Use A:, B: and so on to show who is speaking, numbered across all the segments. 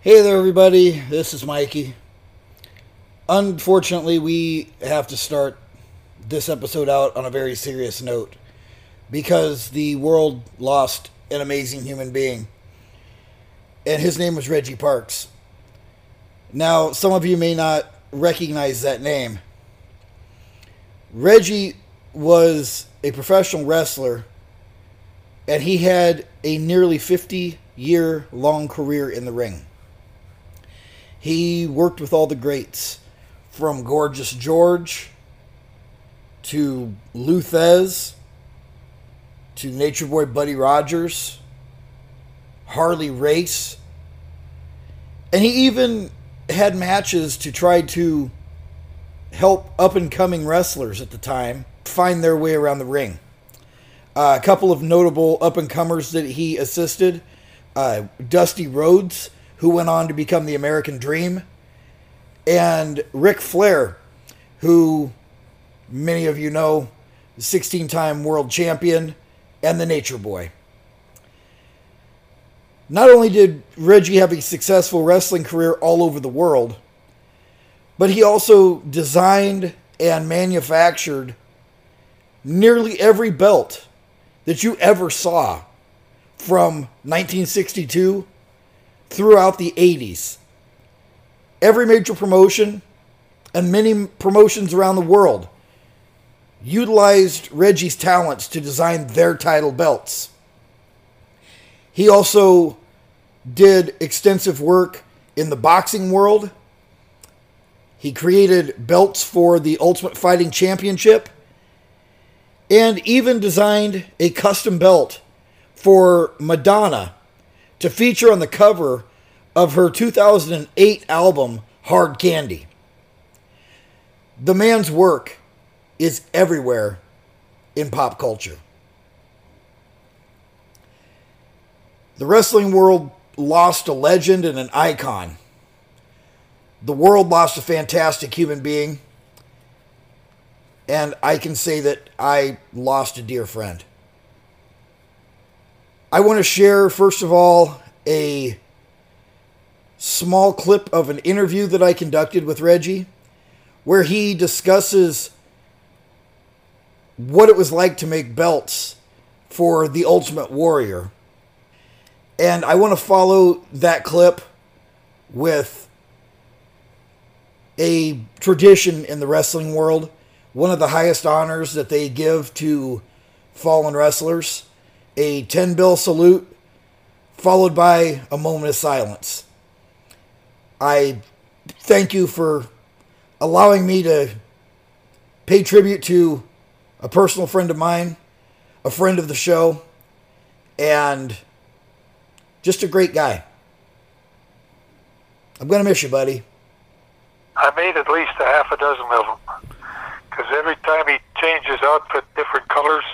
A: Hey there, everybody. This is Mikey. Unfortunately, we have to start this episode out on a very serious note because the world lost an amazing human being, and his name was Reggie Parks. Now, some of you may not recognize that name. Reggie was a professional wrestler, and he had a nearly 50 year long career in the ring. He worked with all the greats, from Gorgeous George to Luthez to Nature Boy Buddy Rogers, Harley Race, and he even had matches to try to help up and coming wrestlers at the time find their way around the ring. Uh, a couple of notable up and comers that he assisted uh, Dusty Rhodes, who went on to become the American Dream, and Ric Flair, who many of you know, 16 time world champion, and the Nature Boy. Not only did Reggie have a successful wrestling career all over the world, but he also designed and manufactured nearly every belt that you ever saw from 1962 throughout the 80s. Every major promotion and many promotions around the world utilized Reggie's talents to design their title belts. He also did extensive work in the boxing world. He created belts for the Ultimate Fighting Championship and even designed a custom belt for Madonna to feature on the cover of her 2008 album, Hard Candy. The man's work is everywhere in pop culture. The wrestling world lost a legend and an icon. The world lost a fantastic human being. And I can say that I lost a dear friend. I want to share, first of all, a small clip of an interview that I conducted with Reggie where he discusses what it was like to make belts for the Ultimate Warrior. And I want to follow that clip with a tradition in the wrestling world, one of the highest honors that they give to fallen wrestlers, a 10 bill salute, followed by a moment of silence. I thank you for allowing me to pay tribute to a personal friend of mine, a friend of the show, and just a great guy. I'm going to miss you, buddy.
B: I made at least a half a dozen of them. Because every time he changed his outfit, different colors,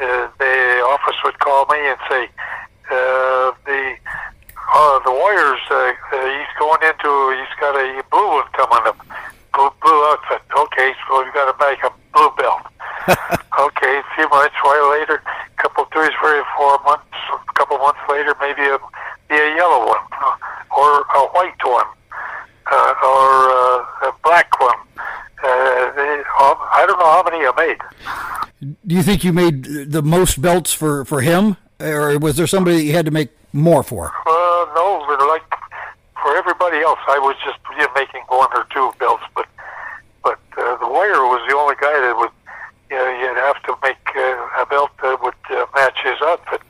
B: uh, the office would call me and say, uh, "The uh, the Warriors, uh, uh, he's going into, he's got a blue one coming up, blue, blue outfit. Okay, so we've got to make a blue belt. okay, a few months while later, couple three, three, four months, a couple months later, maybe a be a yellow one or a white one." uh, or uh, a black one. Uh, they, um, I don't know how many I made.
A: Do you think you made the most belts for, for him? Or was there somebody that you had to make more for?
B: Uh, no, but like for everybody else, I was just you know, making one or two belts, but but uh, the Warrior was the only guy that would you know, you'd have to make uh, a belt that would uh, match his outfit.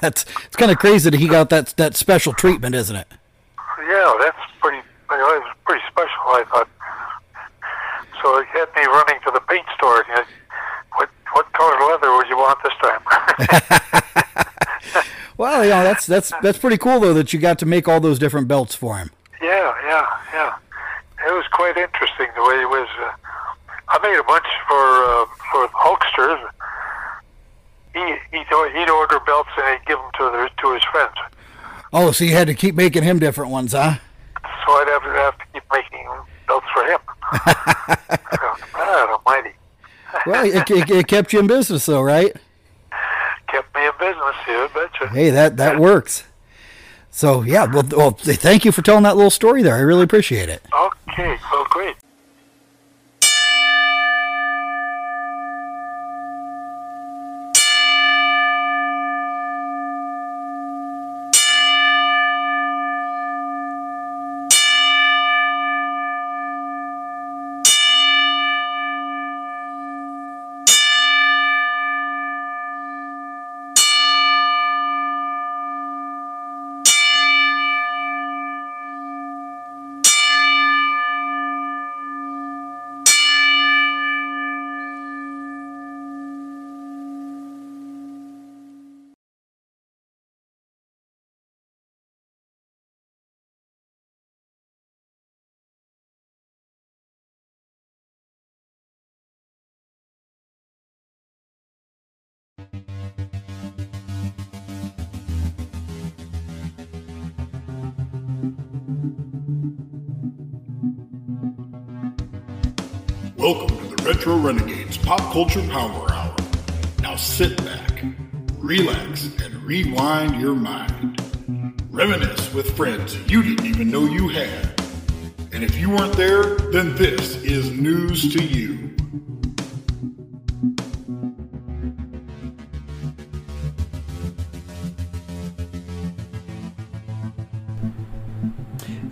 A: That's it's kind of crazy that he got that that special treatment, isn't it?
B: Yeah, that's pretty. You know, it was pretty special, I thought. So it had me running to the paint store. You know, what what color leather would you want this time?
A: Well, you know, that's that's that's pretty cool though that you got to make all those different belts for him.
B: Yeah, yeah, yeah. It was quite interesting the way it was. Uh, I made a bunch for uh, for Hulksters. He he'd, or- he'd order belts and he'd give them to their to his friends.
A: Oh, so you had to keep making him different ones, huh?
B: So I'd have to have to keep making belts for him. "Ah, God Almighty,
A: Well, it, it, it kept you in business though, right?
B: kept me in business. uh, You betcha.
A: Hey, that that works.
C: So yeah, well, well, th- thank you for telling that little story there. I really appreciate it.
B: Okay, well, great.
D: Welcome to the Retro Renegades Pop Culture Power Hour. Now sit back, relax, and rewind your mind. Reminisce with friends you didn't even know you had. And if you weren't there, then this is news to you.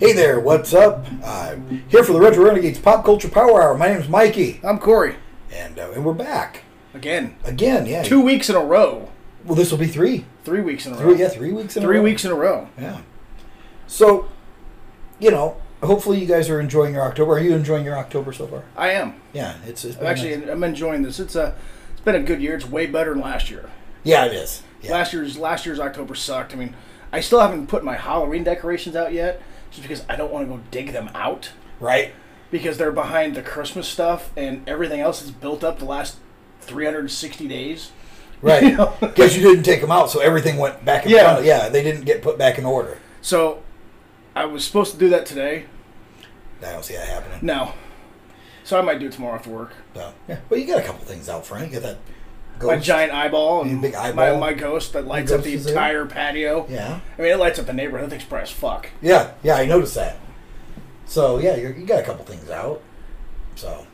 A: Hey there, what's up? I'm here for the Retro Renegades Pop Culture Power Hour. My name's Mikey,
E: I'm Corey.
A: and uh, and we're back
E: Again,
A: again. Yeah,
E: two weeks in a row.
A: Well, this will be three.
E: Three weeks in a row.
A: Three, yeah, three weeks. In a
E: Three
A: row.
E: weeks in a row.
A: Yeah. So, you know, hopefully you guys are enjoying your October. Are you enjoying your October so far?
E: I am.
A: Yeah, it's, it's
E: I'm
A: been nice.
E: actually I'm enjoying this. It's a it's been a good year. It's way better than last year.
A: Yeah, it is. Yeah.
E: Last year's last year's October sucked. I mean, I still haven't put my Halloween decorations out yet, just because I don't want to go dig them out
A: right.
E: because they're behind the Christmas stuff and everything else that's built up the last 360 days.
A: Right.
E: know?
A: Because you didn't take them out, so everything went back. In
E: Yeah.
A: front of- yeah. They didn't get put back in order.
E: So, I was supposed to do that today.
A: I don't see that happening.
E: No, so I might do it tomorrow after work.
A: So, yeah. Well, you got a couple things out front. You got that.
E: my
A: ghost.
E: giant eyeball
A: Your
E: and
A: big eyeball.
E: My, my ghost that lights
A: Your
E: up the
A: ghost is there?
E: entire patio.
A: Yeah.
E: I mean, it lights up the neighborhood. That thing's bright as fuck.
A: Yeah. Yeah. I noticed that. So yeah, you you got a couple things out. So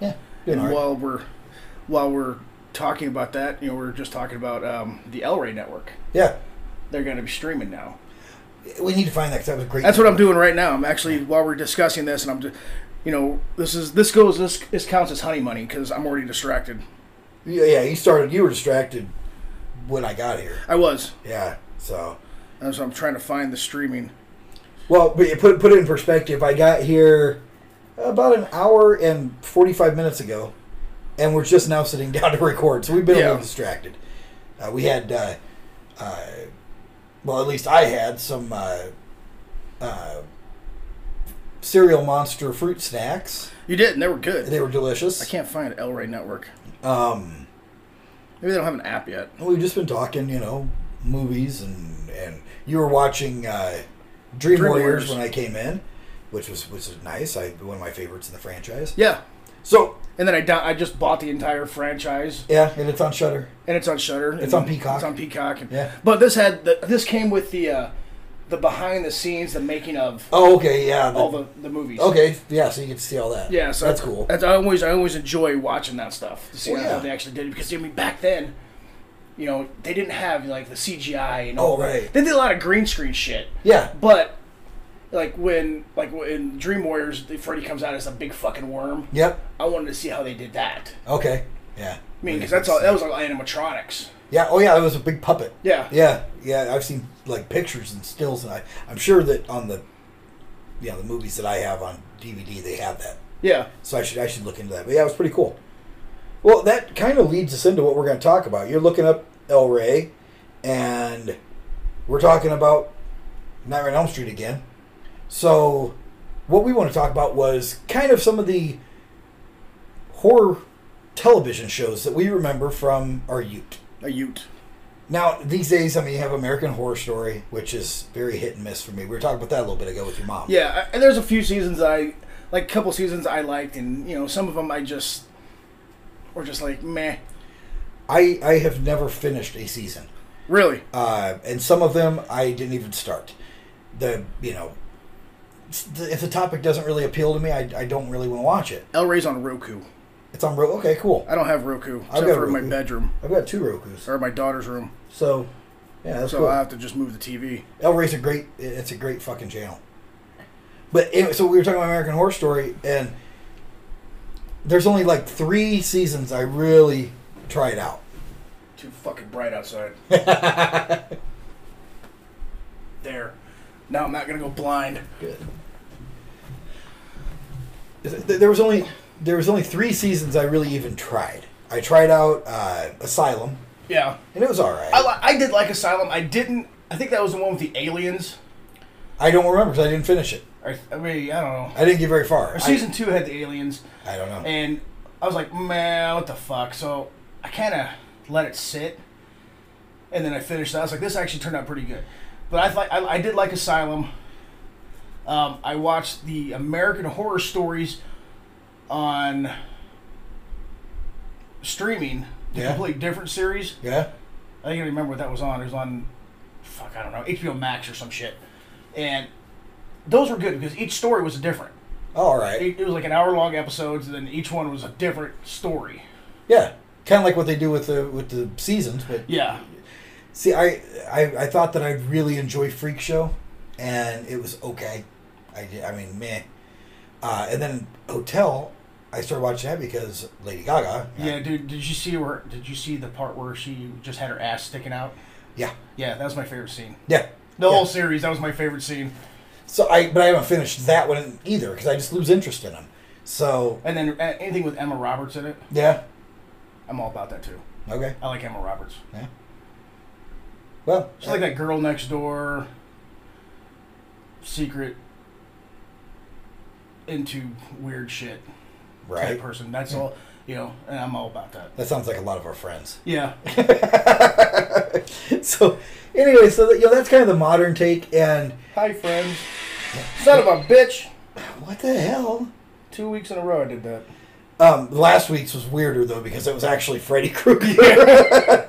A: yeah. doing
E: And
A: all right.
E: while we're while we're talking about that, you know, we are just talking about um, the El Rey network.
A: Yeah.
E: They're going to be streaming now.
A: We need to find that 'cause that was a great.
E: That's what I'm doing right now. I'm actually while we're discussing this, and I'm, just, you know, this is this goes this this counts as honey money because I'm already distracted.
A: Yeah, yeah, you started. You were distracted when I got here.
E: I was,
A: Yeah. So,
E: and so I'm trying to find the streaming.
A: well, but you put put it in perspective. I got here about an hour and forty five minutes ago, and we're just now sitting down to record. So we've been a
E: Yeah.
A: little distracted. Uh, we had, uh, uh, well, at least I had some uh, uh, cereal monster fruit snacks.
E: You did, and they were good.
A: They were delicious.
E: I can't find El Rey network.
A: Um,
E: Maybe they don't have an app yet.
A: Well, We've just been talking, you know, movies, and and you were watching uh, Dream,
E: Dream
A: Warriors
E: Warriors.
A: when I came in, which was was nice. I one of my favorites in the franchise.
E: Yeah,
A: So
E: And then I down, I just bought the entire franchise,
A: yeah, and it's on Shutter.
E: and it's on Shutter.
A: It's on Peacock.
E: It's on Peacock. and-
A: Yeah.
E: But this had the, this came with the uh, the behind the scenes, the making of
A: Oh, okay, yeah. the-
E: all the, the movies.
A: okay, yeah. So you get to see all that.
E: Yeah. So
A: that's cool.
E: That's, I always I always enjoy watching that stuff to see
A: Well,
E: how
A: yeah.
E: they actually did it because I mean back then, you know, they didn't have like the CGI and
A: Oh,
E: all
A: right.
E: that. They did a lot of green screen shit.
A: yeah,
E: But like when like when Dream Warriors, Freddy comes out as a big fucking worm.
A: yep.
E: I wanted to see how they did that.
A: Okay, yeah.
E: I mean, because that's all that was all animatronics.
A: Yeah. Oh, yeah. It was a big puppet.
E: Yeah.
A: Yeah. Yeah. I've seen like pictures and stills, and I, I'm sure that on the, you know, the movies that I have on DVD, they have that
E: Yeah.
A: So I should I should look into that. But yeah, it was pretty cool. Well, that kind of leads us into what we're going to talk about. You're looking up El Rey, and we're talking about Nightmare on Elm Street again. So, what we want to talk about was kind of some of the horror television shows that we remember from our youth.
E: A Ute.
A: Now, these days, I mean, you have American Horror Story, which is very hit and miss for me. We were talking about that a little bit ago with your mom.
E: Yeah, I- and there's a few seasons I like, a couple seasons I liked, and you know, some of them I just were just like meh.
A: I, I have never finished a season.
E: Really?
A: uh, and some of them I didn't even start. the you know s- if the topic doesn't really appeal to me, I, I don't really want to watch it.
E: El Rey's on Roku.
A: It's on Roku. Okay, cool.
E: I don't have Roku except
A: got
E: for in my
A: Roku.
E: bedroom
A: I've got two Roku's,
E: or my daughter's room.
A: so yeah, that's
E: So uh,
A: cool.
E: I have to just move the TV.
A: El Rey's a great. It's a great fucking channel. But anyway, so we were talking about American Horror Story, and there's only like three seasons I really tried out.
E: Too fucking bright outside. there. Now I'm not gonna go blind.
A: Good. Is it- There was only there was only three seasons I really even tried. I tried out uh, Asylum,
E: Yeah.
A: and it was all right.
E: I, li- I did like Asylum. I didn't. I think that was the one with the aliens.
A: I don't remember because I didn't finish it.
E: Or, I mean, I don't know.
A: I didn't get very far. I-
E: Season two had the aliens,
A: I, don't know.
E: and I was like, man, what the fuck? So I kind of let it sit, and then I finished. it. I was like, this actually turned out pretty good. But I thought I, I did like Asylum. Um, I watched the American Horror Stories on streaming. The
A: Yeah.
E: Completely different series.
A: yeah,
E: I can't remember what that was on. It was on, fuck, I don't know, HBO Max or some shit. And those were good because each story was different.
A: all right.
E: It, it was like an hour long episodes, and then each one was a different story.
A: Yeah, kind of like what they do with the with the seasons. But
E: Yeah,
A: see, I, I I thought that I'd really enjoy Freak Show, and it was okay. I di- I mean, meh. Uh, and then Hotel, I started watching that because Lady Gaga.
E: yeah, dude. Did you see where? Did you see the part where she just had her ass sticking out?
A: Yeah.
E: Yeah, that was my favorite scene.
A: Yeah.
E: The
A: yeah.
E: whole series, that was my favorite scene.
A: So I, but I haven't finished that one either because I just lose interest in them. So
E: And then uh, anything with Emma Roberts in it,
A: yeah,
E: I'm all about that too.
A: okay,
E: I like Emma Roberts.
A: yeah. Well,
E: She's like that girl next door, secret, into weird shit type
A: right.
E: person. That's all, you know, and I'm all about that.
A: That sounds like a lot of our friends.
E: Yeah.
A: so anyway, so that, you know that's kind of the modern take. And
E: Hi, friends. Son of a bitch.
A: what the hell?
E: Two weeks in a row I did that.
A: Um, last week's was weirder though because it was actually Freddy Krueger.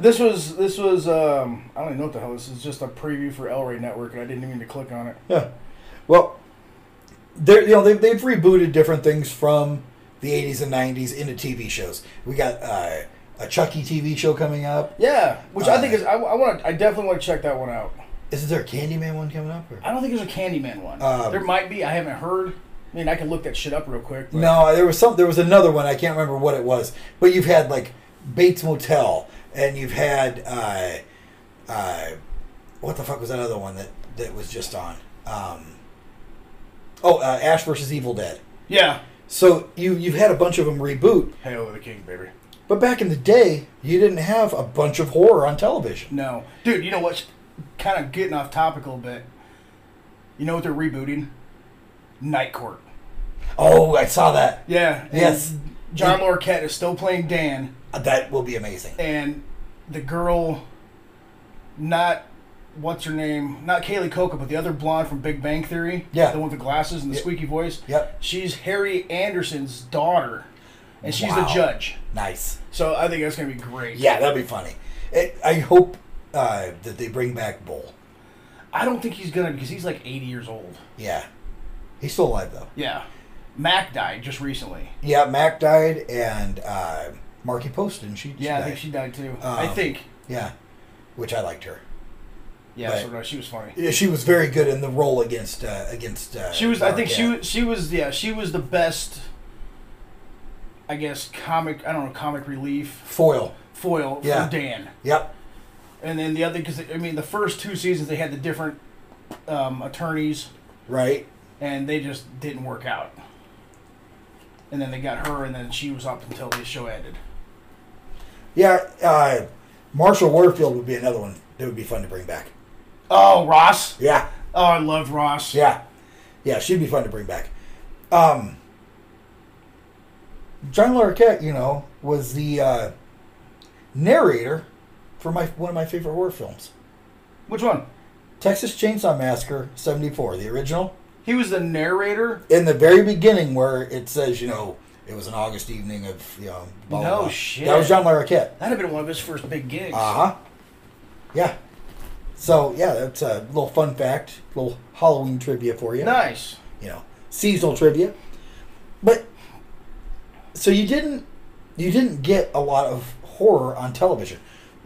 E: This was, this was, um, I don't even know what the hell this is. just a preview for El Rey Network, and I didn't even mean to click on it.
A: yeah. Well, they're you know they've, they've rebooted different things from the '80s and '90s into TV shows. We got uh, a Chucky TV show coming up.
E: Yeah, which I think
A: Uh,
E: is, I, I want to, I definitely want to check that one out.
A: Is there a Candyman one coming up? Or?
E: I don't think there's a Candyman one.
A: Um,
E: there might be, I haven't heard. I mean, I can look that shit up real quick. but-
A: No, there was some. There was another one. I can't remember what it was. But you've had like Bates Motel, and you've had uh, uh, what the fuck was that other one that that was just on? Um, oh, uh, Ash versus Evil Dead.
E: Yeah.
A: So you you've had a bunch of them reboot.
E: Hail of the King, baby.
A: But back in the day, you didn't have a bunch of horror on television.
E: No. Dude, you know what's kind of getting off topic a little bit? You know what they're rebooting? Night Court.
A: Oh, I saw that.
E: Yeah. and
A: Yes.
E: John Lorquette is still playing Dan,
A: That will be amazing.
E: and the girl, not, what's her name? Not Kaylee Coca, but the other blonde from Big Bang Theory.
A: Yeah.
E: The one with the glasses and the squeaky voice.
A: Yep.
E: She's Harry Anderson's daughter, and she's
A: Wow.
E: the judge.
A: Nice.
E: So I think that's going to be great.
A: Yeah, that'd be funny. It, I hope uh, that they bring back Bull.
E: I don't think he's going to because he's like 80 years old.
A: Yeah. He's still alive, though.
E: Yeah. Mac died just recently.
A: Yeah, Mac died and uh, Marky Post, didn't she?
E: Yeah, I
A: died.
E: think she died too. I
A: Um,
E: think.
A: Yeah, which I liked her.
E: Yeah,
A: but-
E: so, no, she was funny.
A: Yeah, she was very good in the role against uh, against. Uh,
E: She was. I think she
A: Marquette.
E: was. She was. Yeah, she was the best. I guess comic. I don't know comic relief
A: foil.
E: foil
A: Yeah.
E: for Dan.
A: Yep.
E: And then the other because I mean the first two seasons they had the different um, attorneys
A: Right.
E: and they just didn't work out. And then they got her, and then she was up until the show ended.
A: Yeah. Uh, Marshall Warfield would be another one that would be fun to bring back.
E: Oh, Ross!
A: Yeah.
E: Oh, I loved Ross.
A: Yeah. Yeah. She'd be fun to bring back. Um. John Larroquette, you know, was the uh, narrator for my one of my favorite horror films.
E: Which one?
A: Texas Chainsaw Massacre 74, the original.
E: He was the narrator.
A: In the very beginning, where it says, you know, it was an August evening of, you know, blah, blah,
E: No
A: blah.
E: shit.
A: That was John Larroquette. Uh-huh.
E: That'd have been one of his first big gigs.
A: Uh huh. Yeah. So yeah, that's a little fun fact, little Halloween trivia for you.
E: Nice.
A: You know, seasonal trivia. But so you didn't you didn't get a lot of horror on television.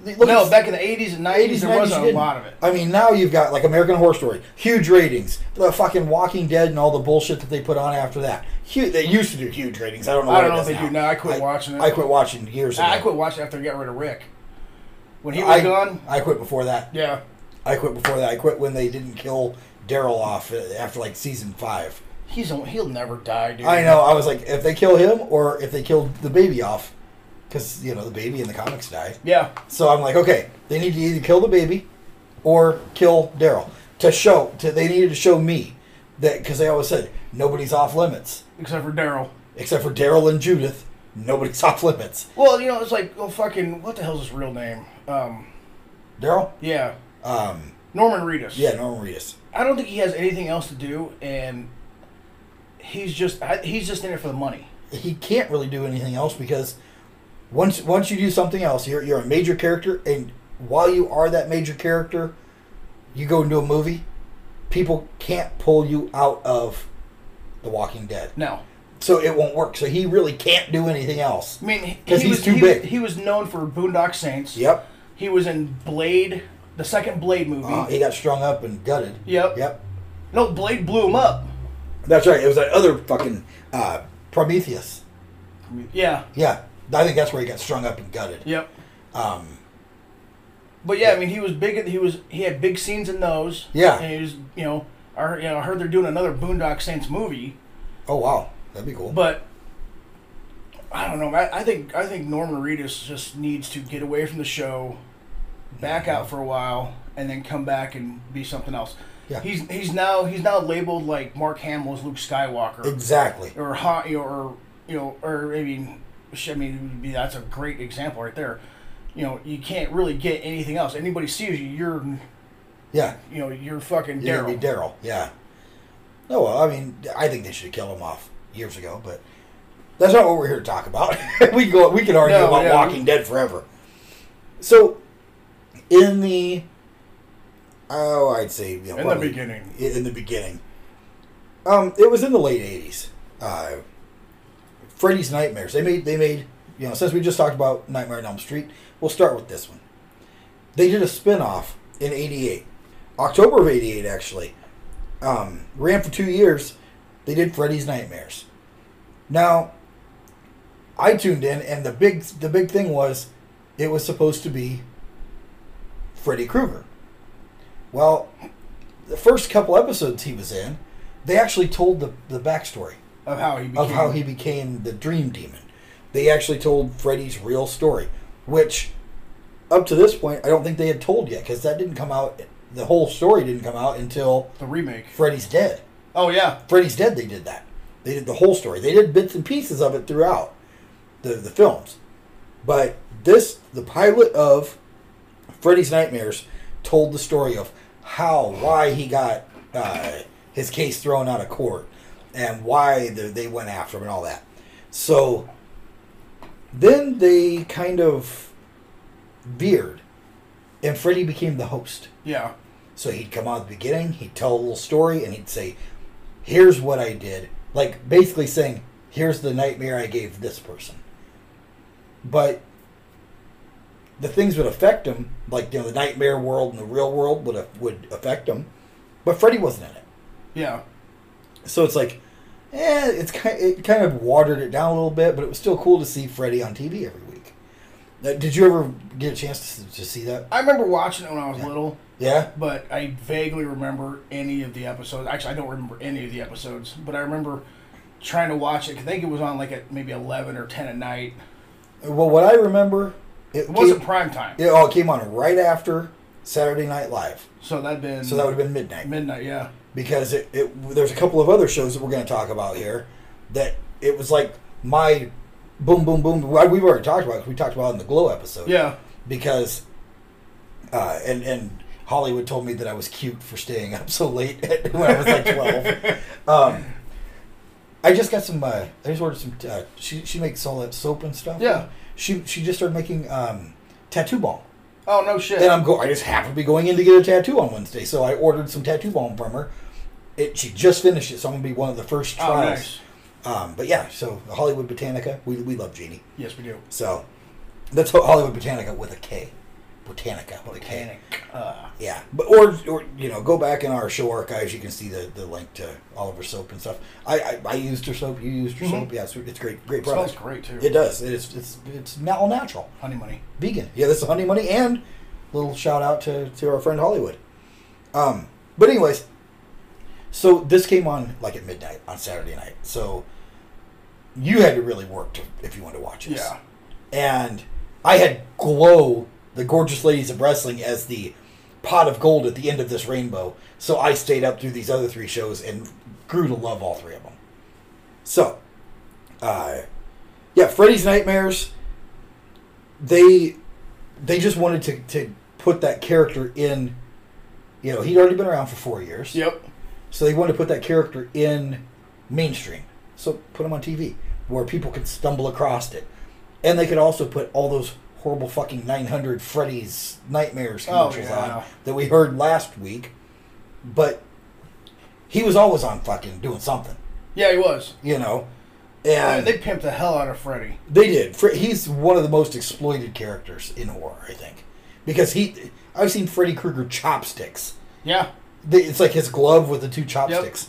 A: Look
E: no,
A: at-
E: back in the 80s and 90s,
A: 80s,
E: there
A: 90s,
E: wasn't
A: you
E: a
A: didn't.
E: lot of it.
A: I mean, now you've got like American Horror Story, huge ratings. The fucking Walking Dead and all the bullshit that they put on after that. Huge, they used to do huge ratings. I don't know.
E: I
A: what
E: don't
A: it
E: know
A: is
E: if they
A: now.
E: do now. I quit watching it.
A: I quit watching years ago.
E: I quit watching after I got rid of Rick. When he was
A: I,
E: gone,
A: I quit before that.
E: yeah,
A: I quit before that. I quit when they didn't kill Daryl off uh, after like season five.
E: he's a, he'll never die, dude.
A: I know. I was like, if they kill him or if they killed the baby off, because you know the baby in the comics died.
E: Yeah,
A: So I'm like, okay, they need to either kill the baby or kill Daryl to show. To, they needed to show me that because they always said nobody's off limits
E: except for Daryl.
A: except for Daryl and Judith. Nobody's off limits.
E: Well, you know, it's like, oh, fucking, what the hell's his real name? Um,
A: Daryl,
E: yeah,
A: um,
E: Norman Reedus.
A: yeah, Norman Reedus.
E: I don't think he has anything else to do, and he's just I- he's just in it for the money.
A: He can't really do anything else because once once you do something else, you're you're a major character, and while you are that major character, you go into a movie. People can't pull you out of The Walking Dead.
E: No,
A: so it won't work. So he really can't do anything else.
E: I mean, he,
A: 'Cause
E: he
A: he's
E: was
A: too
E: he,
A: big.
E: Was, he was known for Boondock Saints.
A: Yep.
E: He was in Blade, the second Blade movie.
A: Uh, he got strung up and gutted.
E: Yep.
A: Yep.
E: no, Blade blew him up.
A: That's right. It was that other fucking uh, Prometheus.
E: Yeah.
A: Yeah. I think that's where he got strung up and gutted.
E: Yep.
A: Um,
E: But yeah, I mean, he was big. in- He was he had big scenes in those.
A: Yeah.
E: And he was you know I heard, you know, I heard they're doing another Boondock Saints movie,
A: oh wow, that'd be cool.
E: but I don't know. I, I think I think Norman Reedus just needs to get away from the show, back out for a while, and then come back and be something else.
A: Yeah.
E: He's he's now he's now labeled like Mark Hamill's Luke Skywalker
A: exactly.
E: or hot you know, or you know or I mean sh- I mean it would be- that's a great example right there. You know, you can't really get anything else. Anybody sees you, you're
A: Yeah.
E: you know, you're fucking
A: You're gonna
E: Daryl.
A: be Daryl. Yeah. No, well, I mean, I think they should have killed him off years ago, but that's not what we're here to talk about. we can go, we can argue
E: No,
A: about
E: yeah,
A: Walking
E: we-
A: Dead forever. So, in the oh, I'd say you know,
E: In the
A: probably-
E: beginning.
A: i- in the beginning, um, it was in the late '80s. Uh, Freddy's Nightmares. They made they made you know since we just talked about Nightmare on Elm Street, we'll start with this one. They did a spin-off in '88, October of '88 actually. Um, ran for two years. They did Freddy's Nightmares. Now, I tuned in, and the big the big thing was it was supposed to be Freddy Krueger. Well, the first couple episodes he was in, they actually told the, the backstory
E: Of how he became.
A: of how he became the Dream Demon. They actually told Freddy's real story, which up to this point I don't think they had told yet because that didn't come out. The whole story didn't come out until
E: the remake.
A: Freddy's dead.
E: Oh yeah.
A: Freddy's Dead, they did that. They did the whole story. They did bits and pieces of it throughout the, the films. But this, the pilot of Freddy's Nightmares, told the story of how, why he got uh, his case thrown out of court and why the, they went after him and all that. So then they kind of veered, and Freddy became the host.
E: Yeah.
A: So he'd come out at the beginning, he'd tell a little story, and he'd say, Here's what I did. Like basically saying, Here's the nightmare I gave this person. But the things would affect him, like you know, the nightmare world and the real world would would affect him. But Freddy wasn't in it.
E: Yeah.
A: So it's like, eh, it's kind it kind of watered it down a little bit, but it was still cool to see Freddy on TV every week. Uh, did you ever get a chance to, to see that?
E: I remember watching it when I was little,
A: Yeah,
E: but I vaguely remember any of the episodes. Actually, I don't remember any of the episodes, but I remember trying to watch it. I think it was on like at maybe eleven or ten at night.
A: Well, what I remember, it,
E: It wasn't
A: came-
E: prime time,
A: It all came on right after Saturday Night Live,
E: so that'd been
A: so that would have been midnight.
E: midnight. Yeah.
A: because it, it there's a couple of other shows that we're going to talk about here that it was like my boom, boom, boom. well, We've already talked about it. 'cause We talked about it in the Glow episode.
E: Yeah.
A: because uh, and and Hollywood told me that I was cute for staying up so late when I was like twelve. um, I just got some. Uh, I just ordered some. Uh, she she makes all that soap and stuff.
E: Yeah.
A: She she just started making um, tattoo balm.
E: Oh no shit.
A: And I'm go. I just happened to be going in to get a tattoo on Wednesday, so I ordered some tattoo balm from her. It she just finished it, so I'm gonna be one of the first
E: oh,
A: trials.
E: nice.
A: Um, but yeah, so Hollywood Botanica, we we love Jeannie.
E: Yes, we do.
A: So that's Ho- Hollywood Botanica with a K, Botanica with a K.
E: Panic. Uh,
A: Yeah, but or or you know, go back in our show archives. You can see the, the link to all of her soap and stuff. I, I, I used her soap. You used her soap. Yeah, it's, it's great. Great product.
E: Mm-hmm. smells great too.
A: It does. It's it's it's na- all natural,
E: Honey money.
A: vegan. Yeah, this is honey money. And little shout out to to our friend Hollywood. Um, but anyways, so this came on like at midnight on Saturday night. So you had to really work to, if you wanted to watch this
E: Yeah.
A: and I had glow the gorgeous ladies of wrestling as the pot of gold at the end of this rainbow. So I stayed up through these other three shows and grew to love all three of them. So, uh, yeah, Freddy's Nightmares. They they just wanted to to put that character in. You know, he'd already been around for four years.
E: Yep.
A: So they wanted to put that character in mainstream. So put him on TV where people could stumble across it. And they could also put all those horrible fucking 900 Freddy's Nightmares
E: Oh,
A: commercials
E: yeah.
A: on that we heard last week. But he was always on fucking doing something,
E: Yeah, he was.
A: you know?
E: Uh,
A: And
E: they pimped the hell out of Freddy.
A: they did. Fre- He's one of the most exploited characters in horror, I think. Because he, I've seen Freddy Krueger chopsticks.
E: Yeah.
A: They- It's like his glove with the two chopsticks.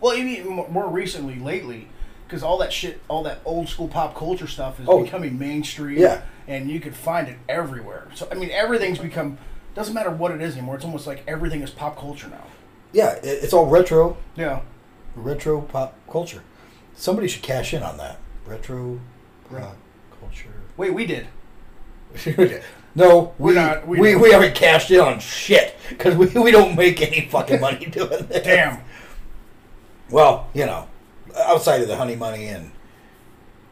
E: Well, even even more- more recently, lately, because all that shit, all that old school pop culture stuff is
A: Oh.
E: becoming mainstream.
A: Yeah.
E: And you could find it everywhere. So I mean, everything's become. Doesn't matter what it is anymore. It's almost like everything is pop culture now.
A: Yeah, it- it's all retro.
E: Yeah.
A: retro pop culture. Somebody should cash in on that retro pop
E: Wait, we did.
A: culture. no, we
E: We're not-
A: We,
E: we
A: we,
E: don't.
A: haven't cashed in on shit because we, we don't make any fucking money doing this.
E: Damn.
A: Well, you know, outside of the honey money and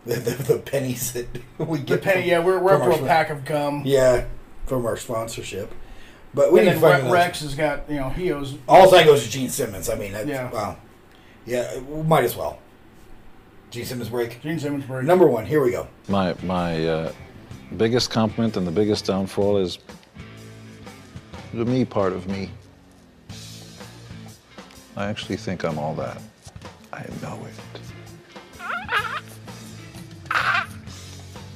A: the, the, the pennies that we
E: The
A: get.
E: penny.
A: from-
E: Yeah, we're, we're
A: from
E: up to
A: our
E: a
A: spon-
E: pack of gum.
A: Yeah, from our sponsorship. But we
E: And
A: need
E: then
A: to find
E: Re-
A: another-
E: Rex has got you know he owes.
A: All that goes to Gene Simmons. I mean, that's,
E: Yeah.
A: wow. Yeah, we might as well. Gene Simmons break.
E: Gene Simmons break.
A: Number one, here we go.
F: My my uh, biggest compliment and the biggest downfall is the me part of me. I actually think I'm all that. I know it.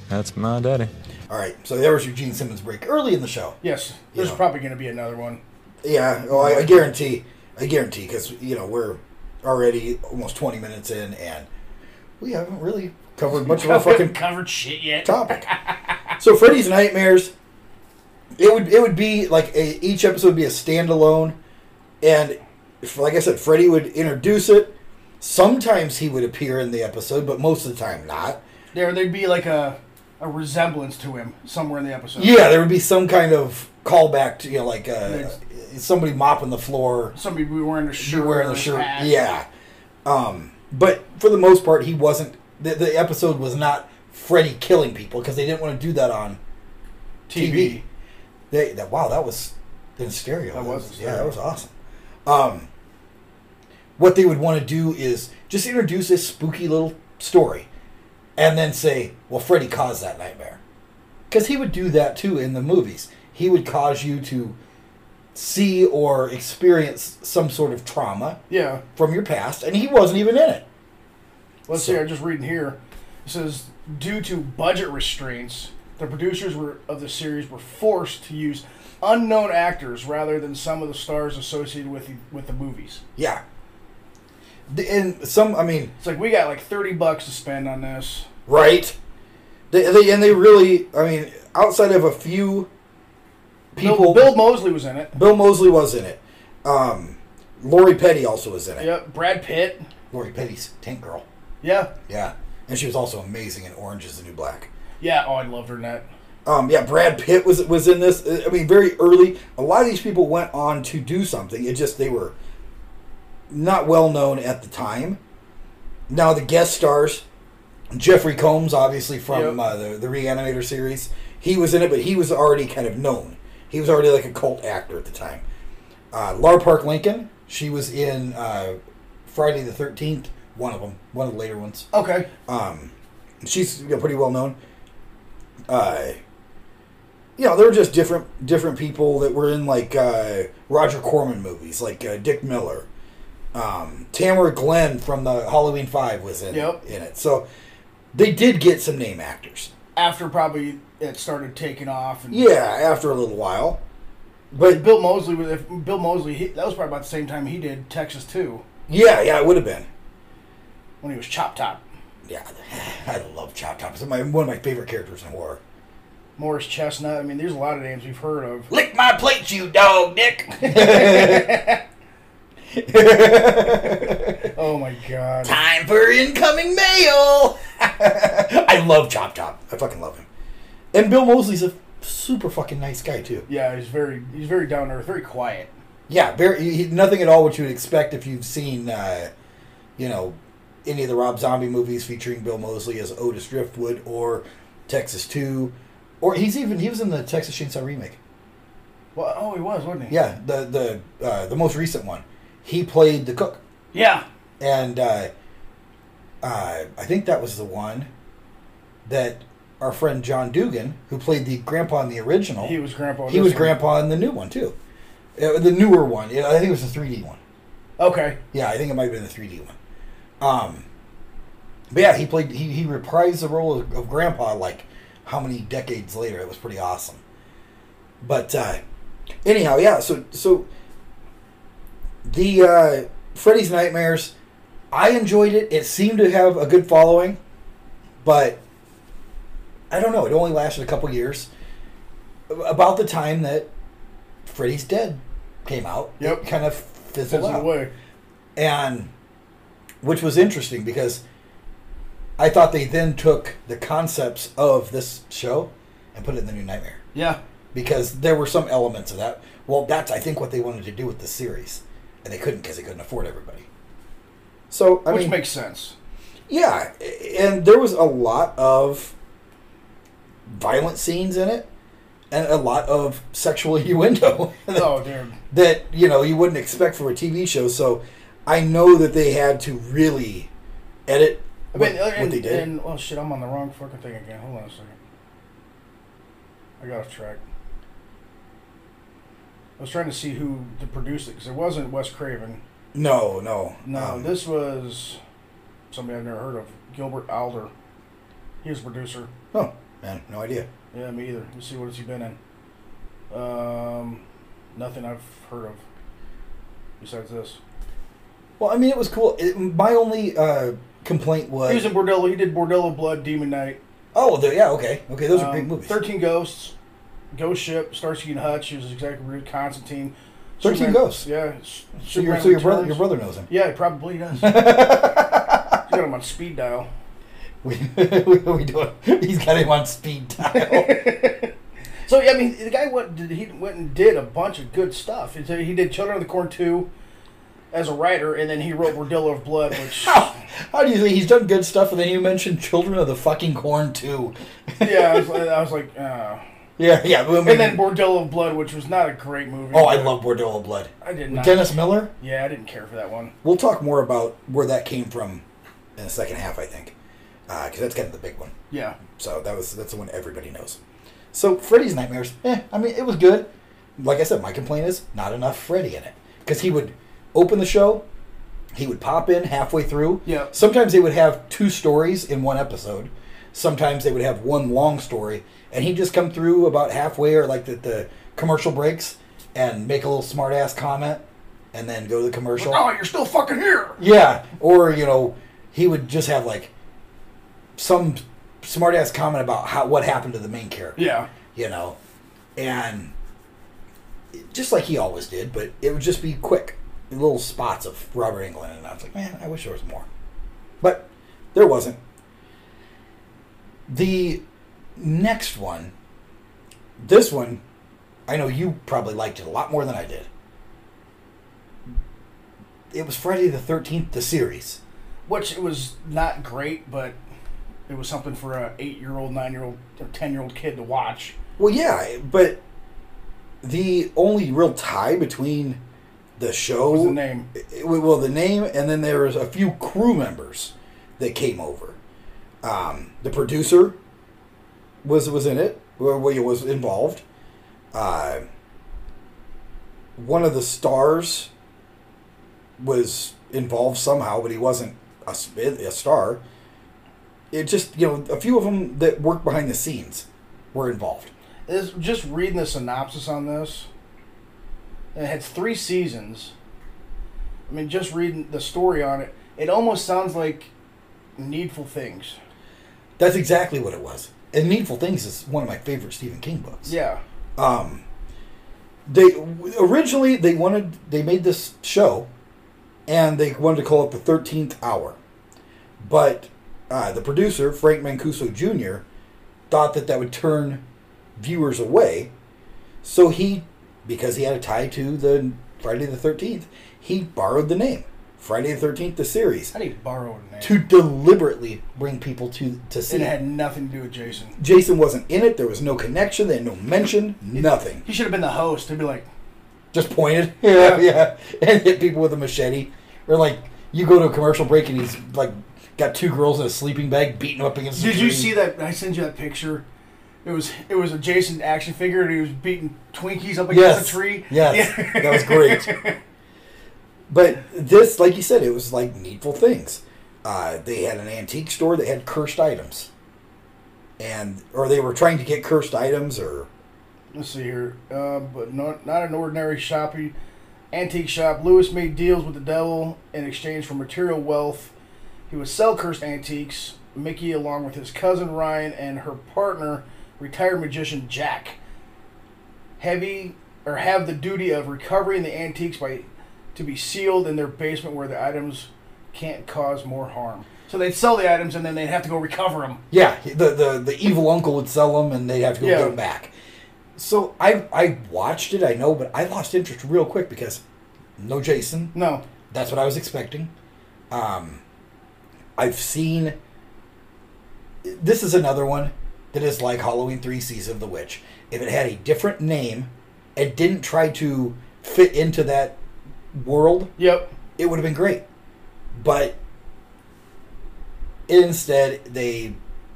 G: That's my daddy.
A: All right, so there was your Gene Simmons break early in the show.
E: Yes, there's
A: Yeah.
E: probably going to be another one.
A: Yeah, well, I, I guarantee, I guarantee, because you know we're already almost twenty minutes in, and we haven't really covered much of our fucking
E: covered shit yet.
A: topic. So Freddy's Nightmares, it would it would be like a, each episode would be a standalone, and if- like I said, Freddy would introduce it. Sometimes he would appear in the episode, but most of the time not.
E: There, there'd be like a a resemblance to him somewhere in the episode.
A: Yeah, there would be some kind of callback to you know like uh,
E: There's-
A: somebody mopping the floor.
E: Somebody be wearing a shirt.
A: You're wearing
E: or
A: the
E: a
A: shirt.
E: hat.
A: Yeah. Um, but for the most part, he wasn't. The, the episode was not Freddy killing people because they didn't want to do that on TV.
E: TV.
A: They, that wow, that was in stereo.
E: That was in
A: yeah, that
E: stereo.
A: was awesome. Um, what they would want to do is just introduce this spooky little story, and then say, "Well, Freddy caused that nightmare," because he would do that too in the movies. He would cause you to see or experience some sort of trauma
E: Yeah.
A: from your past, and he wasn't even in it.
E: Let's
A: So-
E: see. I'm just reading here. It says due to budget restraints, the producers were, of the series were forced to use unknown actors rather than some of the stars associated with the, with the movies.
A: Yeah. The- And some, I mean,
E: It's like we got like thirty bucks to spend on this.
A: right? They, they and they really, I mean, outside of a few people,
E: Bill, Bill Mosley was in it.
A: Bill Mosley was in it. Um, Lori Petty also was in it.
E: Yep. Brad Pitt.
A: Lori Petty's Tank Girl.
E: Yeah.
A: Yeah, and she was also amazing in Orange Is the New Black.
E: Yeah. Oh, I loved her in that.
A: Um, yeah, Brad Pitt was was in this. I mean, very early. A lot of these people went on to do something. It just they were not well known at the time. Now the guest stars, Jeffrey Combs, obviously from
E: Yep.
A: uh, the the Reanimator series, he was in it, but he was already kind of known. He was already like a cult actor at the time. Uh, Lar Park Lincoln, she was in uh, Friday the Thirteenth, one of them, one of the later ones
E: Okay.
A: she's you know, pretty well known. Uh, Yeah, they were just different different people that were in like uh, Roger Corman movies, like uh, Dick Miller, um, Tamara Glenn from the Halloween Five was in
E: Yep.
A: in it. So they did get some name actors.
E: After probably it started taking off. And
A: Yeah, after a little while, but
E: Bill Mosley was if Bill Mosley. He, that was probably about the same time he did Texas Two
A: yeah, yeah, it would have been.
E: when he was Chop Top.
A: Yeah, I love Chop Top. It's my, one of my favorite characters in horror.
E: Morris Chestnut. I mean, there's a lot of names we've heard of.
A: Lick my plate, you dog, Nick.
E: Oh my God.
A: Time for incoming mail. I love Chop Top. I fucking love him. And Bill Mosley's a super fucking nice guy too.
E: Yeah, he's very he's very down to earth, very quiet.
A: Yeah, very he, nothing at all what you would expect if you've seen, uh, you know, any of the Rob Zombie movies featuring Bill Mosley as Otis Driftwood or Texas Two, or he's even he was in the Texas Chainsaw remake.
E: Well, oh, he was, wasn't he?
A: Yeah, the the uh, the most recent one. He played the cook.
E: Yeah.
A: and uh, uh, I think that was the one that our friend John Dugan, who played the grandpa in the original,
E: He was grandpa. in
A: he
E: this
A: was
E: one.
A: grandpa in the new one too, Uh, the newer one. Yeah, I think it was the three D one.
E: Okay.
A: Yeah, I think it might have been the three D one. Um, but yeah, he played he he reprised the role of, of grandpa like how many decades later? It was pretty awesome. But uh, anyhow, yeah. So so the uh, Freddy's Nightmares, I enjoyed it. It seemed to have a good following, but I don't know. It only lasted a couple years. About the time that Freddy's Dead came out,
E: Yep.
A: it kind of fizzled
E: Fizzled
A: out
E: away.
A: and which was interesting because I thought they then took the concepts of this show and put it in the new Nightmare
E: Yeah.
A: because there were some elements of that. Well, that's I think what they wanted to do with the series, and they couldn't because they couldn't afford everybody. So I
E: Which
A: mean,
E: makes sense.
A: yeah, and there was a lot of violent scenes in it, and a lot of sexual innuendo.
E: Oh, dude.
A: that you know you wouldn't expect from a TV show. So I know that they had to really edit
E: I
A: what,
E: mean,
A: what
E: and,
A: they did.
E: and- oh shit, I'm on the wrong fucking thing again. Hold on a second. I got off track. I was trying to see who to produce it because it wasn't Wes Craven.
A: no, no,
E: No,
A: um,
E: this was somebody I've never heard of, Gilbert Alder. He was a producer.
A: oh man, no idea.
E: Yeah, me either. Let's see what has he been in. Um, nothing I've heard of besides this.
A: Well, I mean, it was cool. It, my only uh, complaint was,
E: He was in Bordello. He did Bordello Blood, Demon Knight.
A: oh, the, yeah, okay, okay, those are
E: Um,
A: great movies.
E: Thirteen Ghosts, Ghost Ship, Starsky and Hutch. He was executive producer. Constantine.
A: 13
E: Superman-
A: Ghosts?
E: Yeah. S-
A: so your,
E: Superman
A: so your brother, your
E: Returns.
A: brother knows him.
E: Yeah, he probably does. He's got him on speed dial.
A: We, we, we do it. He's got him on speed dial.
E: So yeah, I mean, the guy went did, he went and did a bunch of good stuff. He did- he did Children of the Corn two as a writer, and then he wrote Bordello of Blood, which
A: how, how do you think he's done good stuff? And then you mentioned Children of the Fucking Corn too.
E: yeah, I was, I was like, oh.
A: yeah, yeah. I mean-
E: and then Bordello of Blood, which was not a great movie.
A: oh, I
E: but
A: love Bordeaux of Blood.
E: I did
A: With
E: not.
A: Dennis Miller.
E: Yeah, I didn't care for that one.
A: We'll talk more about where that came from in the second half, I think, because that's kind of the big one.
E: Yeah,
A: So that was that's the one everybody knows. So Freddy's Nightmares, eh, I mean, it was good. Like I said, my complaint is not enough Freddy in it because he would open the show, he would pop in halfway through.
E: Yeah.
A: Sometimes they would have two stories in one episode. Sometimes they would have one long story, and he'd just come through about halfway or like the, the commercial breaks and make a little smart ass comment, and then go to the commercial.
E: oh, you're still fucking here.
A: Yeah, or you know, he would just have like some smart ass comment about how what happened to the main character.
E: Yeah,
A: You know, and it- just like he always did, but it would just be quick little spots of Robert England, and I was like, man, I wish there was more, but there wasn't. The next one, this one, I know you probably liked it a lot more than I did. It was Friday the Thirteenth, the series.
E: which it was not great, but it was something for a eight year old, nine year old, or ten year old kid to watch.
A: Well, yeah, but the only real tie between the show
E: Was the name?
A: it- well, the name, and then there was a few crew members that came over. Um, the producer was was in it, or wa- was involved. uh, one of the stars was involved somehow, but he wasn't a, s- a star. It just, you know, a few of them that worked behind the scenes were involved.
E: This, just reading the synopsis on this, and it had three seasons. I mean, just reading the story on it, it almost sounds like Needful Things.
A: That's exactly what it was. And Needful Things is one of my favorite Stephen King books.
E: Yeah.
A: um, they originally they wanted they made this show and they wanted to call it the 13th hour but uh, the producer frank mancuso jr thought that that would turn viewers away so he because he had a tie to the friday the 13th he borrowed the name friday the 13th the series
E: How do you borrow a name?
A: to deliberately bring people to to see
E: It
A: it
E: had nothing to do with Jason.
A: jason wasn't in it there was no connection there no mention nothing
E: He should have been the host. He'd be like,
A: just pointed. Yeah, yeah, and hit people with a machete. Or like you go to a commercial break and he's like got two girls in a sleeping bag beating up against.
E: "Did you see that? I sent you that picture. It was it was a Jason action figure, and he was beating Twinkies up against
A: Yes,
E: a tree.
A: yes,
E: Yeah.
A: that was great. But this, like you said, it was like needful things. Uh, they had an antique store that had cursed items, and or they were trying to get cursed items, or
E: Let's see here. Uh, but not, not an ordinary shoppy antique shop. Lewis made deals with the devil in exchange for material wealth. He would sell cursed antiques. Mickey, along with his cousin Ryan and her partner, retired magician Jack, heavy or have the duty of recovering the antiques by to be sealed in their basement where the items can't cause more harm. So they'd sell the items and then they'd have to go recover them.
A: yeah, the the, the evil uncle would sell them, and they'd have to go
E: Yeah.
A: get them back. So I I watched it, I know, but I lost interest real quick because no Jason,
E: No,
A: That's what I was expecting. Um, I've seen. This is another one that is like Halloween 3 Season of the Witch. If it had a different name and didn't try to fit into that world,
E: yep,
A: it would have been great. But instead, they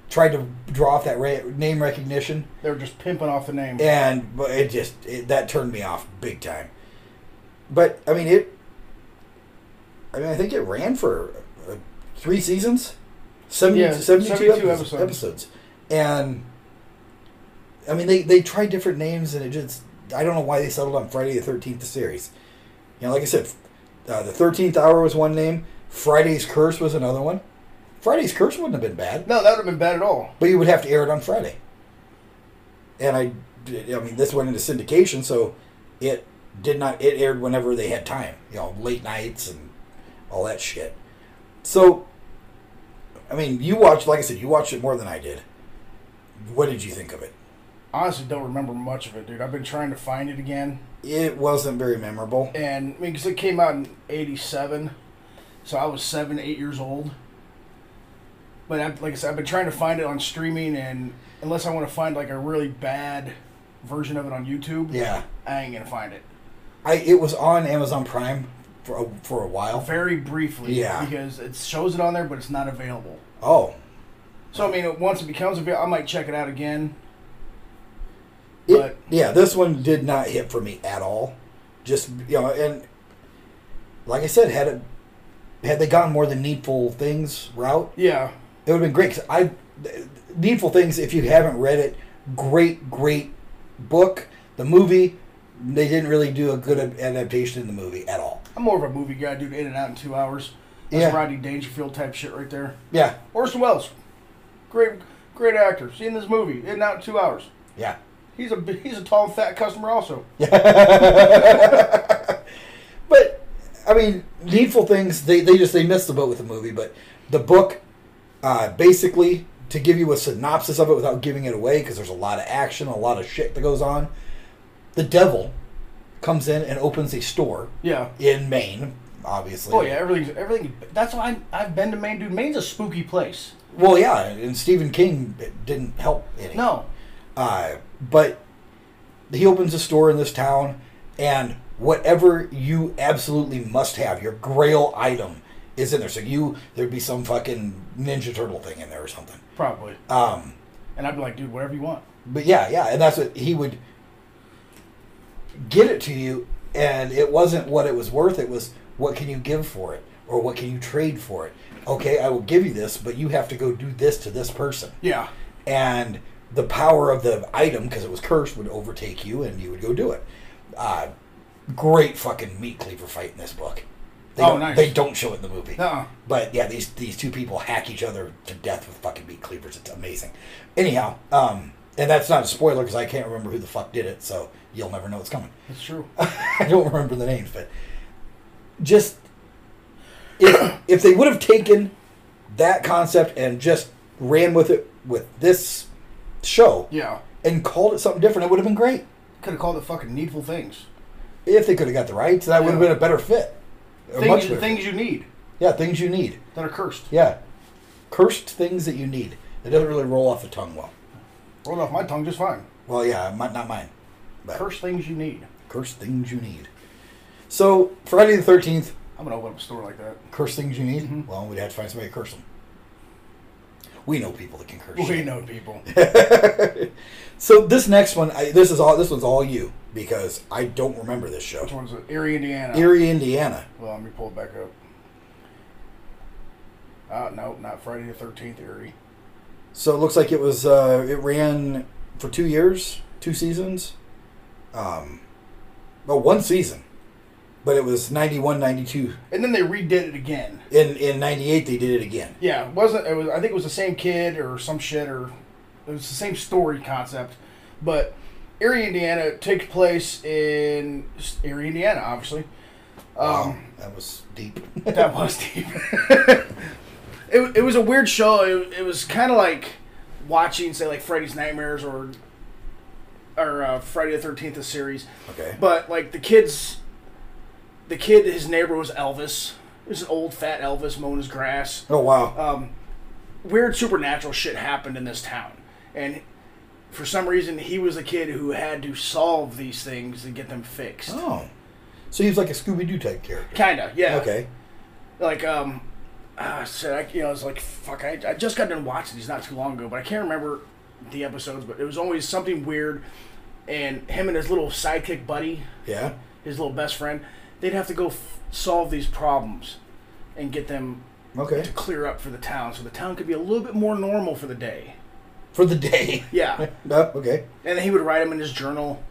A: tried to draw off that ra- name recognition
E: they were just pimping off the name.
A: and but it just it, that turned me off big time. But I mean it. I mean I think it ran for uh, three seasons, 70,
E: Yeah,
A: 72,
E: 72
A: episodes,
E: episodes.
A: episodes, and I mean they they tried different names and it just I don't know why they settled on Friday the Thirteenth the series. You know, like I said, uh, the Thirteenth Hour was one name. Friday's Curse was another one. Friday's Curse wouldn't have been bad.
E: No, that would have been bad at all.
A: But you would have to air it on Friday. And I, did- I mean, this went into syndication, so it did not. It aired whenever they had time, you know, late nights and all that shit. So, I mean, you watched, like I said, you watched it more than I did. What did you think of it?
E: honestly don't remember much of it, dude. I've been trying to find it again,
A: It wasn't very memorable.
E: and I mean, 'cause it came out in '87, so I was seven, eight years old. But I, like I said, I've been trying to find it on streaming, and unless I want to find like a really bad version of it on YouTube,
A: Yeah,
E: I ain't gonna find it.
A: I. It was on Amazon Prime for a, for a while.
E: Very briefly,
A: Yeah.
E: because it shows it on there, but it's not available.
A: Oh,
E: So I mean, it- once it becomes available, I might check it out again.
A: It-
E: But-
A: yeah, this one did not hit for me at all. Just you know, and like I said, had it had they gone more than needful things route,
E: Yeah,
A: it would have been great. 'cause I needful things. If you haven't read it, great, great book. The movie, they didn't really do a good ad- adaptation in the movie at all.
E: I'm more of a movie guy, dude. In and out in two hours. That's
A: Yeah.
E: Rodney Dangerfield type shit right there.
A: Yeah,
E: Orson Welles, great, great actor. Seen this movie in and out in two hours.
A: yeah.
E: He's a he's a tall, fat customer also.
A: But I mean, needful things. They they just they missed the boat with the movie, but the book, uh, basically, to give you a synopsis of it without giving it away, because there's a lot of action, a lot of shit that goes on. The devil comes in and opens a store
E: Yeah.
A: in Maine, obviously.
E: Oh yeah, everything's everything. That's why i I've been to Maine, dude. Maine's a spooky place.
A: Well, yeah, and Stephen King didn't help any.
E: No,
A: Uh, but he opens a store in this town, and whatever you absolutely must have, your grail item, is in there. So you, there'd be some fucking Ninja Turtle thing in there or something.
E: probably.
A: Um,
E: And I'd be like, dude, whatever you want.
A: but yeah, yeah, and that's what he would. get it to you, and it wasn't what it was worth. It was what can you give for it, or what can you trade for it? Okay, I will give you this, but you have to go do this to this person
E: Yeah.
A: and the power of the item because it was cursed would overtake you and you would go do it uh, great fucking meat cleaver fight in this book they
E: Oh,
A: don't,
E: nice.
A: they don't show it in the movie
E: Uh-uh.
A: but yeah these these two people hack each other to death with fucking meat cleavers it's amazing anyhow um and that's not a spoiler because i can't remember who the fuck did it so you'll never know it's coming
E: That's true.
A: I don't remember the names, but just if, if they would have taken that concept and just ran with it with this show
E: Yeah.
A: and called it something different, it would have been great.
E: Could have called it fucking needful things.
A: If they could have got the rights, that would have
E: Yeah.
A: been a better fit. A
E: Things,
A: much better.
E: things you need
A: yeah, things you need.
E: that are cursed.
A: Yeah. Cursed things that you need. It doesn't really roll off the tongue well.
E: Rolled off my tongue just fine.
A: Well, yeah, mi- not mine. But
E: Cursed things you need.
A: cursed things you need. So, Friday the 13th,
E: I'm gonna open up a store like that.
A: curse things you need?
E: Mm-hmm.
A: Well, we'd have to find somebody to curse them. We know people that can curse.
E: We
A: shit.
E: know people.
A: So this next one, I, this is all. This one's all you because I don't remember this show.
E: Which one's it? Erie, Indiana.
A: Erie, Indiana.
E: Well, let me pull it back up. Uh, no, not Friday the 13th, Erie.
A: So it looks like it was. Uh, it ran for two years, two seasons. Um, well, one season, but it was 91, 92.
E: And then they redid it again.
A: In in ninety eight, they did it again.
E: Yeah, it wasn't it was I think it was the same kid or some shit or it was the same story concept, but Erie, Indiana takes place in Erie, Indiana, obviously.
A: Wow, that was deep.
E: That was deep. it, it was a weird show. It, it was kind of like watching, say, like Freddy's Nightmares or or uh, Friday the Thirteenth, a series.
A: Okay.
E: But like the kids, the kid, his neighbor was Elvis. It was an old fat Elvis mowing his grass
A: oh wow.
E: um, weird supernatural shit happened in this town. And for some reason, he was the kid who had to solve these things and get them fixed.
A: oh, so he was like a Scooby Doo type character.
E: Kinda, yeah.
A: Okay.
E: Like, um, ah, shit, I, you know, I was like, fuck, I, I just got done watching these not too long ago, but I can't remember the episodes, but it was always something weird. And him and his little sidekick buddy,
A: Yeah.
E: his little best friend, they'd have to go f- solve these problems and get them
A: Okay.
E: to clear up for the town so the town could be a little bit more normal for the day.
A: For the day.
E: Yeah.
A: Oh, okay.
E: And then he would write them in his journal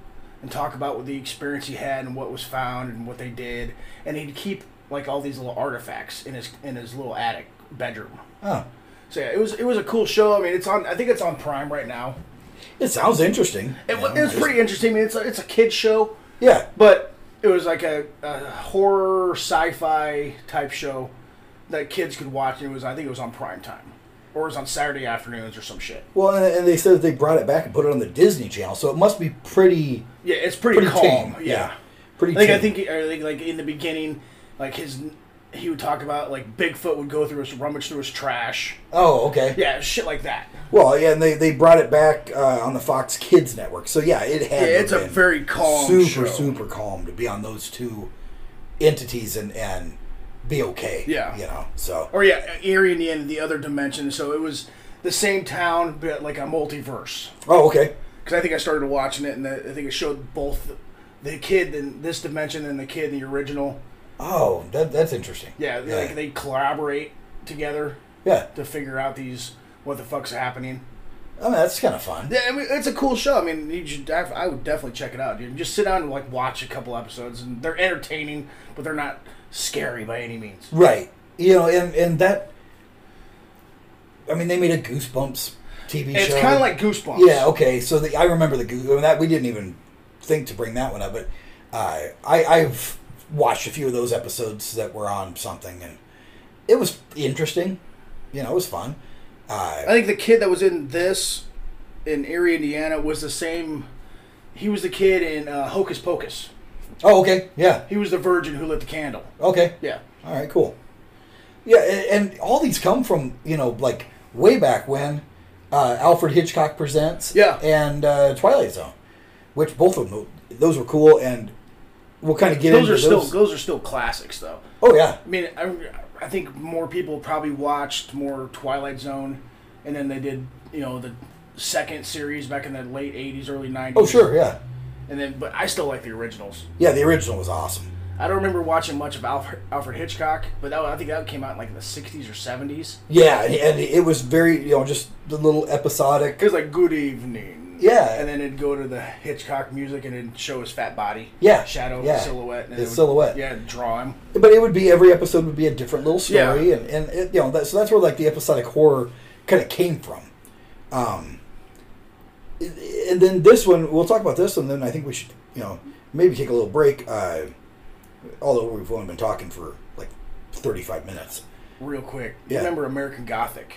E: and talk about what the experience he had and what was found and what they did. And he'd keep like all these little artifacts in his in his little attic bedroom.
A: Oh.
E: So yeah, it was it was a cool show. I mean, it's on. I think it's on Prime right now.
A: It sounds interesting.
E: It, wa-
A: You
E: it
A: know,
E: was
A: just-
E: pretty interesting. I mean, it's a, it's a kid show,
A: Yeah.
E: but it was like a, a horror sci-fi type show that kids could watch. And it was I think it was on prime time, or it was on Saturday afternoons or some shit.
A: Well, and, and they said that they brought it back and put it on the Disney Channel, so it must be pretty,
E: Yeah, it's pretty,
A: pretty
E: calm.
A: tame.
E: yeah.
A: Pretty.
E: Like I
A: tame.
E: think, I think like in the beginning, like his he would talk about like Bigfoot would go through his rummage through his trash.
A: Oh, okay.
E: Yeah, shit like that.
A: Well, yeah, and they, they brought it back uh, on the Fox Kids network, so yeah, it had.
E: Yeah,
A: to
E: it's
A: have
E: a
A: been
E: very calm
A: super
E: show.
A: super calm to be on those two entities and and be okay.
E: Yeah.
A: You know. So.
E: Or yeah, Erie in the end, the other dimension. So it was the same town, but like a multiverse.
A: Oh, okay.
E: Because I think I started watching it, and the, I think it showed both the kid in this dimension and the kid in the original.
A: Oh, that, that's interesting.
E: Yeah, they-
A: Yeah.
E: like they collaborate together
A: yeah.
E: to figure out these what the fuck's happening.
A: I mean, that's kind of fun.
E: Yeah, I mean, it's a cool show. I mean, you should. def- I would definitely check it out. You just sit down and like watch a couple episodes, and they're entertaining, but they're not scary by any means.
A: Right. You know, and and that. I mean, they made a Goosebumps TV show.
E: It's kind of like Goosebumps.
A: Yeah. Okay. So the, I remember the Goose. I mean, that we didn't even think to bring that one up, but uh, I I've watched a few of those episodes that were on something, and it was interesting. You know, it was fun.
E: I think the kid that was in this in Erie, Indiana, was the same. He was the kid in uh, Hocus Pocus.
A: Oh, okay. Yeah.
E: He was the virgin who lit the candle.
A: Okay.
E: Yeah,
A: All right. Cool. Yeah, a- and, and all these come from you know like way back when uh, Alfred Hitchcock presents.
E: Yeah.
A: And uh, Twilight Zone, which both of them those were cool, and we'll kind of get
E: those
A: into
E: are still
A: those.
E: those are still classics though.
A: Oh yeah.
E: I mean, I, I think more people probably watched more Twilight Zone, and then they did you know the second series back in the late '80s, early '90s.
A: Oh sure. Yeah.
E: And then, but I still like the originals.
A: Yeah, the original was awesome.
E: I don't remember watching much of Alfred, Alfred Hitchcock, but that, I think that came out in like the '60s or '70s.
A: Yeah, and, and it was very you know just the little episodic.
E: It was like "Good evening."
A: Yeah.
E: and then it'd go to the Hitchcock music and it'd show his fat body.
A: Yeah,
E: shadow,
A: yeah.
E: silhouette, and
A: His
E: it would-
A: silhouette.
E: Yeah, draw him.
A: But it would be every episode would be a different little story,
E: Yeah.
A: and and it, you know that, so that's where like the episodic horror kind of came from. Um, and- and then this one, we'll talk about this, and then I think we should you know maybe take a little break. Uh, although we've only been talking for like thirty five minutes.
E: Real quick,
A: Yeah.
E: remember American Gothic?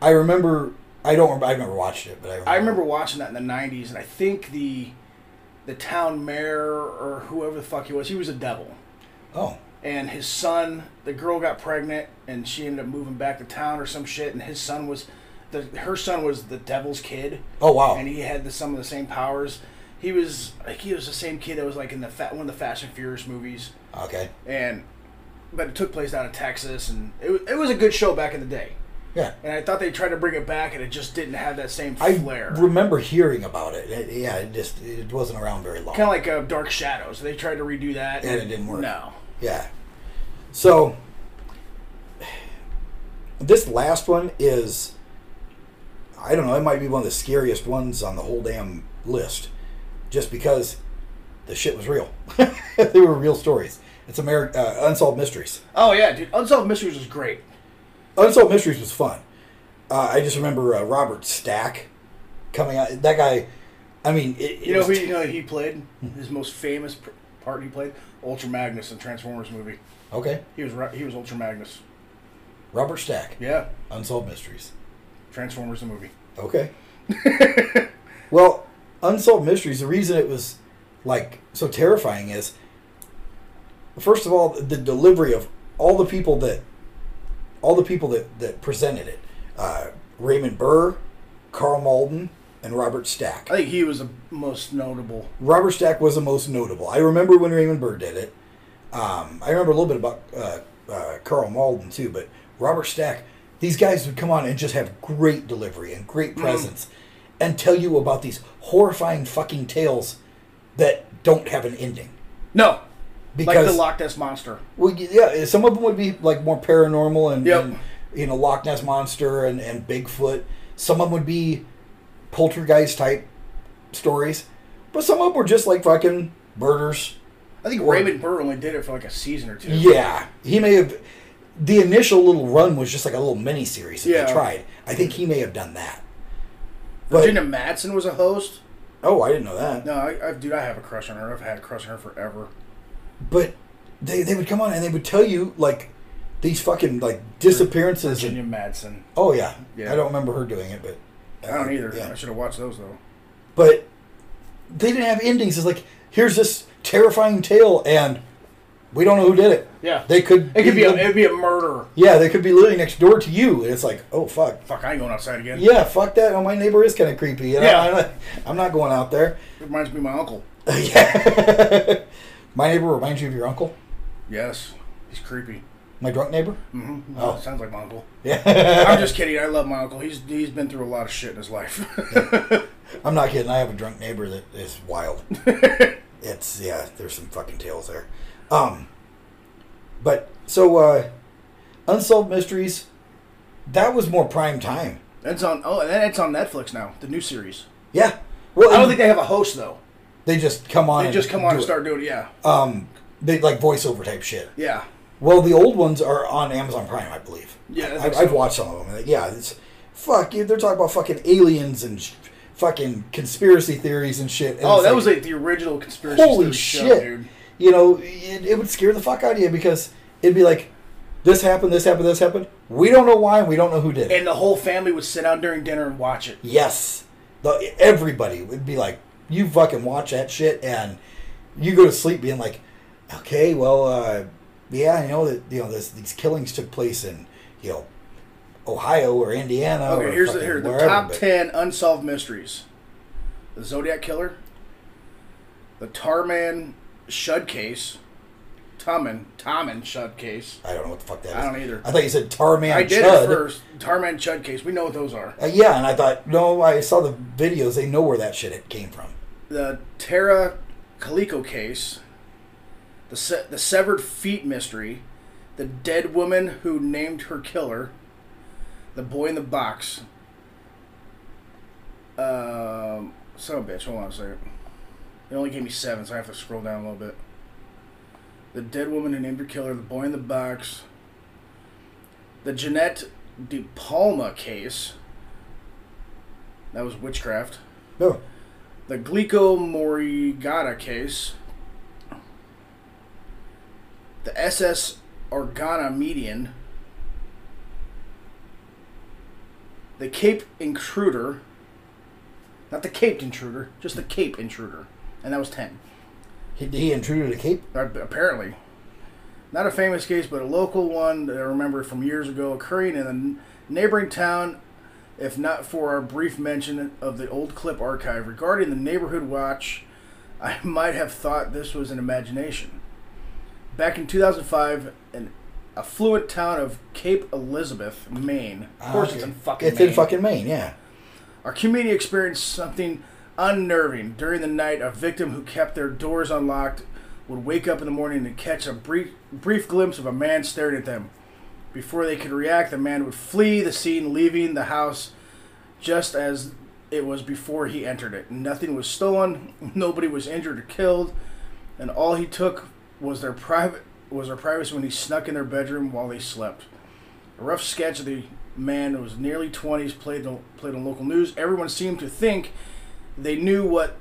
A: I remember. I don't. remember. I've never watched it, but I remember.
E: I remember watching that in the '90s, and I think the the town mayor or whoever the fuck he was, he was a devil.
A: Oh,
E: and his son, the girl got pregnant, and she ended up moving back to town or some shit. And his son was, the her son was the devil's kid.
A: Oh, wow.
E: And he had the, some of the same powers. He was like he was the same kid that was like in the fat, one of the Fast and Furious movies,
A: okay.
E: and but it took place down in Texas, and it was, it was a good show back in the day.
A: Yeah.
E: And I thought they tried to bring it back, and it just didn't have that same
A: I
E: flair.
A: remember hearing about it. It- Yeah, it just it wasn't around very long.
E: kind of like uh, Dark Shadows. They tried to redo that,
A: And it didn't work.
E: No,
A: Yeah. So this last one is I don't know, it might be one of the scariest ones on the whole damn list. Just because the shit was real. they were real stories. It's Ameri- uh, Unsolved Mysteries.
E: oh yeah, dude, Unsolved Mysteries was great.
A: Unsolved Mysteries was fun. Uh, I just remember uh, Robert Stack coming out. That guy, I mean, it, it
E: You know
A: was Hmm.
E: who you know who he played? His most famous pr- part he played Ultra Magnus in Transformers movie.
A: okay.
E: He was Ra- he was Ultra Magnus.
A: Robert Stack,
E: Yeah,
A: Unsolved Mysteries.
E: Transformers the movie.
A: Okay. well, Unsolved Mysteries, the reason it was like so terrifying is first of all, the delivery of all the people that all the people that, that presented it. Uh, Raymond Burr, Carl Malden, and Robert Stack.
E: I think he was the most notable.
A: Robert Stack was the most notable. I remember when Raymond Burr did it. Um, I remember a little bit about uh, uh, Carl Malden too, but Robert Stack. These guys would come on and just have great delivery and
E: Mm.
A: great presence, and tell you about these horrifying fucking tales that don't have an ending.
E: No, like
A: Because-
E: the Loch Ness monster.
A: Well, y- yeah, eh, some of them would be like more paranormal and,
E: Yep.
A: and, you know Loch Ness monster and, and Bigfoot. Some of them would be poltergeist type stories, but some of them were just like fucking murders.
E: I think
A: Or-
E: Raymond Burr only did it for like a season or two.
A: Yeah, he may have. The initial little run was just like a little mini series that
E: Yeah.
A: they tried. I think he may have done that. But
E: Virginia Madsen was a host.
A: oh, I didn't know that.
E: No, I, I, dude, I have a crush on her. I've had a crush on her forever.
A: But they they would come on and they would tell you like these fucking like disappearances.
E: Virginia
A: And,
E: Madsen.
A: oh yeah.
E: Yeah.
A: I don't remember her doing it, but
E: I don't either.
A: Yeah.
E: I should have watched those though.
A: But they didn't have endings. It's like here's this terrifying tale and we don't know who did it.
E: Yeah.
A: They could.
E: It could be a,
A: li-
E: it'd be a murder.
A: yeah, they could be living next door to you, and it's like, oh fuck,
E: Fuck, I ain't going outside again.
A: yeah, fuck that. Oh, my neighbor is kind of creepy. You know?
E: Yeah.
A: I'm not, I'm not going out there.
E: reminds me of my uncle.
A: Yeah. my neighbor reminds you of your uncle,
E: Yes, he's creepy.
A: my drunk neighbor.
E: Mm-hmm.
A: Oh.
E: sounds like my uncle.
A: Yeah,
E: I'm just kidding. I love my uncle. He's he's been through a lot of shit in his life.
A: I'm not kidding. I have a drunk neighbor that is wild. it's yeah, there's some fucking tales there. Um, but so uh, unsolved mysteries. That was more prime time.
E: it's on. Oh, and then it's on Netflix now. The new series.
A: Yeah. Well,
E: I don't think they have a host though.
A: they just come on.
E: They
A: and
E: just come on
A: do
E: and
A: it.
E: start doing it. Yeah,
A: Um, they like voiceover type shit.
E: yeah.
A: Well, the old ones are on Amazon Prime, I believe.
E: Yeah, I think
A: I, I've
E: so.
A: watched some of them. and Yeah, it's fuck. you- They're talking about fucking aliens and sh- fucking conspiracy theories and shit. and
E: Oh,
A: it's
E: that
A: like,
E: was like the original conspiracy.
A: holy
E: theory
A: shit.
E: show, dude.
A: You know, it, it would scare the fuck out of you because it'd be like, this happened, this happened, this happened. We don't know why, and we don't know who did it.
E: And the whole family would sit down during dinner and watch it.
A: yes, the, everybody would be like, you fucking watch that shit, and you go to sleep being like, okay, well, uh, yeah, I know that you know this, these killings took place in you know Ohio or Indiana. or
E: Okay, here's the
A: fucking
E: here the
A: wherever,
E: top
A: but-
E: ten unsolved mysteries: the Zodiac Killer, the Tarman Shud case, Tommen Tommen Shud case.
A: I don't know what the fuck that is.
E: I don't either.
A: I thought you said Tarman.
E: I did
A: Chud.
E: it first. Tarman Chud case. We know what those are.
A: Uh, yeah, and I thought, no, I saw the videos. They know where that shit came from.
E: the Terra Calico case, the se- the severed feet mystery, the dead woman who named her killer, the boy in the box. Um, son of a bitch. Hold on a second. It only gave me seven, so I have to scroll down a little bit. The dead woman who named her killer, the boy in the box, the Jeanette De Palma case. That was witchcraft
A: No.
E: the Glico Morigata case, the SS Organa median, the Cape Intruder, not the Caped Intruder, just the Cape Intruder, and that was 10.
A: He, he intruded a cape.
E: Uh, apparently. Not a famous case, but a local one that I remember from years ago occurring in a n- neighboring town, if not for our brief mention of the old clip archive. Regarding the neighborhood watch, I might have thought this was an imagination. Back in 2005, an affluent town of Cape Elizabeth, Maine. Of course, it's in fucking
A: It's
E: Maine.
A: in fucking Maine, yeah.
E: Our community experienced something unnerving during the night. A victim who kept their doors unlocked would wake up in the morning and catch a brief, brief glimpse of a man staring at them. Before they could react, the man would flee the scene, leaving the house just as it was before he entered it. Nothing was stolen, nobody was injured or killed, and all he took was their private was their privacy when he snuck in their bedroom while they slept. A rough sketch of the man who was nearly 20s, played, the, played on local news. Everyone seemed to think they knew what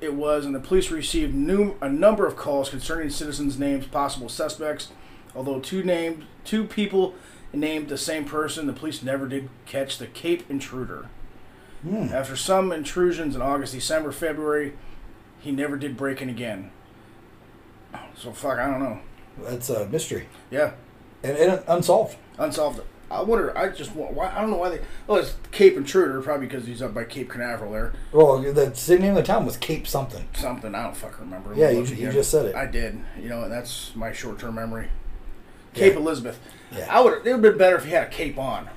E: it was, and the police received num- a number of calls concerning citizens' names, possible suspects. Although two named two people named the same person, the police never did catch the Cape intruder. After some intrusions in August, December, February, he never did break in again. So fuck, I don't know.
A: That's a mystery.
E: Yeah,
A: And, and unsolved.
E: unsolved. I wonder. I just wa- why I don't know why they. Oh, it's Cape Intruder, probably because he's up by Cape Canaveral there.
A: Well, the name of the town was Cape something.
E: Something I don't fucking remember.
A: Yeah, you-
E: Look
A: you
E: again.
A: just said it.
E: I did. You know, and that's my short-term memory. Cape Elizabeth.
A: Yeah.
E: I would. It would have been better if he had a cape on.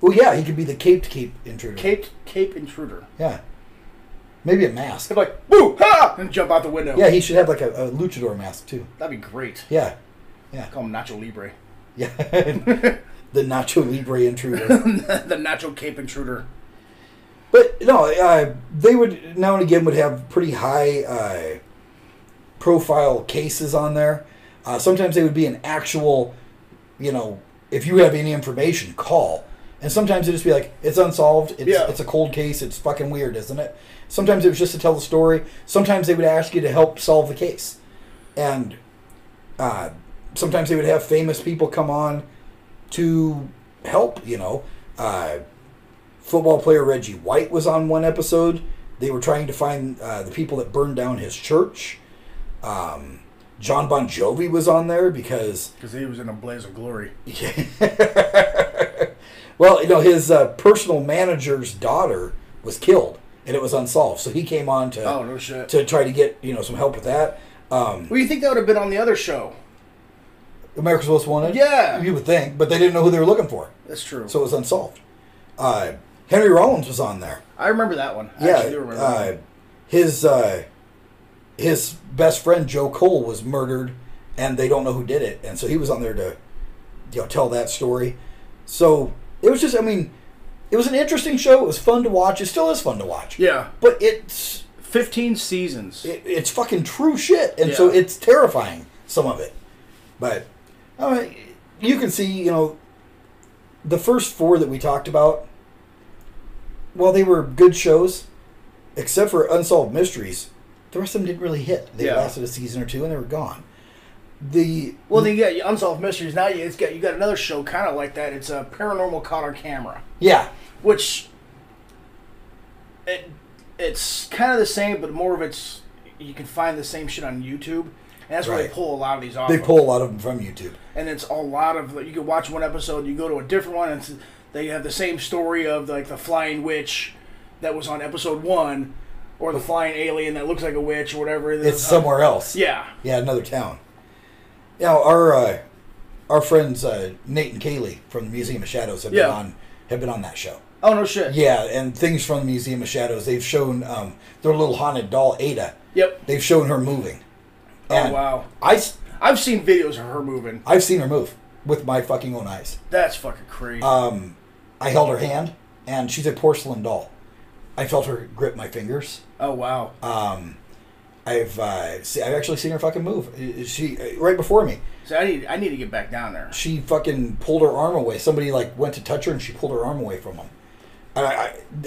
A: Well, yeah, he could be the caped Cape intruder.
E: Cape Cape Intruder.
A: Yeah. Maybe a mask.
E: He'd be like woo ha and jump out the window.
A: Yeah, he should have like a, a luchador mask too.
E: that'd be great.
A: Yeah.
E: Call him Nacho Libre.
A: Yeah. the Nacho Libre intruder.
E: the Nacho Cape Intruder.
A: but no, uh, they would now and again would have pretty high uh, profile cases on there. Uh, sometimes they would be an actual, you know, if you have any information, call. And sometimes it'd just be like, it's unsolved. It's,
E: Yeah.
A: it's a cold case. It's fucking weird, isn't it? Sometimes it was just to tell the story. Sometimes they would ask you to help solve the case. And uh, sometimes they would have famous people come on to help. You know, uh, football player Reggie White was on one episode. They were trying to find uh, the people that burned down his church. Um, John Bon Jovi was on there because,
E: Because he was in a blaze of glory.
A: well, you know, his uh, personal manager's daughter was killed, and it was unsolved. So he came on to
E: Oh no shit.
A: to try to get you know some help with that. Um,
E: Well, you think that would have been on the other show?
A: America's Most Wanted.
E: Yeah.
A: you would think, but they didn't know who they were looking for.
E: That's true.
A: so it was unsolved. Uh, Henry Rollins was on there.
E: I remember that one. I actually do
A: yeah,
E: remember that one.
A: uh, his uh, his best friend Joe Cole was murdered, and they don't know who did it, and so he was on there to you know tell that story. So it was just, I mean, it was an interesting show. It was fun to watch. It still is fun to watch.
E: Yeah.
A: but it's
E: 15 seasons.
A: it, it's fucking true shit, and so
E: Yeah.
A: it's terrifying some of it. But I mean, you can see, you know, the first four that we talked about, while they were good shows, except for Unsolved Mysteries, the rest of them didn't really hit. They
E: Yeah.
A: lasted a season or two and they were gone. The
E: Well, then you got your unsolved mysteries. Now you it's got you got another show kind of like that. It's a paranormal caught on camera,
A: yeah,
E: which it it's kind of the same, but more of it's you can find the same shit on YouTube, and that's where
A: Right.
E: they pull a lot of these off.
A: they
E: of.
A: pull a lot of them from YouTube.
E: and it's a lot of you can watch one episode, you go to a different one, and it's- they have the same story of like the flying witch that was on episode one, or the flying alien that looks like a witch or whatever.
A: It's somewhere else.
E: Yeah,
A: Yeah, another town. Now our uh, our friends uh, Nate and Kaylee from the Museum of Shadows have
E: Yeah.
A: been on have been on that show.
E: Oh no shit.
A: Yeah, and things from the Museum of Shadows. They've shown um, their little haunted doll Ada.
E: Yep.
A: They've shown her moving.
E: Oh
A: And
E: wow.
A: I s-
E: I've seen videos of her moving.
A: I've seen her move with my fucking own eyes.
E: That's fucking crazy.
A: Um, I held her hand, and she's a porcelain doll. I felt her grip my fingers.
E: oh wow.
A: Um, I've uh, see, I've actually seen her fucking move. I- I- She uh, right before me.
E: so I need I need to get back down there.
A: She fucking pulled her arm away. Somebody like went to touch her, and she pulled her arm away from him. I, I,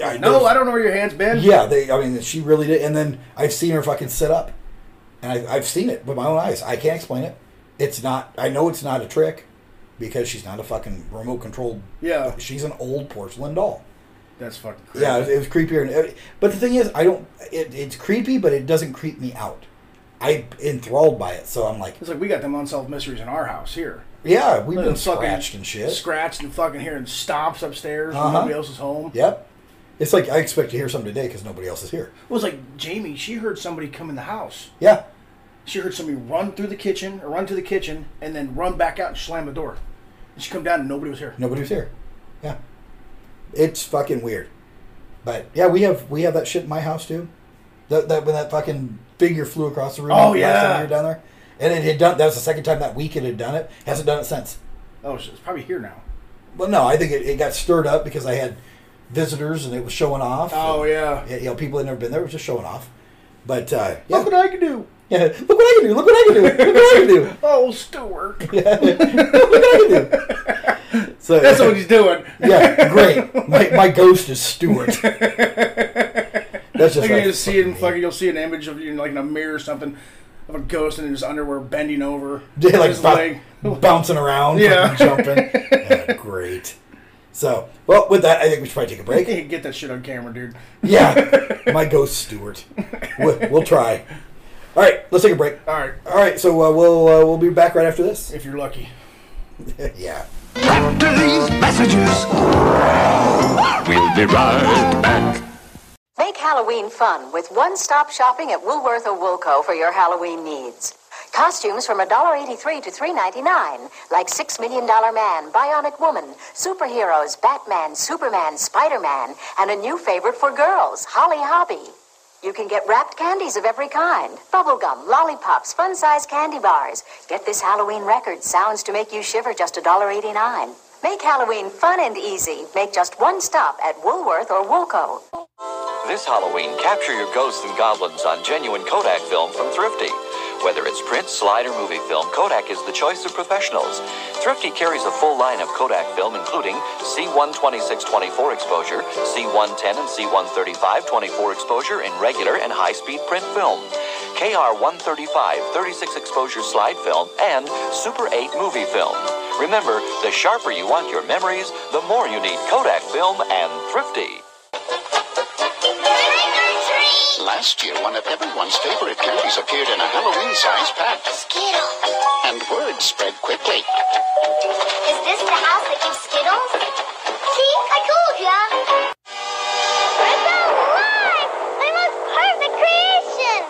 A: I,
E: No,
A: there's-
E: I don't know where your hand's been.
A: Yeah, they. I mean, she really did. And then I've seen her fucking sit up, and I, I've seen it with my own eyes. I can't explain it. It's not. I know it's not a trick, because she's not a fucking remote controlled.
E: Yeah.
A: she's an old porcelain doll.
E: That's fucking crazy.
A: Yeah, it was, it was creepier. And every- but the thing is, I don't. It, it's creepy, but it doesn't creep me out. I'm enthralled by it, so I'm like,
E: It's like we got them unsolved mysteries in our house here.
A: yeah, we've
E: Fucking
A: been scratched and shit.
E: Scratched and fucking hearing stomps upstairs
A: Uh-huh.
E: when nobody else is home.
A: Yep. It's like I expect to hear something today because nobody else is here.
E: It was like Jamie, she heard somebody come in the house.
A: Yeah.
E: She heard somebody run through the kitchen or run to the kitchen and then run back out and slam the door. And she come down and nobody was here.
A: Nobody was here. Yeah. It's fucking weird. But yeah, we have we have that shit in my house too. That, that when that fucking figure flew across the room.
E: Oh,
A: the Last time
E: yeah.
A: we were down there, and it had done. That was the second time that week it had done it. Hasn't done it since.
E: Oh, so it's probably here now.
A: Well, no, I think it, it got stirred up because I had visitors and it was showing off.
E: Oh.
A: And,
E: yeah.
A: You know, people had never been there. It was just showing off. But uh, yeah,
E: Look what I can do.
A: yeah, look what I can do. Look what I can do. Look what I can do.
E: Oh, Stuart.
A: Look what I can do. So
E: That's what he's doing.
A: Yeah, great. My, my ghost is Stuart. That's just
E: Like
A: what
E: you
A: I
E: just see it, and
A: hate.
E: fucking you'll see an image of you in like in a mirror or something of a ghost in his underwear bending over,
A: Yeah, like
E: his
A: bou-
E: leg.
A: bouncing around,
E: Yeah.
A: fucking jumping. Yeah, great. So, well, with that, I think we should probably take a break.
E: Hey, get that shit on camera, dude.
A: Yeah, my ghost Stuart. We'll, we'll try. All right, let's take a break.
E: All right,
A: All right, so uh, we'll uh, we'll be back right after this.
E: if you're lucky.
A: Yeah.
H: After these messages, we'll be right back.
I: Make Halloween fun with one-stop shopping at Woolworth or Woolco for your Halloween needs. Costumes from $1.83 to $3.99, like Six Million Dollar Man, Bionic Woman, superheroes, Batman, Superman, Spider-Man, and a new favorite for girls, Holly Hobby. You can get wrapped candies of every kind, bubblegum, lollipops, fun-sized candy bars. Get this Halloween record, Sounds to Make You Shiver, just $1.89. Make Halloween fun and easy. Make just one stop at Woolworth or Woolco.
J: This Halloween, capture your ghosts and goblins on genuine Kodak film from Thrifty. Whether it's print, slide, or movie film, Kodak is the choice of professionals. Thrifty carries a full line of Kodak film, including C12624 exposure, C110 and C13524 exposure in regular and high speed print film, KR135 36 exposure slide film, and Super 8 movie film. Remember, the sharper you want your memories, the more you need Kodak film and Thrifty.
H: Last year, one of everyone's favorite candies appeared in a Halloween-sized pack. Skittle. And word spread quickly. Is this the house that gives Skittles? See, I told ya. We're so alive! My most perfect creation!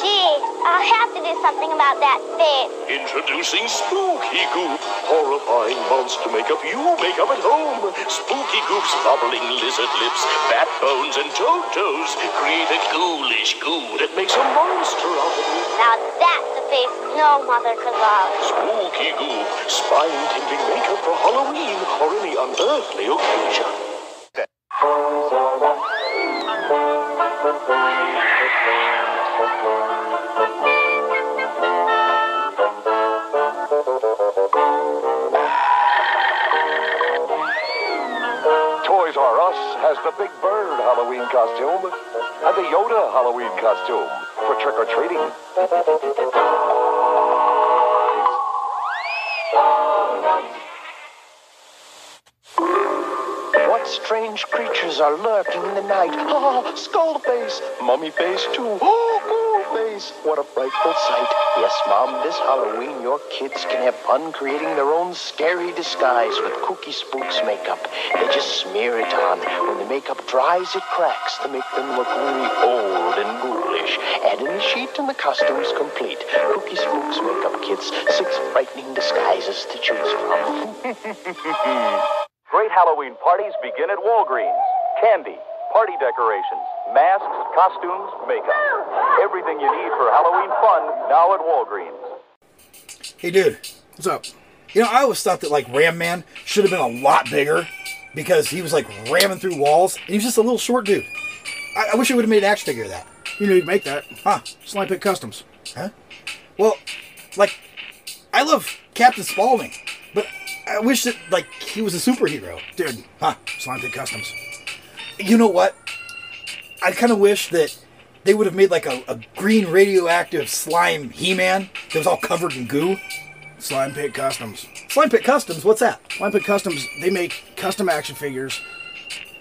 H: Gee, I'll have to do something about that fit.
K: Introducing Spooky Goop, horrifying monster makeup you make up at home. Spooky Goop's bubbling lizard lips, bat bones, and toad toes create a ghoulish goo that makes a monster out of you.
H: Now that's a face no mother could love.
K: Spooky Goop, spine-tingling makeup for Halloween or any unearthly occasion.
J: Toys R Us has the Big Bird Halloween costume and the Yoda Halloween costume for trick or treating.
K: What strange creatures are lurking in the night? Ah, skull face, mummy face too. Oh, ghoul face. What a frightful sight. Yes, Mom, this Halloween your kids can have fun creating their own scary disguise with Kooky Spook's makeup. They just smear it on. When the makeup dries, it cracks to make them look really old and ghoulish. Add in the sheet and the costume's complete. Kooky Spook's makeup kits, six frightening disguises to choose from.
L: great Halloween parties begin at Walgreens. Candy, party decorations, masks, costumes, makeup. Everything you need for Halloween fun now at Walgreens.
A: Hey, dude, what's up? You know, I always thought that like Ram Man should have been a lot bigger because he was like ramming through walls, and he was just a little short dude. I, I wish I would have made an action figure of that.
E: You know, you'd make that,
A: huh?
E: Slime Pit Customs,
A: huh? Well, like, I love Captain Spaulding, but I wish that like he was a superhero,
E: dude.
A: Huh?
E: Slime Pit Customs.
A: You know what? I kind of wish that they would have made like a, a green radioactive slime He-Man that was all covered in goo.
E: Slime Pit Customs.
A: Slime Pit Customs, what's that?
E: Slime Pit Customs, they make custom action figures,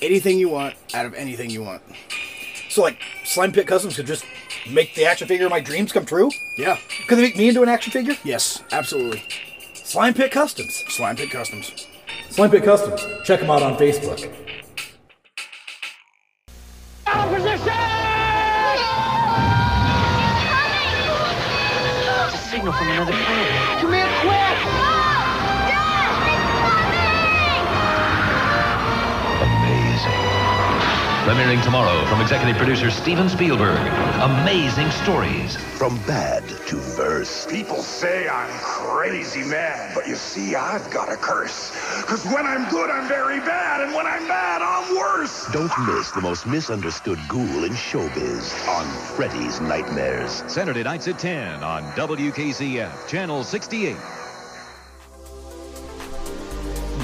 E: anything you want, out of anything you want.
A: So like Slime Pit Customs could just make the action figure of my dreams come true?
E: Yeah.
A: Could they make me into an action figure?
E: Yes, absolutely.
A: Slime Pit Customs.
E: Slime Pit Customs.
A: Slime Pit Customs. Check them out on Facebook.
M: It's a signal from another planet.
N: Come here quick!
F: Premiering tomorrow from executive producer Steven Spielberg. Amazing stories.
O: From bad to verse.
P: People say I'm crazy mad, but you see, I've got a curse. Because when I'm good, I'm very bad, and when I'm bad, I'm worse.
O: Don't miss the most misunderstood ghoul in showbiz on Freddy's Nightmares.
F: Saturday nights at 10 on WKCF, Channel 68.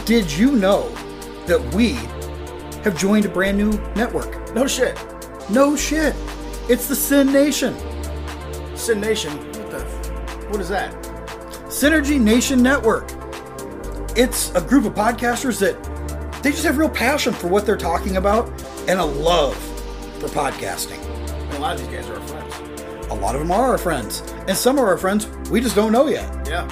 Q: Did you know that we have joined a brand new network?
E: No shit.
Q: No shit. It's the Sin Nation.
E: Sin Nation. What the? F- what is that?
Q: Synergy Nation Network. It's a group of podcasters that they just have real passion for what they're talking about and a love for podcasting.
E: And a lot of these guys are our friends.
Q: A lot of them are our friends, and some are our friends we just don't know yet.
E: Yeah.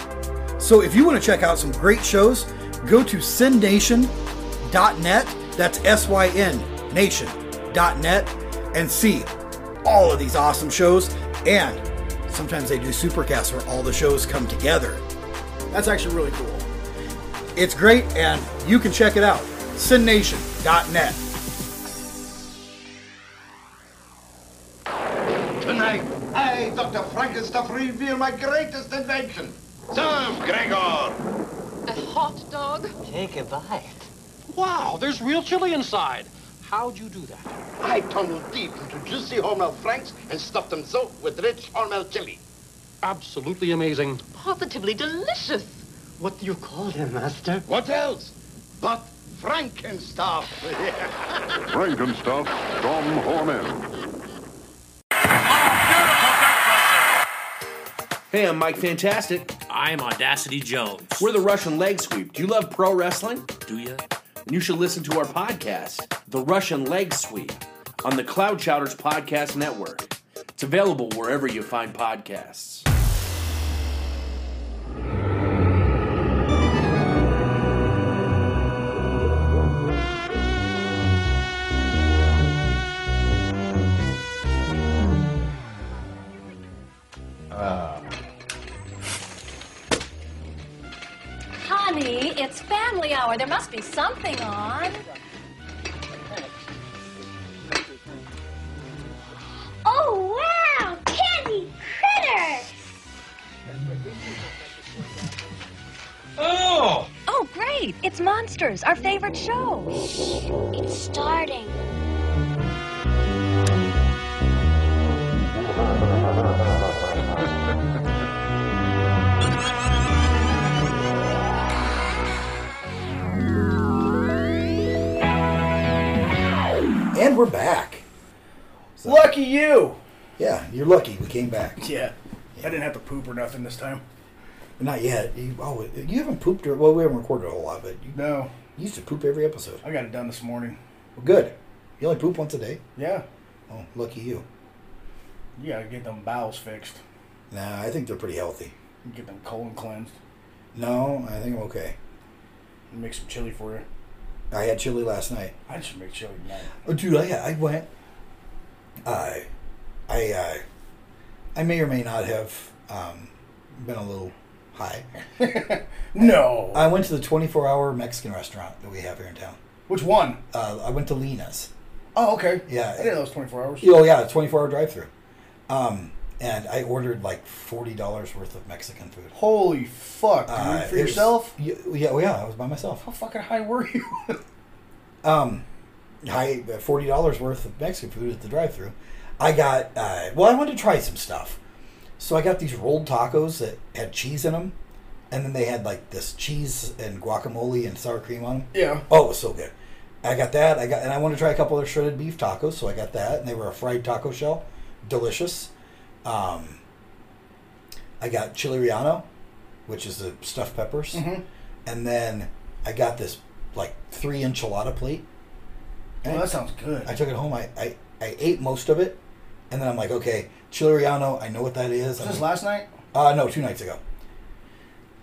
Q: So if you want to check out some great shows, go to synnation.net. That's S Y N nation.net and see all of these awesome shows. And sometimes they do supercasts where all the shows come together.
E: That's actually really cool.
Q: It's great, and you can check it out. Sinnation.net.
D: Tonight, I, Dr. Frankenstuff, reveal my greatest invention. Serve, Gregor!
I: A hot dog?
M: Take a bite.
I: Wow, there's real chili inside. How'd you do that?
D: I tunneled deep into juicy Hormel Franks and stuffed them so with rich Hormel chili.
I: Absolutely amazing.
D: Positively delicious. What do you call them, Master? What else? But Frankenstuff.
R: Frankenstuff from Hormel.
S: Hey, I'm Mike Fantastic. I'm Audacity Jones. We're the Russian Leg Sweep. Do you love pro wrestling? Do you? Then you should listen to our podcast, The Russian Leg Sweep, on the Cloud Chowders Podcast Network. It's available wherever you find podcasts.
H: Honey, it's family hour. There must be something on. Oh, wow! Candy critters!
T: Oh!
H: Oh, great! It's Monsters, our favorite show. It's starting.
A: And we're back.
E: Lucky you.
A: Yeah, you're lucky we came back.
E: Yeah. I didn't have to poop or nothing this time.
A: Not yet. You, oh, you haven't pooped. Or, well, we haven't recorded a whole lot, but you,
E: no.
A: you used to poop every episode.
E: I got it done this morning.
A: Well, good. You only poop once a day.
E: Yeah.
A: Oh, lucky you.
E: You gotta get them bowels fixed.
A: Nah, I think they're pretty healthy.
E: Get them colon cleansed.
A: No, I think I'm okay.
E: And make some chili for you.
A: I had chili last night.
E: I should make chili tonight.
A: Oh, dude, I, I went. I, I, uh, I may or may not have um, been a little Hi.
E: no.
A: I went to the 24 hour Mexican restaurant that we have here in town.
E: Which one?
A: Uh, I went to Lena's.
E: Oh, okay.
A: Yeah.
E: I didn't know it was 24 hours.
A: Oh, yeah, 24 hour drive through. Um, and I ordered like $40 worth of Mexican food.
E: Holy fuck. dude,
A: Uh,
E: for
A: it was-
E: yourself?
A: Yeah, yeah, well, yeah, I was by myself.
E: How fucking high were you?
A: um, I uh, forty dollars worth of Mexican food at the drive-through. I got uh, well, I wanted to try some stuff, so I got these rolled tacos that had cheese in them, and then they had like this cheese and guacamole and sour cream on them.
E: Yeah.
A: Oh, it was so good. I got that. I got and I wanted to try a couple other shredded beef tacos, so I got that, and they were a fried taco shell, delicious. Um, I got chili relleno, which is the stuffed peppers,
E: Mhm.
A: and then I got this like three enchilada plate.
E: Oh, that sounds good.
A: I took it home. I, I, I ate most of it, and then I'm like, okay, chileriano. I know what that is.
E: Was
A: I'm
E: this
A: like-
E: last night?
A: Uh, no, two nights ago.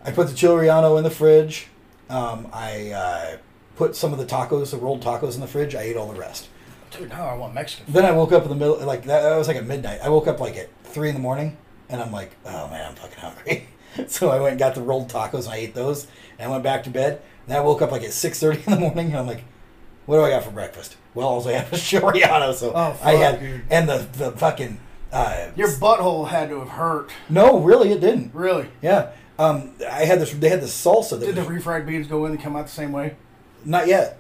A: I put the chileriano in the fridge. Um, I uh, put some of the tacos, the rolled tacos, in the fridge. I ate all the rest.
E: Dude, now I want Mexican.
A: Then I woke up in the middle, like that, that was like at midnight. I woke up like at three in the morning, and I'm like, oh man, I'm fucking hungry. so I went and got the rolled tacos and I ate those, and I went back to bed. And I woke up like at six thirty in the morning, and I'm like, what do I got for breakfast? Well, all I had was choriano, so
E: Oh,
A: I
E: fuck,
A: had
E: dude.
A: and the the fucking uh,
E: Your butthole had to have hurt.
A: no, really, it didn't.
E: Really?
A: Yeah. Um, I had this. They had this salsa. That
E: Did the
A: was,
E: refried beans go in and come out the same way?
A: not yet.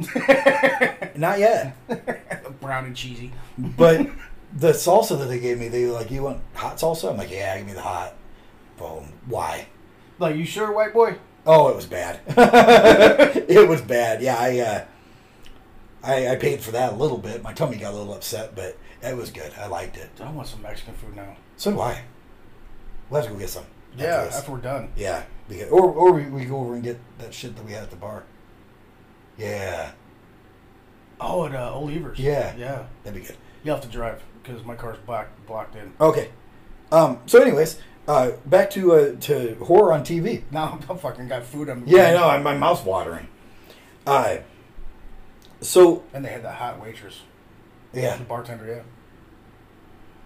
A: not yet.
E: Brown and cheesy.
A: But the salsa that they gave me, they were like, "You want hot salsa?" I'm like, "Yeah, give me the hot." Boom. Why?
E: Like, you sure, white boy?
A: Oh, it was bad. it was bad. Yeah, I, uh, I I paid for that a little bit. My tummy got a little upset, but it was good. I liked it.
E: I want some Mexican food now.
A: So do I. We'll have to go get some. after
E: Yeah,
A: this.
E: after we're done.
A: Yeah, because, or or we, we go over and get that shit that we had at the bar. Yeah,
E: Oh, at uh, Oliver's.
A: Yeah.
E: Yeah.
A: that'd be good.
E: You'll have to drive because my car's block, blocked in.
A: Okay. Um. So, anyways, uh, back to uh, to horror on TV.
E: Now I fucking got food. I'm
A: Yeah, I know. I- My mouth's watering. Uh, so
E: And they had that hot waitress.
A: Yeah.
E: The bartender, yeah.